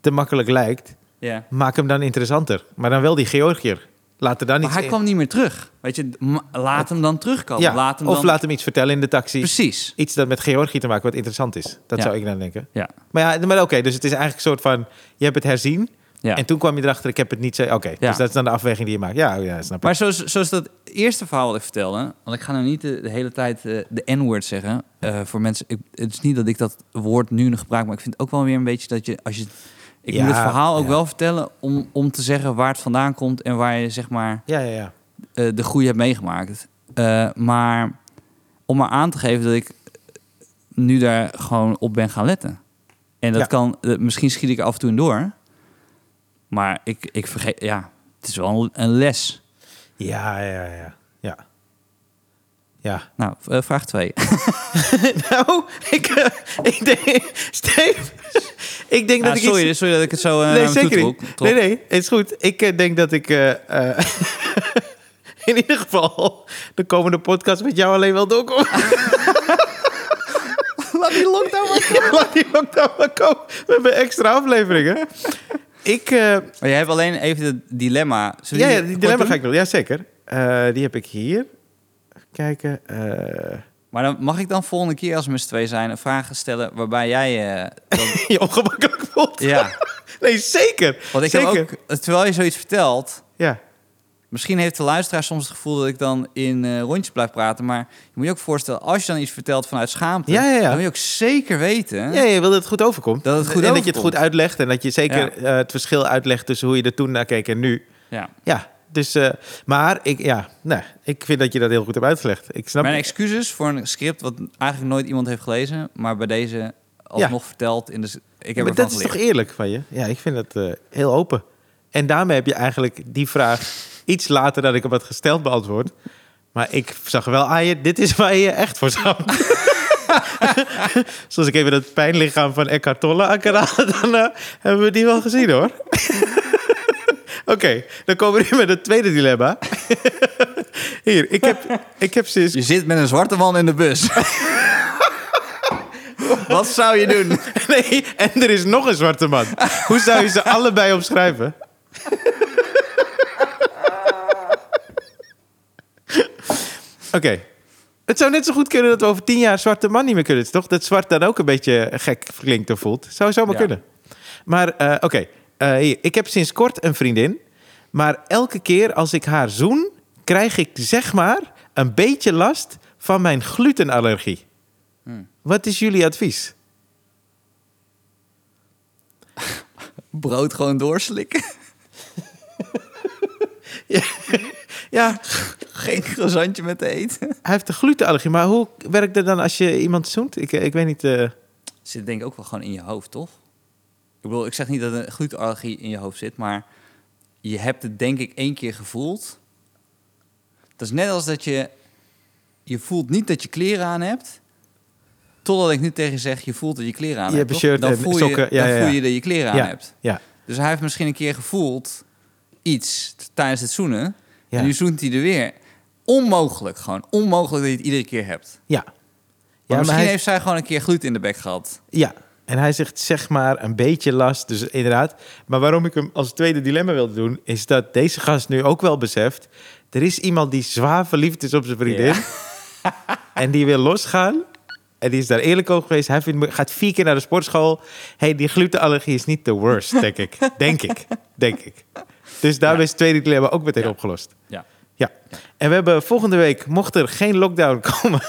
Speaker 1: te makkelijk lijkt,
Speaker 2: Ja.
Speaker 1: maak hem dan interessanter. Maar dan wel die Georgiër. Laat er dan
Speaker 2: Maar
Speaker 1: iets
Speaker 2: hij
Speaker 1: in-
Speaker 2: kwam niet meer terug. Weet je, ma- laat hem dan terugkomen.
Speaker 1: ja,
Speaker 2: laat hem
Speaker 1: of
Speaker 2: dan...
Speaker 1: laat hem iets vertellen in de taxi.
Speaker 2: Precies.
Speaker 1: Iets dat met Georgië te maken wat interessant is. Dat
Speaker 2: Ja.
Speaker 1: zou ik dan denken.
Speaker 2: Ja.
Speaker 1: Maar ja, maar oké, dus het is eigenlijk een soort van, je hebt het herzien.
Speaker 2: Ja.
Speaker 1: En toen kwam je erachter, ik heb het niet zo... Oké,
Speaker 2: Ja.
Speaker 1: dus dat is dan de afweging die je maakt. Ja, oh ja snap ik.
Speaker 2: Maar zoals, zoals dat eerste verhaal wat ik vertelde... want ik ga nou niet de, de hele tijd eh, de N-word zeggen eh, voor mensen. Ik, het is niet dat ik dat woord nu nog gebruik... maar ik vind ook wel weer een beetje dat je... Als je ik
Speaker 1: Ja,
Speaker 2: moet het verhaal ook
Speaker 1: ja.
Speaker 2: wel vertellen om, om te zeggen waar het vandaan komt... en waar je zeg maar
Speaker 1: Ja, ja, ja.
Speaker 2: eh, de groei hebt meegemaakt. Eh, maar om maar aan te geven dat ik nu daar gewoon op ben gaan letten. En dat
Speaker 1: Ja.
Speaker 2: kan, eh, misschien schiet ik er af en toe in door. Maar ik, ik vergeet, ja, het is wel een- een les.
Speaker 1: Ja, ja, ja. Ja. Ja.
Speaker 2: Nou, v- eh, vraag 2.
Speaker 1: [laughs] nou, ik, eh, ik denk... [laughs] Steve, ik denk
Speaker 2: Ja,
Speaker 1: dat ik
Speaker 2: Ah, sorry,
Speaker 1: iets...
Speaker 2: sorry dat ik het zo eh,
Speaker 1: Nee,
Speaker 2: naar me toe
Speaker 1: zeker
Speaker 2: trok.
Speaker 1: niet.
Speaker 2: trok.
Speaker 1: Nee, nee, het is goed. Ik eh, denk dat ik... eh, [laughs] eh, in ieder geval de komende podcast met jou alleen wel doorkom.
Speaker 2: [laughs] Laat die lockdown maar.
Speaker 1: [laughs] Laat die lockdown maar komen. We hebben extra afleveringen. Ik... eh,
Speaker 2: Maar jij hebt alleen even het dilemma. Zullen
Speaker 1: Ja,
Speaker 2: we
Speaker 1: ja, die
Speaker 2: kort
Speaker 1: dilemma
Speaker 2: doen?
Speaker 1: ga ik doen. Jazeker. Eh die heb ik hier. Even kijken. eh [laughs]
Speaker 2: Maar dan mag ik dan volgende keer als we met z'n twee zijn... een vraag stellen waarbij jij... eh, [laughs] dan-
Speaker 1: je ongemakkelijk voelt.
Speaker 2: ja,
Speaker 1: [laughs] Nee, zeker.
Speaker 2: want ik heb
Speaker 1: zeker.
Speaker 2: ook... Terwijl je zoiets vertelt...
Speaker 1: Ja.
Speaker 2: Misschien heeft de luisteraar soms het gevoel dat ik dan in eh, rondjes blijf praten. Maar je moet je ook voorstellen, als je dan iets vertelt vanuit schaamte...
Speaker 1: Ja, ja, ja.
Speaker 2: dan wil je ook zeker weten...
Speaker 1: ja, je wil dat het goed overkomt.
Speaker 2: Dat het
Speaker 1: en
Speaker 2: goed
Speaker 1: dat je het
Speaker 2: overkomt.
Speaker 1: goed uitlegt. En dat je zeker
Speaker 2: Ja.
Speaker 1: eh, het verschil uitlegt tussen hoe je er toen naar keek en nu.
Speaker 2: Ja.
Speaker 1: Ja, dus... eh, maar ik, ja, nee, ik vind dat je dat heel goed hebt uitgelegd. Ik snap
Speaker 2: Mijn excuses voor een script wat eigenlijk nooit iemand heeft gelezen... maar bij deze alsnog verteld. In de, s- ik heb
Speaker 1: maar
Speaker 2: ervan
Speaker 1: dat is
Speaker 2: geleerd.
Speaker 1: toch eerlijk van je? Ja, ik vind dat eh, heel open. En daarmee heb je eigenlijk die vraag iets later dat ik hem had gesteld beantwoord. Maar ik zag wel aan je, dit is waar je echt voor zou. [laughs] Zoals ik even dat pijnlichaam van Eckhart Tolle aan kan halen, dan eh, hebben we die wel gezien hoor. [laughs] Oké, dan komen we nu met het tweede dilemma. [laughs] Hier, ik heb, ik heb sinds
Speaker 2: Je zit met een zwarte man in de bus. [laughs] wat zou je doen?
Speaker 1: [laughs] Nee, en er is nog een zwarte man. Hoe zou je ze allebei omschrijven? Oké. Het zou net zo goed kunnen dat we over tien jaar zwarte man niet meer kunnen, toch? Dat zwart dan ook een beetje gek klinkt of voelt. Zou zomaar
Speaker 2: Ja.
Speaker 1: kunnen. Maar eh, oké, Eh, hier. ik heb sinds kort een vriendin. Maar elke keer als ik haar zoen, krijg ik zeg maar een beetje last van mijn glutenallergie. Wat is jullie advies?
Speaker 2: Brood gewoon doorslikken? [laughs]
Speaker 1: Ja,
Speaker 2: Geen croissantje met te eten?
Speaker 1: Hij heeft een glutenallergie, maar hoe werkt dat dan als je iemand zoent? Ik, ik weet niet. eh,
Speaker 2: zit denk ik ook wel gewoon in je hoofd, toch? Ik bedoel, ik zeg niet dat een glutenallergie in je hoofd zit, maar je hebt het denk ik één keer gevoeld. Dat is net als dat je, je voelt niet dat je kleren aan hebt, totdat ik nu tegen je zeg, je voelt dat je kleren aan
Speaker 1: Je
Speaker 2: hebt.
Speaker 1: hebt
Speaker 2: toch?
Speaker 1: een shirt
Speaker 2: dan
Speaker 1: en
Speaker 2: voel
Speaker 1: sokken,
Speaker 2: je,
Speaker 1: ja,
Speaker 2: dan
Speaker 1: ja,
Speaker 2: voel
Speaker 1: ja.
Speaker 2: je dat je kleren aan
Speaker 1: ja,
Speaker 2: hebt.
Speaker 1: ja,
Speaker 2: Dus hij heeft misschien een keer gevoeld iets t- tijdens het zoenen,
Speaker 1: Ja.
Speaker 2: en nu zoent hij er weer. Onmogelijk gewoon, onmogelijk dat je het iedere keer hebt.
Speaker 1: ja. Ja,
Speaker 2: Maar
Speaker 1: maar
Speaker 2: misschien
Speaker 1: hij,
Speaker 2: heeft zij gewoon een keer gluten in de bek gehad.
Speaker 1: ja, en hij zegt zeg maar een beetje last, dus inderdaad. Maar waarom ik hem als tweede dilemma wilde doen, is dat deze gast nu ook wel beseft... er is iemand die zwaar verliefd is op zijn vriendin [laughs] en die wil losgaan... En die is daar eerlijk over geweest. Hij vindt, gaat vier keer naar de sportschool. hey, die glutenallergie is niet de worst, denk ik. Denk ik. Denk ik. Dus daarmee is het tweede dilemma ook meteen opgelost.
Speaker 2: Ja.
Speaker 1: Ja. En we hebben volgende week, mocht er geen lockdown [laughs] komen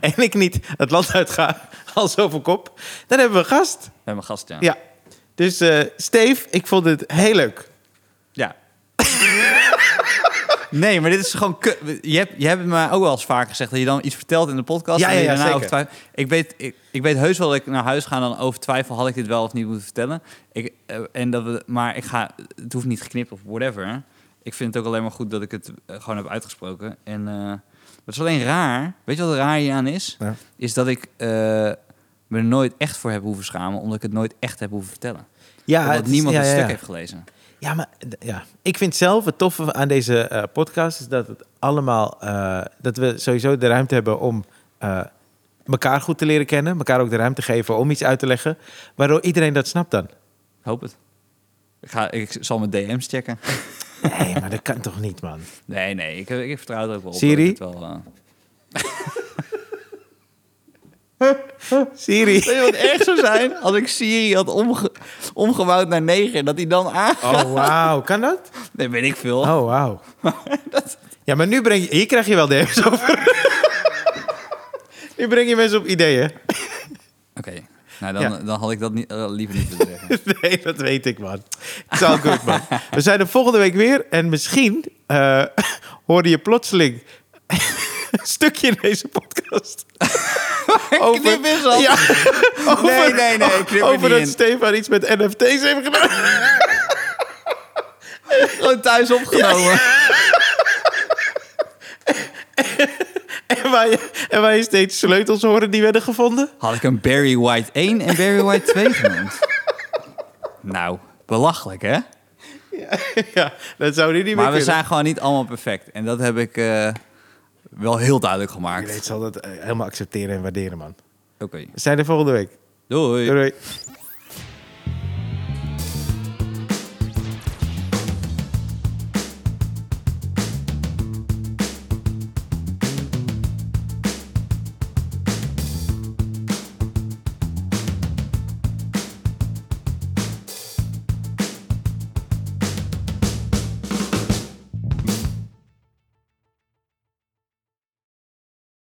Speaker 1: en ik niet het land uit ga, als over kop, dan hebben we een gast.
Speaker 2: Bij mijn gast, ja.
Speaker 1: Ja. Dus eh, Steve, ik vond het heel leuk.
Speaker 2: Ja. [laughs] nee, maar dit is gewoon... ku- Je hebt, je hebt me ook wel eens vaak gezegd dat je dan iets vertelt in de podcast.
Speaker 1: Ja,
Speaker 2: en dat je
Speaker 1: ja, ja,
Speaker 2: daarna
Speaker 1: zeker.
Speaker 2: over twijf- ik, weet, ik, ik weet heus wel dat ik naar huis ga en dan over twijfel... had ik dit wel of niet moeten vertellen. Ik, eh, en dat we, maar ik ga, het hoeft niet geknipt of whatever. Ik vind het ook alleen maar goed dat ik het eh, gewoon heb uitgesproken. En eh het is alleen raar. Weet je wat er raar hier aan is?
Speaker 1: Ja.
Speaker 2: Is dat ik eh, me er nooit echt voor heb hoeven schamen... omdat ik het nooit echt heb hoeven vertellen.
Speaker 1: Ja,
Speaker 2: omdat
Speaker 1: het is-
Speaker 2: niemand
Speaker 1: ja,
Speaker 2: het
Speaker 1: ja,
Speaker 2: stuk
Speaker 1: ja.
Speaker 2: heeft gelezen.
Speaker 1: Ja, maar d- ja. ik vind zelf het toffe aan deze eh, podcast is dat het allemaal eh, dat we sowieso de ruimte hebben om eh, elkaar goed te leren kennen, elkaar ook de ruimte geven om iets uit te leggen, waardoor iedereen dat snapt dan.
Speaker 2: Ik hoop het. Ik, ga, ik zal mijn DM's checken. [laughs]
Speaker 1: Nee, maar dat kan toch niet, [laughs] man.
Speaker 2: Nee, nee, ik, ik vertrouw er ook wel op.
Speaker 1: Siri?
Speaker 2: dat ik het wel, eh.
Speaker 1: Siri.
Speaker 2: Weet je wat erg zou zijn? Als ik Siri had omge- omgebouwd naar 9 en dat hij dan aan...
Speaker 1: Oh wauw, kan dat?
Speaker 2: Nee, weet ik veel.
Speaker 1: Oh wauw.
Speaker 2: [laughs]
Speaker 1: Ja, maar nu breng je hier krijg je wel DM's [laughs] over. Nu breng je mensen op ideeën. [laughs]
Speaker 2: Oké, nou dan,
Speaker 1: Ja.
Speaker 2: dan had ik dat niet, eh, liever niet willen [laughs] zeggen.
Speaker 1: Nee, dat weet ik, man. It's all good, man. We zijn er volgende week weer. En misschien eh, [laughs] hoorde je plotseling een stukje in deze
Speaker 2: [laughs]
Speaker 1: podcast. Over-
Speaker 2: Knip is dus al.
Speaker 1: Ja,
Speaker 2: Nee, nee, nee, knip er
Speaker 1: over
Speaker 2: niet
Speaker 1: dat
Speaker 2: in.
Speaker 1: Stefan iets met NFT's heeft gedaan. [laughs]
Speaker 2: Gewoon thuis opgenomen.
Speaker 1: En waar, je, en waar je steeds sleutels hoorde die werden gevonden. [laughs]
Speaker 2: [laughs] Had ik een Barry White 1 en Barry White 2 genoemd. nou, belachelijk hè?
Speaker 1: Ja, dat zou die niet meer
Speaker 2: Maar we
Speaker 1: kunnen.
Speaker 2: zijn gewoon niet allemaal perfect. En dat heb ik eh, wel heel duidelijk gemaakt.
Speaker 1: Ik zal dat eh, helemaal accepteren en waarderen, man.
Speaker 2: Oké,
Speaker 1: We zijn er volgende week.
Speaker 2: doei.
Speaker 1: Doei. doei.